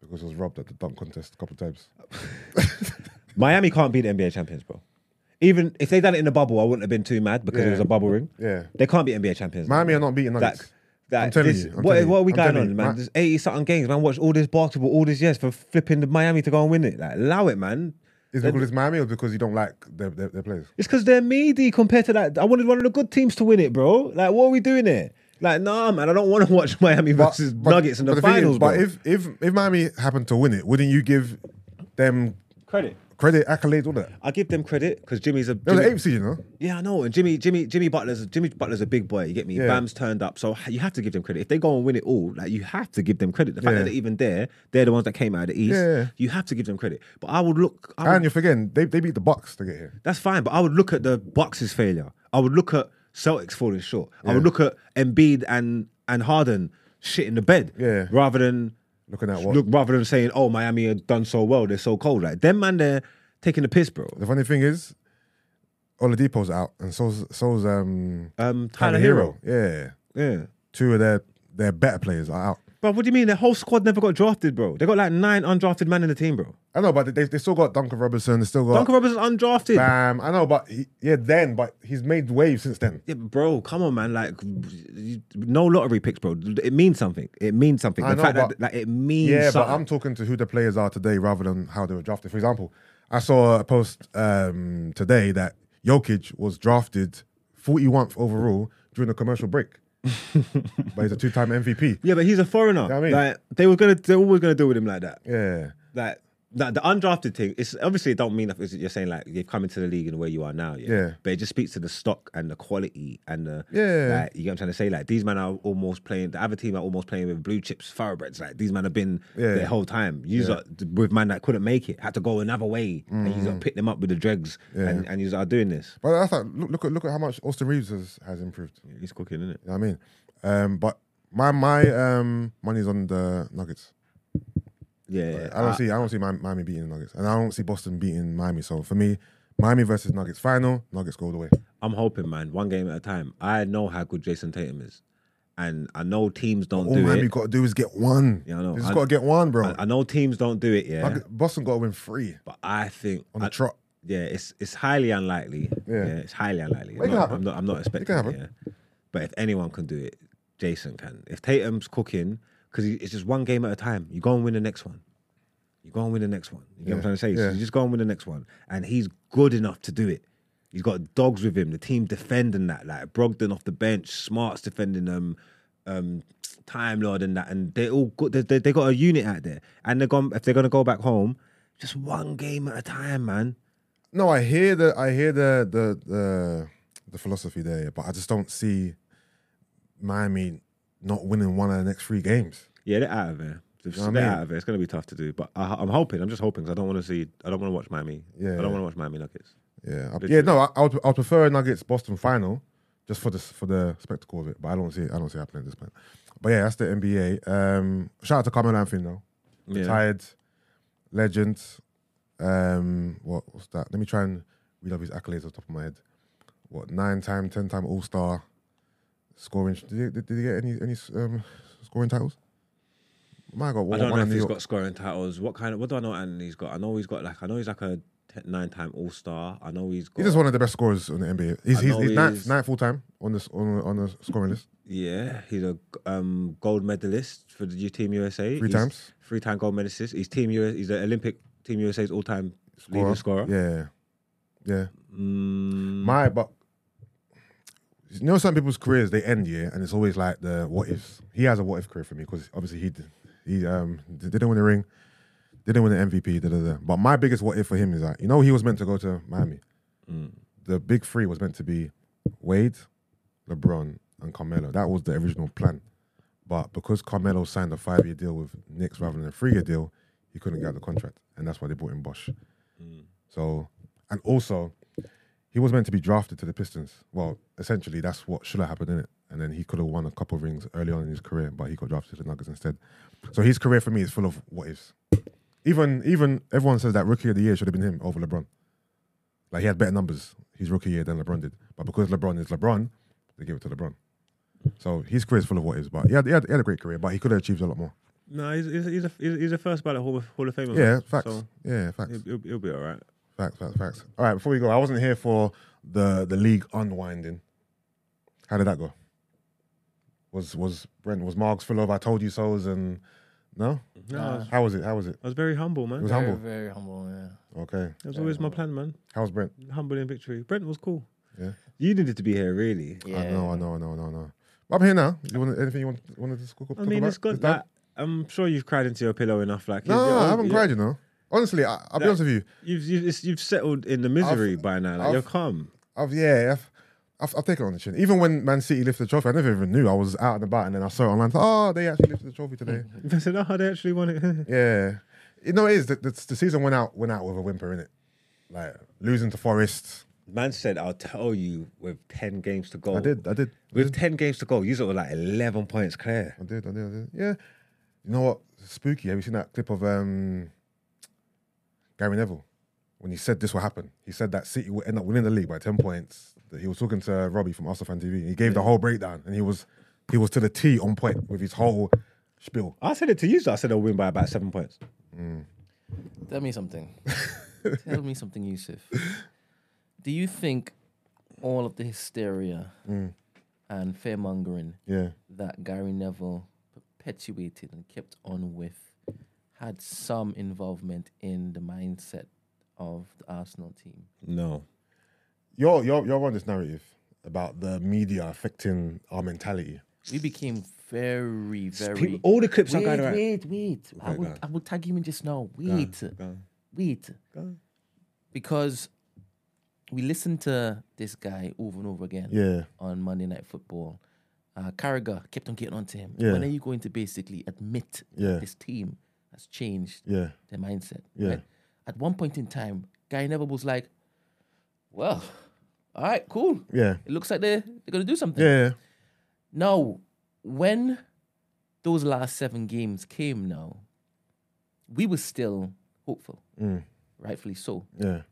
because he was robbed at the dunk contest a couple of times.
Miami can't be the NBA champions, bro. Even if they done it in the bubble, I wouldn't have been too mad because it
Yeah.
was a bubble ring.
Yeah.
They can't be NBA champions.
Miami are not beating
That,
Nuggets.
that,
I'm telling
this-
you, I'm
what,
telling
what are we
you, I'm
going
telling
on,
you,
man?
Ma-
There's 80 something games, man. Watch all this basketball, all these years for flipping the Miami to go and win it. Like, allow it, man.
Is it because it's Miami or because you don't like their, their, their players?
It's because they're meaty compared to that. I wanted one of the good teams to win it, bro. Like, what are we doing here? Like, nah, man, I don't want to watch Miami versus Nuggets in the,
but thing is-
finals, bro.
but if if if Miami happened to win it, wouldn't you give them
credit.
credit, accolades, all that?
I give them credit because Jimmy's a
It was
Jimmy-
an eighth seed, you know.
Yeah, I know. And Jimmy, Jimmy, Jimmy Butler's Jimmy Butler's a big boy. You get me?
Yeah.
Bam's turned up, so you have to give them credit. If they go and win it all, like you have to give them credit. The fact
Yeah.
that they're even there, they're the ones that came out of the East.
Yeah.
You have to give them credit. But I would look. I would,
And you're forgetting they, they beat the Bucks to get here.
that's fine. But I would look at the Bucks' failure. I would look at Celtics falling short. I would look at Embiid and and Harden shit in the bed.
Yeah.
Rather than
Looking at what
look, rather than saying, "Oh, Miami have done so well. They're so cold." Like them man, they're taking the piss, bro.
the funny thing is, Oladipo's out, and so's so's um
Um,
Tyler
Tyler Hero.
Yeah,
Yeah.
two of their their better players are out.
Bro, what do you mean? Their whole squad never got drafted, bro. They got like nine undrafted men in the team, bro.
I know, but they they still got Duncan Robinson. They still got
Duncan Robinson's undrafted.
Bam. I know, but he, yeah, then, but he's made waves since then.
Yeah, but bro, come on, man. Like, you- no lottery picks, bro. It means something. It means something.
I
the
know,
fact
but-
that like it means
Yeah, but
something.
I'm talking to who the players are today rather than how they were drafted. For example, I saw a post um, today that Jokic was drafted 41th overall during the commercial break, but he's a two-time MVP.
yeah, but he's a foreigner.
what I mean?
Like they were gonna, they were always gonna deal with him like that.
Yeah,
Like, like the undrafted thing. It's obviously it don't mean that you're saying like they've come into the league in where you are now. Yeah.
Yeah.
But it just speaks to the stock and the quality and the
Yeah.
Like, you get what I'm trying to say? Like these men are almost playing. The other team are almost playing with blue chips, thoroughbreds. Like these men have been
Yeah.
their whole time. You lot with man that couldn't make it had to go another way, and you
Mm.
got pick them up with the dregs, and, and you are doing this.
but I thought look, look at look at how much Austin Reeves has, has improved. You
He's cooking, isn't it?
know what I mean? Um, but my my um, money's on the Nuggets.
Yeah.
I don't see I don't see Mi- Miami beating the Nuggets, and I don't see Boston beating Miami. So for me, Miami versus Nuggets final, Nuggets go all the way.
I'm hoping, man, one game at a time. I know how good Jason Tatum is, and I know teams don't
All
do
Miami
it.
got to do is get one.
Yeah, I know.
They just
I-
got to get one, bro.
I, I know teams don't do it, yeah.
Nugget- Boston got to win three
But I think,
on the
I-
trot.
yeah, it's it's highly unlikely.
Yeah.
Yeah, it's highly unlikely.
It
I'm
can
not,
happen.
I'm not, I'm not expecting it.
happen.
yeah. But if anyone can do it, Jason can. If Tatum's cooking, because it's just one game at a time. You go and win the next one. You go and win the next one. You know what I'm trying to say?
Yeah.
So you just go and win the next one, and he's good enough to do it. He's got dogs with him. The team defending that, like Brogdon off the bench, Smart's defending them, um, Time Lord and that, and they all good. They, they, they got a unit out there, and they're gone. If they're gonna go back home, just one game at a time, man.
No, I hear the I hear the the the, the philosophy there, but I just don't see Miami not winning one of the next three games.
Yeah, they're out of there. They're,
know what
they're
I mean?
out of there. It's gonna be tough to do, but I, I'm hoping. I'm just hoping because I don't want to see. I don't want to watch Miami.
Yeah,
I
yeah.
don't want to watch Miami Nuggets.
Yeah, I, yeah.
Literally.
No, I, I would I would prefer Nuggets Boston final just for the for the spectacle of it, but I don't see I don't see it happening at this point. But yeah, that's the NBA. Um, shout out to Carmelo Anthony though,
Yeah.
retired legend. Um, what what's that? Let me try and read up his accolades off the top of my head. What nine time, ten time All Star scoring? Did he, did he get any any um, scoring titles? My God,
I
one,
don't
one
know
in
if
New
he's
York.
got scoring titles. What kind of? What do I know? And he's got. I know he's got like. I know he's like a te- nine-time All Star. I know he's got.
He's just one of the best scorers on the NBA. He's
I
he's,
know
he's
he
ninth,
is.
ninth full time on this on on the scoring list.
yeah, he's a um, gold medalist for the U- Team USA.
Three
He's
times.
Three-time gold medalist. He's Team US. He's the Olympic Team USA's all-time leading scorer.
Yeah, yeah.
Mm,
My but you know, some people's careers they end yeah, and it's always like the what ifs. He has a what if career for me because obviously he did- he um d- didn't win the ring, didn't win the MVP. Da, da, da. But my biggest what if for him is that you know he was meant to go to Miami. The big three was meant to be Wade, LeBron, and Carmelo. That was the original plan. But because Carmelo signed a five year deal with Knicks rather than a three year deal, he couldn't get out the contract. And that's why they brought in Bosch. So, and also, he was meant to be drafted to the Pistons. Well, essentially, that's what should have happened in it. And then he could have won a couple of rings early on in his career, but he got drafted to the Nuggets instead. So his career for me is full of what ifs. Even even everyone says that rookie of the year should have been him over LeBron. Like he had better numbers his rookie year than LeBron did, but because LeBron is LeBron, they gave it to LeBron. So his career is full of what ifs. But he had, he had, he had a great career, but he could have achieved a lot more.
no, he's he's he's a, he's he's a first ballot Hall of, Hall of Famer.
Yeah,
man.
facts.
So
yeah, facts.
he'll, he'll, he'll be all right.
Facts, facts, facts. All right, before we go, I wasn't here for the the league unwinding. How did that go? Was was Brent was Margs full of I told you so's and no?
Nah.
How was it? How was it?
I was very humble,
It
man.
was
That
Very,
humble.
very humble, yeah.
Okay.
was always my plan, man.
How was Brent?
Humble in victory. Brent was cool.
Yeah.
You needed to be here, really.
I know, I know, I know, I know, I know. But I'm here now. You want anything you want wanted to talk,
I
talk
mean,
about?
it's good
Is that-
that I'm sure you've cried into your pillow enough. Like,
No,
you've- you're-
I haven't
you're-
cried. You know, honestly, I, I'll be
That-
honest with you.
You've you've, it's- you've settled in the misery by now. Like,
I've-
you're calm.
I've yeah, I've, I've, I've taken it on the chin. Even when Man City lifted the trophy, I never even knew. I was out and about, and then I saw it online. Oh, they actually lifted the trophy today.
I said, oh, they actually won it.
yeah, you know it is. The, the, the season went out went out with a whimper in it, like losing to Forest.
Man said, I'll tell you with 10 games to go.
I did, I did,
With 10 games to go, you were like 11 points clear.
I did, I did, I did. Yeah, you know what? Spooky. Have you seen that clip of um, Gary Neville when he said this will happen? He said that City will end up winning the league by ten points. That he was talking to Robbie from Arsenal Fan TV. And he gave the whole breakdown, and he was he was to the T on point with his whole spiel.
I said it to you, so I said I'll win by about seven points.
Tell me something. Tell me something, Yusuf. Do you think all of the hysteria and fearmongering
Yeah.
that Gary Neville perpetuated and kept on with had some involvement in the mindset of the Arsenal team?
No.
You're, you're, you're on this narrative about the media affecting our mentality.
We became very, very.
People- all the clips are
wait,
going around.
Wait, wait. I
Okay, go
will,
on.
I will tag you in just now. Wait. Wait. Because we listened to this guy over and over again
Yeah.
on Monday Night Football. Uh, Carragher kept on getting on to him.
Yeah.
When are you going to basically admit
Yeah.
this team has changed
Yeah.
their mindset?
Yeah.
right? At one point in time, Guy Neville was like, well, all right, cool.
Yeah.
It looks like they're, they're going to do something.
Yeah.
Now, when those last seven games came, now we were still hopeful,
Mm.
rightfully so,
Yeah.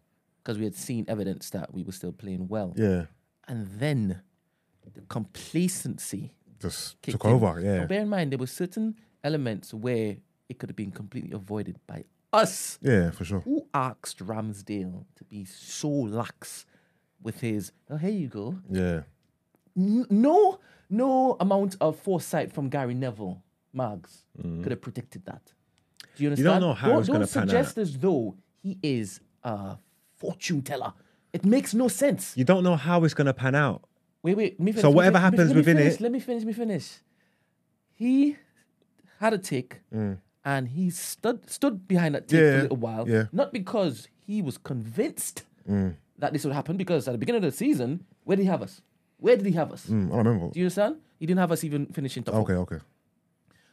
because we had seen evidence that we were still playing well.
Yeah.
And then the complacency
Just
kicked
took
in.
over. Yeah.
Now, bear in mind, there were certain elements where it could have been completely avoided by us.
Yeah, for sure.
Who asked Ramsdale to be so lax with his, oh, here you go,
Yeah.
n- no no amount of foresight from Gary Neville, Mags, could have predicted that. Do you understand?
Mm. know how
don't,
it's gonna
don't
pan
suggest as though he is a fortune teller. It makes no sense.
You don't know how it's going to pan out.
Wait, wait. let me finish,
So
let me
whatever
finish, let me-
happens
let me
within
finish,
it-
Let me finish. Let me finish. He had a tick,
Mm.
and he stood stood behind that tick for
Yeah,
a little while.
yeah.
Not because he was convinced
Mm.
that this would happen, because at the beginning of the season, where did he have us? Where did he have us?
Mm, I remember.
Do you understand? He didn't have us even finishing top. four.
Okay, okay.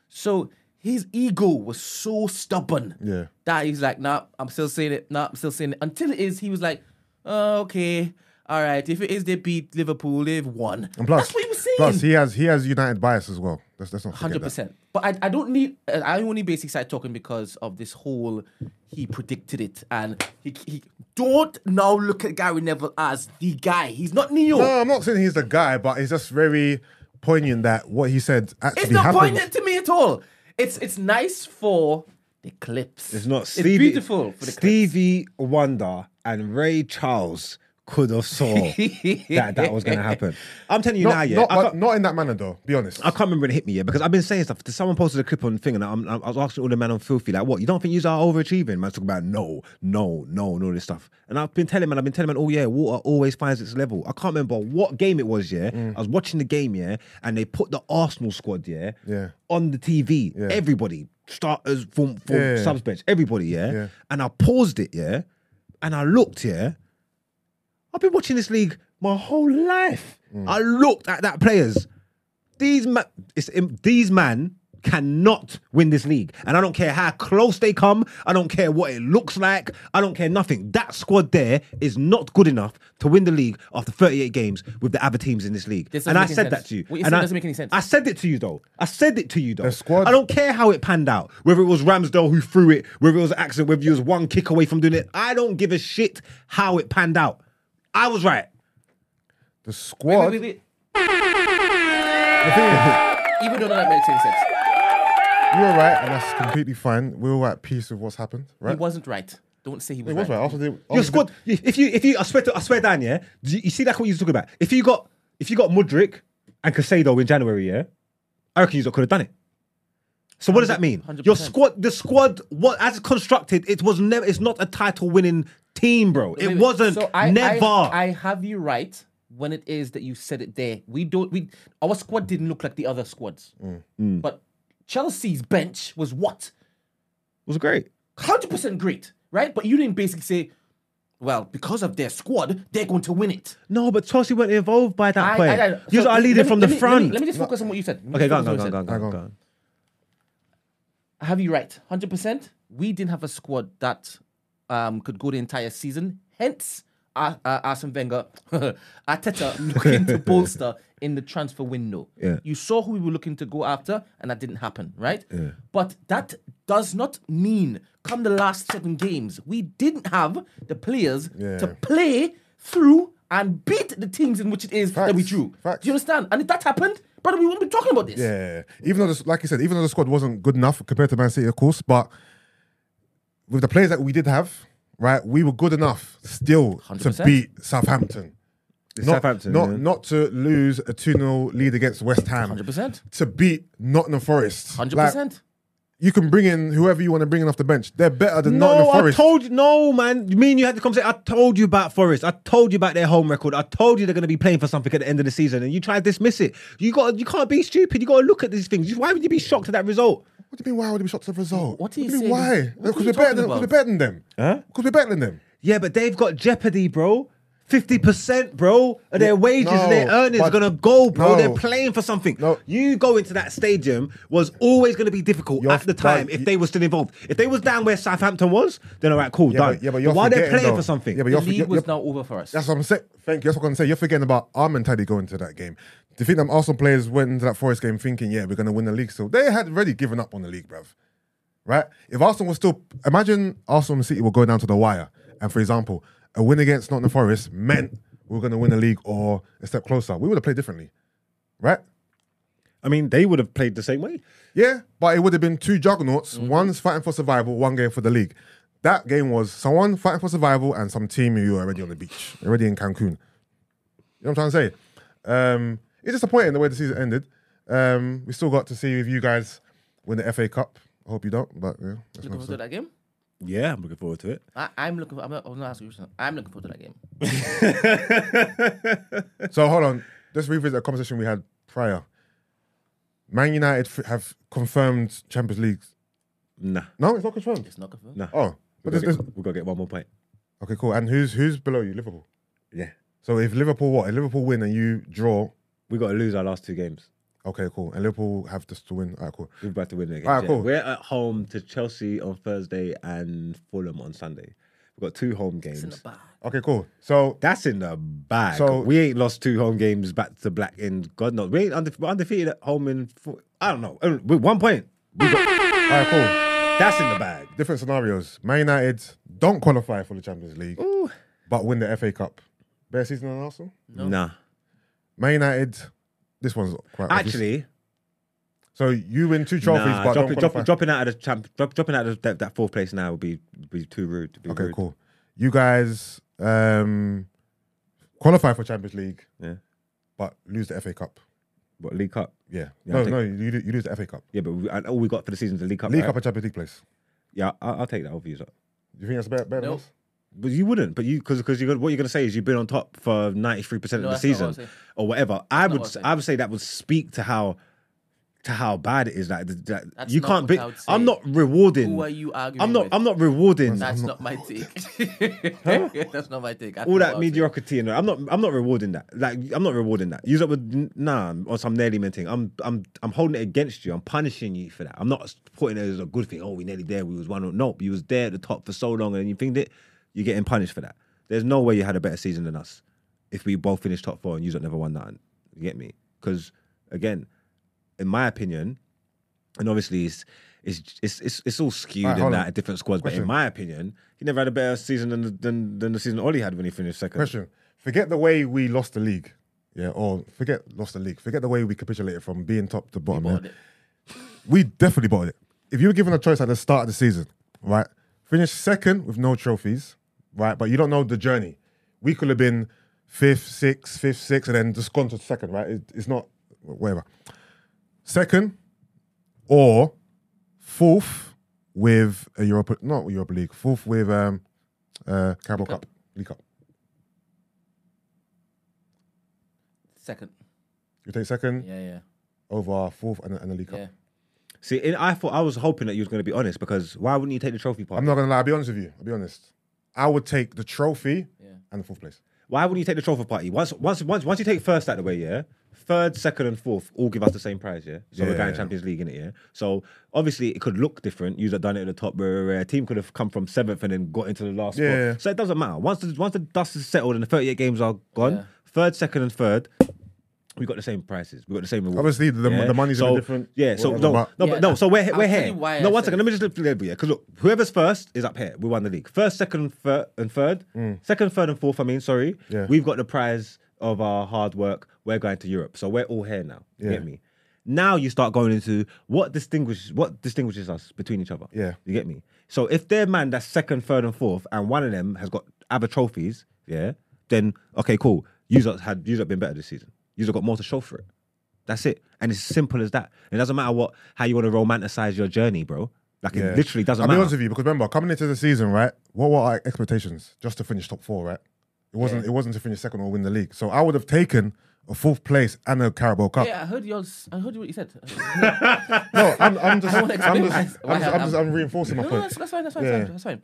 So his ego was so stubborn
Yeah.
that he's like, nah, I'm still saying it. Nah, I'm still saying it. Until it is, he was like, oh, okay, all right. If it is, they beat Liverpool. They've won.
And plus,
That's what he was saying.
plus he has he has United bias as well. Let's, let's not forget
Hundred
100%.
percent. But I, I don't need. uh, I only basically started talking because of this whole. He predicted it, and he, he don't now look at Gary Neville as the guy. He's not Neo.
No, I'm not saying he's the guy, but it's just very poignant that what he said actually
It's not
happened.
poignant to me at all. It's it's nice for the clips.
It's not
It's
Stevie.
beautiful for the clips.
Stevie Wonder and Ray Charles could have saw that that was going to happen. I'm telling you
Not,
now, yeah.
not,
I
but
can't-
not in that manner, though. Be honest.
I can't remember when it hit me yet because I've been saying stuff. Someone posted a clip on thing, and I'm, I'm- I was asking all the man on filthy like, "What? You don't think you are overachieving?" Man's talking about no, no, no, and all this stuff. And I've been telling man, I've been telling man all year, water always finds its level. I can't remember what game it was. Yeah,
Mm.
I was watching the game. Yeah, and they put the Arsenal squad. Yeah,
Yeah.
on the TV.
Yeah.
Everybody starters, form, form,
Yeah.
subs bench, everybody. Yeah?
Yeah.
and I paused it. Yeah, and I looked. Yeah, I've been watching this league my whole life.
Mm.
I looked at that players these ma- it's, im- these man cannot win this league, and I don't care how close they come. I don't care what it looks like. I don't care nothing. That squad there is not good enough to win the league after 38 games with the other teams in this league.
This doesn't
and I
make any
said
sense.
that to you.
What you're
and
saying
I-
doesn't make any sense.
I said it to you though. I said it to you though.
The squad-
I don't care how it panned out. Whether it was Ramsdale who threw it, whether it was an accident, whether you was one kick away from doing it. I don't give a shit how it panned out. I was right.
The squad.
Wait, wait,
The thing is,
wait. Even though that makes any sense,
you were right, and that's completely fine. We were all at peace with what's happened,
he
right?
wasn't right. Don't say he was,
It was right. After the,
Your
after
squad. If you, if you, I swear, to, I swear, Dan. Yeah, Do you, you see, that's what you were talking about. If you got, if you got Mudrick and Casado in January, yeah, I reckon you could have done it. So what does that mean?
100%.
Your squad, the squad, what as constructed, it was never. It's not a title winning team, bro.
Wait,
It
wait.
wasn't.
So I,
never.
I, I have you right when it is that you said it there. We don't. We our squad didn't look like the other squads, but Chelsea's bench was what
was great.
hundred percent great, right? But you didn't basically say, well, because of their squad, they're going to win it.
No, but Chelsea weren't involved by that point. you
so
are leading
let me-
from the
let me- let me-
front.
Let me, just focus on what you said. Let me
okay, go on,
focus
go on,
what
go on, go on,
you
go
Hang
on,
on.
go on.
said. I have you right, hundred percent. We didn't have a squad that um, could go the entire season. Hence, Ar- uh, Arsene Wenger, Arteta looking to bolster in the transfer window.
Yeah.
You saw who we were looking to go after, and that didn't happen, right? But that does not mean come the last seven games, we didn't have the players to
Yeah.
play through and beat the teams in which it is that we
Facts.
drew.
Facts.
Do you understand? And if that happened, brother, we wouldn't be talking about this.
Yeah, even though, this, like you said, even though the squad wasn't good enough compared to Man City, of course, but with the players that we did have, right, we were good enough still to
100%.
beat Southampton. Not,
Southampton,
not,
yeah.
not to lose a 2 0 lead against West Ham.
100%.
To beat Nottingham Forest. Like,
100%.
you can bring in whoever you want to bring in off the bench. They're better than
No,
Nottingham
I
Forest.
told you. No, man. You mean you had the conversation? I told you about Forest. I told you about their home record. I told you they're going to be playing for something at the end of the season, and you try to dismiss it. You got. You can't be stupid. You got to look at these things. Why would you be shocked at that result?
what do you mean? Why would we shot to the result?
What are
do
you
you mean?
saying?
Why?
What are
Because we're
you
better. Than,
talking
'cause
about?
we're better than them. Huh? Because we're better than them.
Yeah, but they've got jeopardy, bro. Fifty percent, bro, of their wages and their
no,
earnings
but-
are gonna go, bro.
no.
They're playing for something.
No.
You go into that stadium was always gonna be difficult
You're-
at the time
but
if
you-
they were still involved. If they was down where Southampton was, then all right, cool,
Yeah,
done.
but, yeah, but you're
while they're
forgetting,
playing
though.
for something,
Yeah, but
The
you're,
league
you're,
was now over for us.
That's what I'm saying. Thank you. That's what I'm saying. You're forgetting about our mentality going into that game. Do you think them Arsenal players went into that Forest game thinking, yeah, we're going to win the league? So they had already given up on the league, bruv. Right? If Arsenal was still, imagine Arsenal and City were going down to the wire. And for example, a win against Nottingham Forest meant we were going to win the league or a step closer. We would have played differently. Right?
I mean, they would have played the same way.
Yeah, but it would have been two juggernauts. One's fighting for survival, one game for the league. That game was someone fighting for survival and some team who were already on the beach, already in Cancun. You know what I'm trying to say? Um, it's disappointing the way the season ended. Um, we still got to see if you guys win the FA Cup. I hope you don't, but yeah. That's another
Looking forward to
story.
that game.
Yeah, I'm looking forward to it.
I, I'm looking. For, I'm not, I'm not asking you. something. I'm looking forward to that game.
so hold on, let's revisit a conversation we had prior. Man United f- have confirmed Champions League.
Nah,
No, it's not confirmed.
It's not confirmed.
nah.
Oh,
we
but there's,
gotta
there's,
get, we gotta get one more point.
okay, cool. And who's who's below you? Liverpool.
Yeah,
So if Liverpool what? If Liverpool win and you draw,
we gotta lose our last two games.
okay, cool. And Liverpool have just to win. All right, cool.
We've got to win again.
Alright,
yeah.
cool.
We're at home to Chelsea on Thursday and Fulham on Sunday. We've got two home games.
It's in the bag.
Okay, cool. So
That's in the bag.
So-
we ain't lost two home games back to black in God knows. We ain't undefe- we're undefeated at home in four, I don't know. Uh, With one point,
all right, cool.
that's in the bag.
Different scenarios. Man United don't qualify for the Champions League, but win the FA Cup. Better season than Arsenal.
Nah,
Man United. This one's quite obvious.
actually,
So you win two trophies,
nah,
but
drop-
don't
drop-
qualify.
dropping out of the champ, drop, dropping out of that, that fourth place now would be would be too rude. To be
okay,
rude.
cool. You guys um, qualify for Champions League,
Yeah.
but lose the FA Cup.
What League Cup?
Yeah.
Yeah, I
no,
think-
no, you, you lose the FA Cup.
Yeah, but we, and all we got for the season is the League Cup.
League
right?
Cup or Champions League place.
Yeah, I'll, I'll take that over you. sir.
Do you think that's better? better than
Nope.
us?
But you wouldn't, but you because because you got what you're gonna say is you've been on top for ninety three percent
No,
of the
that's not what I'm
season
saying.
or whatever. I
not
would
what I'm
s-
saying.
I would say that would speak to how to how bad it is. Like th- that,
That's
you
not
can't
what
be.
I would say.
I'm not rewarding.
Who are you arguing
I'm not.
with?
I'm not rewarding
That's not, my take. That's not my take. That's
all
not
that
what I'm
mediocrity and I'm not. I'm not rewarding that. Like I'm not rewarding that. Use up with nah on some nearly man thing. I'm. I'm. I'm holding it against you. I'm punishing you for that. I'm not putting it as a good thing. Oh, we nearly there. We was one. No, you was there at the top for so long, and you think that you're getting punished for that. There's no way you had a better season than us. If we both finished top four and you never won that, you get me? Because again, in my opinion, and obviously it's it's it's it's, it's all skewed
Alright,
in
hold
that
on.
at different squads. But in
Question.
my opinion, he never had a better season than the, than than the season Ollie had when he finished second.
Question. Forget the way we lost the league. Yeah, or forget lost the league. Forget the way we capitulated from being top to bottom. yeah?
saying.
We definitely bought it. If you were given a choice at the start of the season, right? Finish second with no trophies, right? But you don't know the journey. We could have been fifth, sixth, fifth, sixth, and then just gone to second, right? It- it's not whatever. Second or fourth with a Europa, not Europa League, fourth with um, uh, Carabao Cup, League Cup.
second.
You take second
Yeah, yeah,
over fourth and, and the League Cup.
yeah.
See, and I thought I was hoping that you was going to be honest because why wouldn't you take the trophy part?
I'm not gonna lie. I'll be honest with you. I'll be honest. I would take the trophy and the fourth place.
Why wouldn't you take the trophy party? Once, once, once, once you take first out the way, yeah. Third, second, and fourth all give us the same prize, yeah. So we're going
Yeah.
Champions League in it, yeah. So obviously it could look different. You've done it at the top, where a team could have come from seventh and then got into the last
Yeah.
spot. So it doesn't matter. Once the once the dust is settled and the 38 games are gone,
Yeah.
third, second, and third. We got the same prizes. We got the same rewards.
Obviously, the- the money's a bit
so,
different,
Yeah. So
whatever,
no,
but-
no, but
Yeah,
no. So we're
I'll
we're
tell
here.
you why
No,
I
one
said
second.
it.
Let me just label here because look, whoever's first is up here. We won the league. First, second, and third, and third, second, third, and fourth. I mean, sorry.
Mm. Yeah.
We've got the prize of our hard work. We're going to Europe, so we're all here now. You
Yeah.
Get me? Now you start going into what distinguishes what distinguishes us between each other.
Yeah.
You get me? So if their man that's second, third, and fourth, and one of them has got other trophies, yeah, then okay, cool. User had user been better this season. User got more to show for it. That's it. And it's simple as that. It doesn't matter what how you want to romanticize your journey, bro. Like it literally doesn't
I'll be
matter.
honest with you because remember coming into the season, right? What were our expectations? Just to finish top four, right? It wasn't. It wasn't to finish second or win the league. So I would have taken a fourth place and a Carabao Cup.
Yeah, I heard you I heard what you said.
No, I'm, I'm just,
I
I'm just, I'm
won't explain
just,
why-
I'm,
why
just, I'm,
I'm-
reinforcing my
No, no,
point.
that's, that's fine. That's fine.
Yeah.
That's fine. That's fine.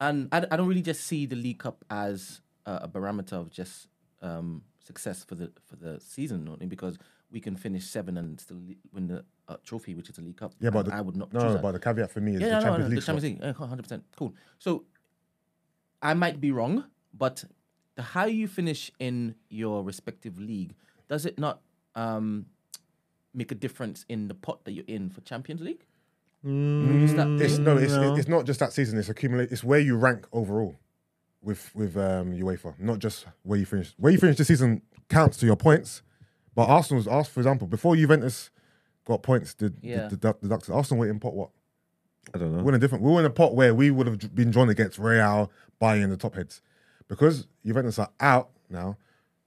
And I, I don't really just see the League Cup as a, a barometer of just um, success for the for the season, not only because we can finish seven and still le- win the uh, trophy, which is the League Cup.
Yeah, but
And
the,
I would not.
No,
choose
no,
that.
but the caveat for me is
yeah,
the
no, no,
Champions
no,
League.
the Champions League, Uh, hundred percent, cool. So I might be wrong, but the higher you finish in your respective league, does it not um, make a difference in the pot that you're in for Champions League? Is that-
Mm. It's no, it's, it's not just that season. It's accumulate. It's where you rank overall with with um, UEFA, not just where you finish. Where you finish this season counts to your points. But Arsenal's asked, for example, before Juventus got points, did
Yeah.
did deduct- deducted. Arsenal were in pot what?
I don't know.
We're in a different. We were in a pot where we would have been drawn against Real, Bayern, the top heads, because Juventus are out now.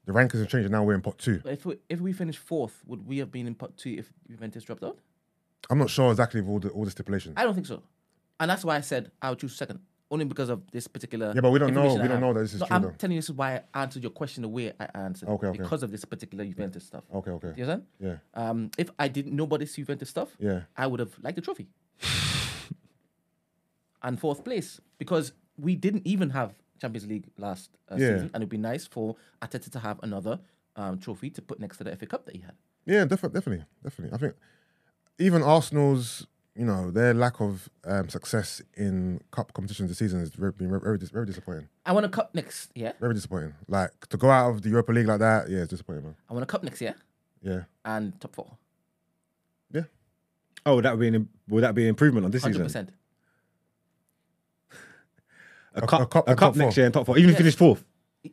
The rankings have changed. and Now we're in pot two.
But if we, if we finished fourth, would we have been in pot two if Juventus dropped out?
I'm not sure exactly of all the all the stipulations.
I don't think so, and that's why I said I would choose second, only because of this particular.
Yeah, but we don't know-
information
we
I
don't
have.
know that this is
no,
true,
I'm
though.
telling you this is why I answered your question the way I answered.
Okay, okay.
Because of this particular Juventus stuff.
Okay, okay.
Do you understand?
Yeah.
Um, if I didn't know about this Juventus stuff,
Yeah.
I would have liked the trophy. and fourth place because we didn't even have Champions League last uh,
Yeah.
season, and it'd be nice for Ateta to have another um, trophy to put next to the FA Cup that he had.
Yeah, definitely, definitely, definitely. I think even Arsenal's, you know, their lack of um, success in cup competitions this season has very- been very, dis- very disappointing.
I want a cup next year.
Very disappointing. Like to go out of the Europa League like that, yeah, it's disappointing, man.
I want a cup next year
Yeah,
and top four.
yeah.
Oh, would that be an would that be an improvement on this
Hundred
season?
percent.
A cup,
a
a
cup-
cup,
a top
next
four.
year and top four. Even if you finish fourth,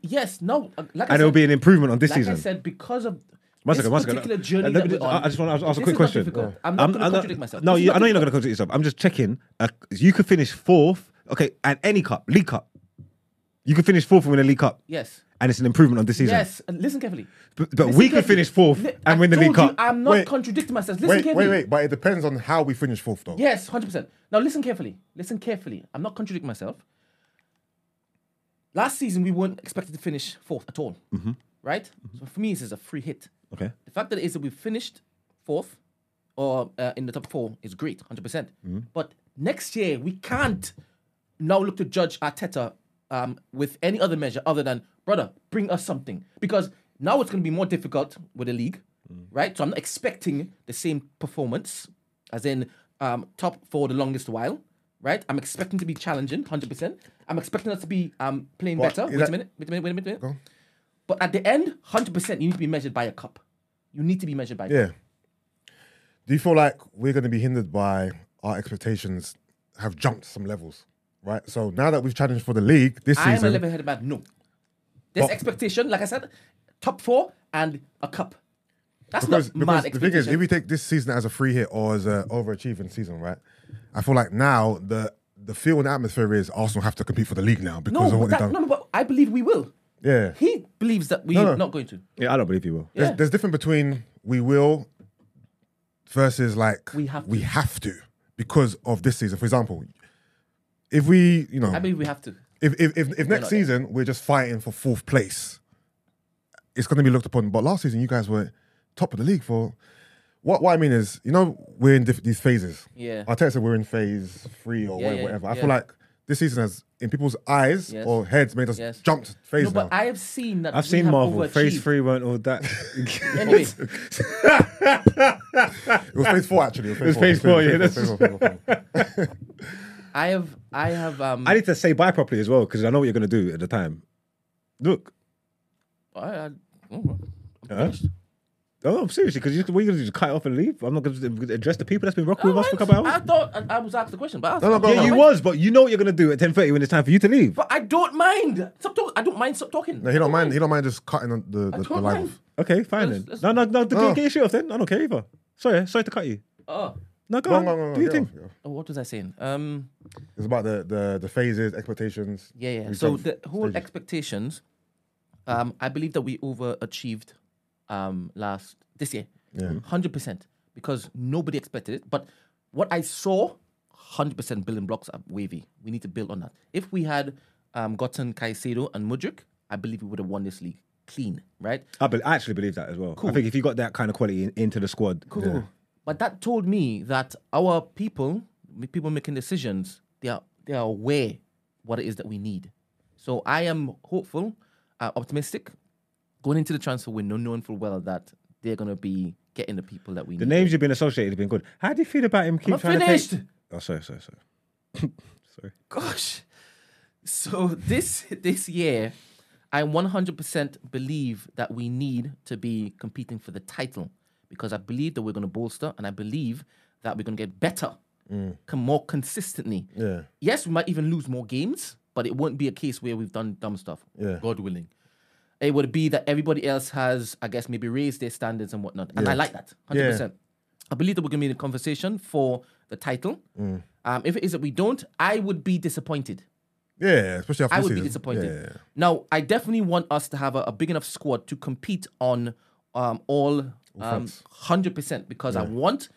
Yes. No. uh, Like I
and it'll
said-
be an improvement on this
like
season.
I said, because of
One
this
second, one second.
particular
Look,
journey
uh,
that
let me
we're
just- I
on,
I just want. I was a
this
quick
is not
question. Um,
difficult. I'm not going to contradict myself.
No,
This is
you, I know you're not going to contradict yourself. I'm just checking. Uh, you could finish fourth. Okay, at any cup, league cup, you could finish fourth and win a league cup,
Yes.
and it's an improvement on this season.
Yes. and Listen carefully.
but, but
Listen
we could
carefully.
finish fourth
Li-
and
I
win the league
told you
cup.
I'm not
Wait.
contradicting myself. Listen
Wait,
carefully.
wait, wait. But it depends on how we finish fourth, though.
Yes, hundred percent. Now listen carefully. Listen carefully. I'm not contradicting myself. Last season we weren't expected to finish fourth at all, right? So for me, this is a free hit.
Mm-hmm. Okay.
The fact that it is that we finished fourth or uh, in the top four is great, 100%. percent
Mm-hmm.
But next year, we can't now look to judge Arteta um, with any other measure other than, brother, bring us something. Because now it's going to be more difficult with the league,
Mm-hmm.
right? So I'm not expecting the same performance as in um, top for the longest while. Right, I'm expecting to be challenging, hundred percent. I'm expecting us to be um, playing
But
better.
is
Wait
that-
a minute, wait a minute, wait a minute, wait a
on.
minute. But at the end, hundred percent, you need to be measured by a cup. You need to be measured by a cup.
Yeah. Do you feel like we're going to be hindered by our expectations have jumped some levels, right? So now that we've challenged for the league this
I am a
season,
level headed man. No. There's
But-
expectation, like I said, top four and a cup. That's
because,
not mad
because the thing is, if
expectation.
we take this season as a free hit or as an overachieving season, right? I feel like now the the feel and atmosphere is Arsenal have to compete for the league now because of
no,
what they've
that,
done.
no, no, but I believe we will.
yeah,
He believes that we're
no.
not going to.
Yeah, I don't believe you will.
there's,
yeah.
there's different between we will versus like
We have
we
to.
have to because of this season. For example, if we you know
I believe we have to.
if if if, if next
not
season we're just fighting for fourth place, it's going to be looked upon. But last season, you guys were top of the league for. What, what I mean is, you know, we're in diff- these phases.
Yeah.
Arteta said we're in phase three or
Yeah,
whatever.
yeah,
whatever. I
yeah.
feel like this season has, in people's eyes
Yes.
or heads, made us
Yes.
jump to phase
No, but
now.
I have seen that.
I've
we
seen
have
Marvel. Phase
overachieved.
three weren't all that.
Anyway,
it was phase four, actually. It
was phase four, yeah, that's-
I have, I have, um,
I need to say bye properly as well because I know what you're gonna do at the time. Look,
I, I, oh, I'm
Huh?
finished.
oh, I'm seriously because what are you gonna do? Just cut it off and leave? I'm not gonna address the people that's been rocking
No,
with us for
I
a couple
was- Oh, I
hours.
thought I, I was asked the question, but I
No, no, go
Yeah,
on.
you was, but you know what you're gonna do at 10:30 when it's time for you to leave.
But I don't mind. Stop talk, I don't mind. Stop talking.
No, he don't mind. He don't mind just cutting on the, the,
I
the
don't
line.
mind.
off.
Okay, fine
Let's-
then.
let's-
no, no, no.
Oh.
Get, get your shit off then. I don't care either. Sorry, eh? sorry to cut you.
Oh,
No, go
Go
on.
on, go on, go on,
do your
get
thing.
off, get off.
oh, what was I saying? Um,
It's about the, the, the phases, expectations.
yeah, yeah.
We
So
jump
the whole
stages.
expectations. Um, I believe that we overachieved, um, last this year.
Yeah.
Hundred percent, because nobody expected it. But what I saw, hundred percent building blocks are wavy. We need to build on that. If we had um, gotten Caicedo and Mudrik, I believe we would have won this league clean, right?
I, be- I actually believe that as well. I think if you got that kind of quality in- into the squad,
Cool.
yeah.
But that told me that our people, the people making decisions, they are they are aware what it is that we need. So I am hopeful, uh, optimistic, going into the transfer window, knowing full well that they're gonna be getting the people that we
the
need.
names you've been associated have been good. How do you feel about him? Keep
not
trying
finished.
to take. Oh, sorry, sorry, sorry.
Gosh. So this this year, I 100% believe that we need to be competing for the title because I believe that we're going to bolster and I believe that we're going to get better, com- more consistently.
Mm. Yeah.
Yes, we might even lose more games, but it won't be a case where we've done dumb stuff.
Yeah.
God willing. It would be that everybody else has, I guess, maybe raised their standards and whatnot. And I like that, 100%. I believe that we're going to be in a conversation for the title.
Mm.
Um, if it is that we don't, I would be disappointed.
Yeah, especially after
I
this
would be
season.
disappointed.
Yeah, yeah, yeah.
Now, I definitely want us to have a, a big enough squad to compete on um, all um,
fronts.
100% because I want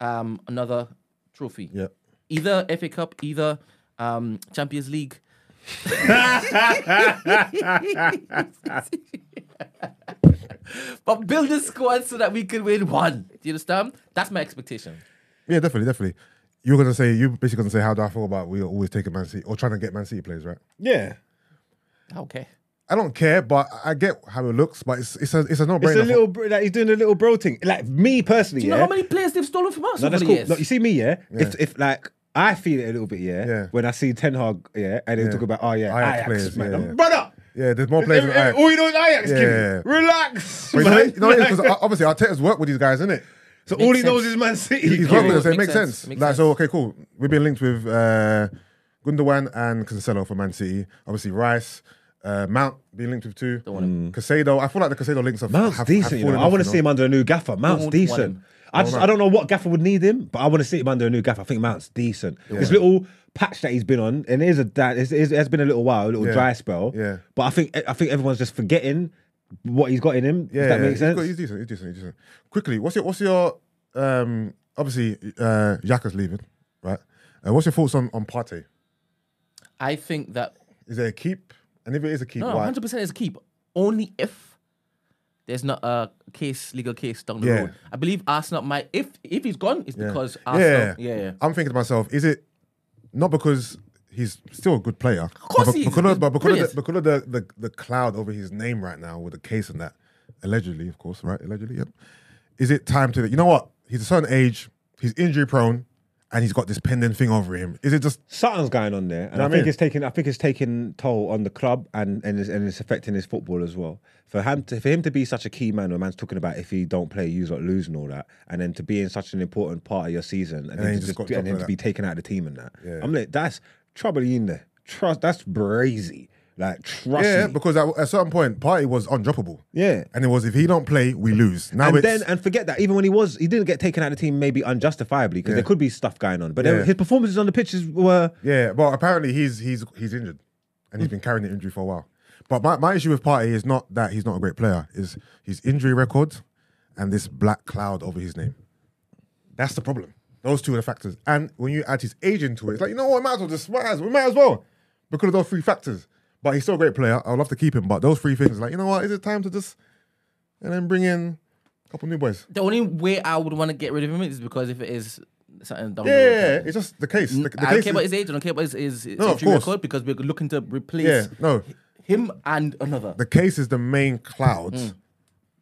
um, another trophy.
Yeah.
Either FA Cup, either um, Champions League. but build a squad so that we can win one. Do you understand? That's my expectation.
Yeah, definitely, definitely. You're gonna say you're basically gonna say how do I feel about we always taking Man City or trying to get Man City players, right?
Yeah,
Okay.
I don't care, but I get how it looks, but it's it's a it's a no
it's
brainer.
a little bro, like he's doing a little bro thing. Like me personally,
Do you know
yeah?
how many players they've stolen from us
No,
over
that's
the
cool.
years?
No, you see me, yeah. If if like I feel it a little bit, yeah.
Yeah.
When I see Ten Hag, yeah, and they talk about, oh yeah,
Ajax
Ajax,
players,
man.
yeah,
I'm-
yeah.
brother.
yeah, there's more players.
if-
than
if-
Ajax.
all you know is Ajax.
Yeah,
give me.
yeah,
Relax.
But you know-
man.
you know, because obviously Arteta's worked with these guys, isn't it?
so all he
Makes
knows
sense.
is Man City.
He's
give
worked
me.
with us. so It
Makes
makes
sense,
sense.
makes
like, so
sense.
okay, cool. We've been linked with uh, Gundogan and Cancelo for Man City. Obviously Rice, uh, Mount being linked with two. Don't
want him.
Casado. I feel like the Casado links have,
Mount's
have,
decent.
have
you know.
fallen
I
off,
want to
you
see him
know?
under a new gaffer. Mount's
want
decent.
him.
I just I don't know what gaffer would need him, but I want to see him under a new gaffer. I think Mount's decent. This little patch that he's been on, and it is a that it's, it's, it's been a little while, a little
Yeah.
dry spell.
Yeah.
But I think I think everyone's just forgetting what he's got in him.
Yeah,
Does that
yeah,
make
he's
sense?
got- he's decent. He's decent. He's decent. Quickly, what's your what's your um, obviously uh, Xhaka's leaving, right? Uh, what's your thoughts on on Partey?
I think that
Is it a keep? And if it is a keep,
No,
why?
hundred percent is a keep. Only if there's not a case, legal case down the
Yeah.
road. I believe Arsenal might. If if he's gone, it's because
yeah.
Arsenal. Yeah, yeah.
I'm thinking to myself, is it not because he's still a good player? Of
course
but,
he is.
because
He's
of, but because of,
brilliant.
the, because of the, the the cloud over his name right now with the case and that, allegedly, of course, right? Allegedly, yep. Is it time to? You know what? He's a certain age. He's injury prone, and he's got this pending thing over him. Is it just
Something's going on there, and
know
I
what I
think
mean?
it's taking. I think it's taking toll on the club, and and it's, and it's affecting his football as well. For him, to, for him to be such a key man, when man's talking about if he don't play, you lot lose and all that, and then to be in such an important part of your season, and,
he
then to
just
just,
got dropped
and then
like
to
that.
be taken out of the team and that. I'm like, that's trouble in there. Trust, that's brazy. Like trust
yeah?
me.
Because at, at a certain point, party was undroppable.
Yeah.
and it was if he don't play, we lose. Now
and
it's
then uh, and forget that even when he was he didn't get taken out of the team maybe unjustifiably because there could be stuff going on but there-
Yeah.
his performances on the pitches were
Yeah, well, apparently he's he's he's injured, and
Mm.
he's been carrying the injury for a while. But my, my issue with Party is not that he's not a great player; is his injury record and this black cloud over his name. That's the problem. Those two are the factors. And when you add his age into it, it's like you know what, we might as well just might as, we might as well because of those three factors. But he's still a great player. I'd love to keep him, but those three things, like you know what, is it time to just and then bring in a couple new boys.
The only way I would want to get rid of him is because if it is something down
Yeah,
the road,
yeah, yeah, it's just the case. The, the
I don't
case
care about
is-
his age. I don't care about his, his, his
No, of
injury
course.
record because we're looking to replace
yeah, no,
him and another.
the case is the main cloud,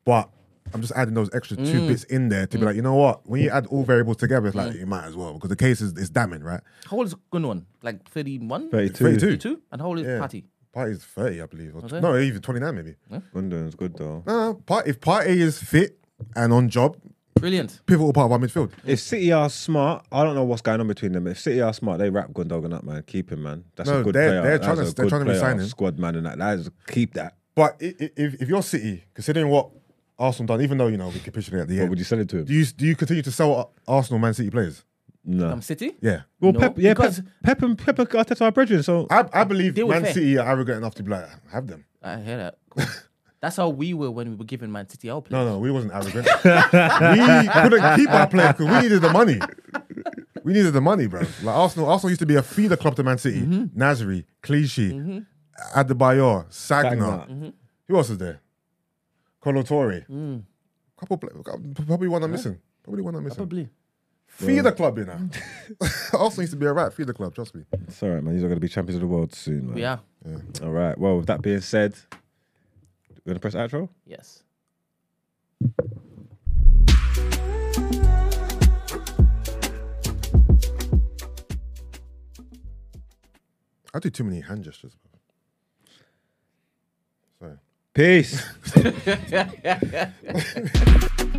but I'm just adding those extra two bits in there to be like, you know what? When you add all variables together, it's like you might as well because the case is, is damning, right?
How old is Gunwan? Like 31?
32.
32.
32? And how old is
Yeah.
Patty?
Party's 30, I believe, or
Okay.
no, even 29 maybe.
Gundogan's good though.
No, no, part, if Party is fit and on job,
Brilliant.
pivotal part of our midfield.
If City are smart, I don't know what's going on between them. If City are smart, they wrap Gundogan up, man. Keep him, man. That's
No,
a good
they're-
player.
they're
That's
trying to-
a
they're
good
trying to
player,
resign him.
Squad man, and that. that is, keep that.
But i- i- if if you're City, considering what Arsenal done, even though you know we capitulate at the
But would
end,
you sell it to him?
do you do you continue to sell Ar- Arsenal Man City players?
no.
Um, City?
Yeah,
well,
No,
Pep, yeah, Pep,
because-
Pep and Pep are Arteta are brethren, so
I, I believe
They were
Man
fair.
City are arrogant enough to be like, have them.
I hear that. Cool. That's how we were when we were giving Man City our play.
No, no, we wasn't arrogant. we couldn't keep our player because we needed the money. We needed the money, bro. Like Arsenal, Arsenal used to be a feeder club to Man City. Nasri, Clichy, Adebayor, Sagna.
Sagna.
Who else is there? Colo Torre. Couple, pla- probably one I'm missing. Probably one I'm missing.
Probably.
Feeder club, you know. Arsenal used to be a right feeder club. Trust me.
it's all right, man. You're going to be champions of the world soon, man.
We are.
All right. Well, with that being said, we're going to press outro.
Yes.
I do too many hand gestures. Bro. Sorry.
Peace.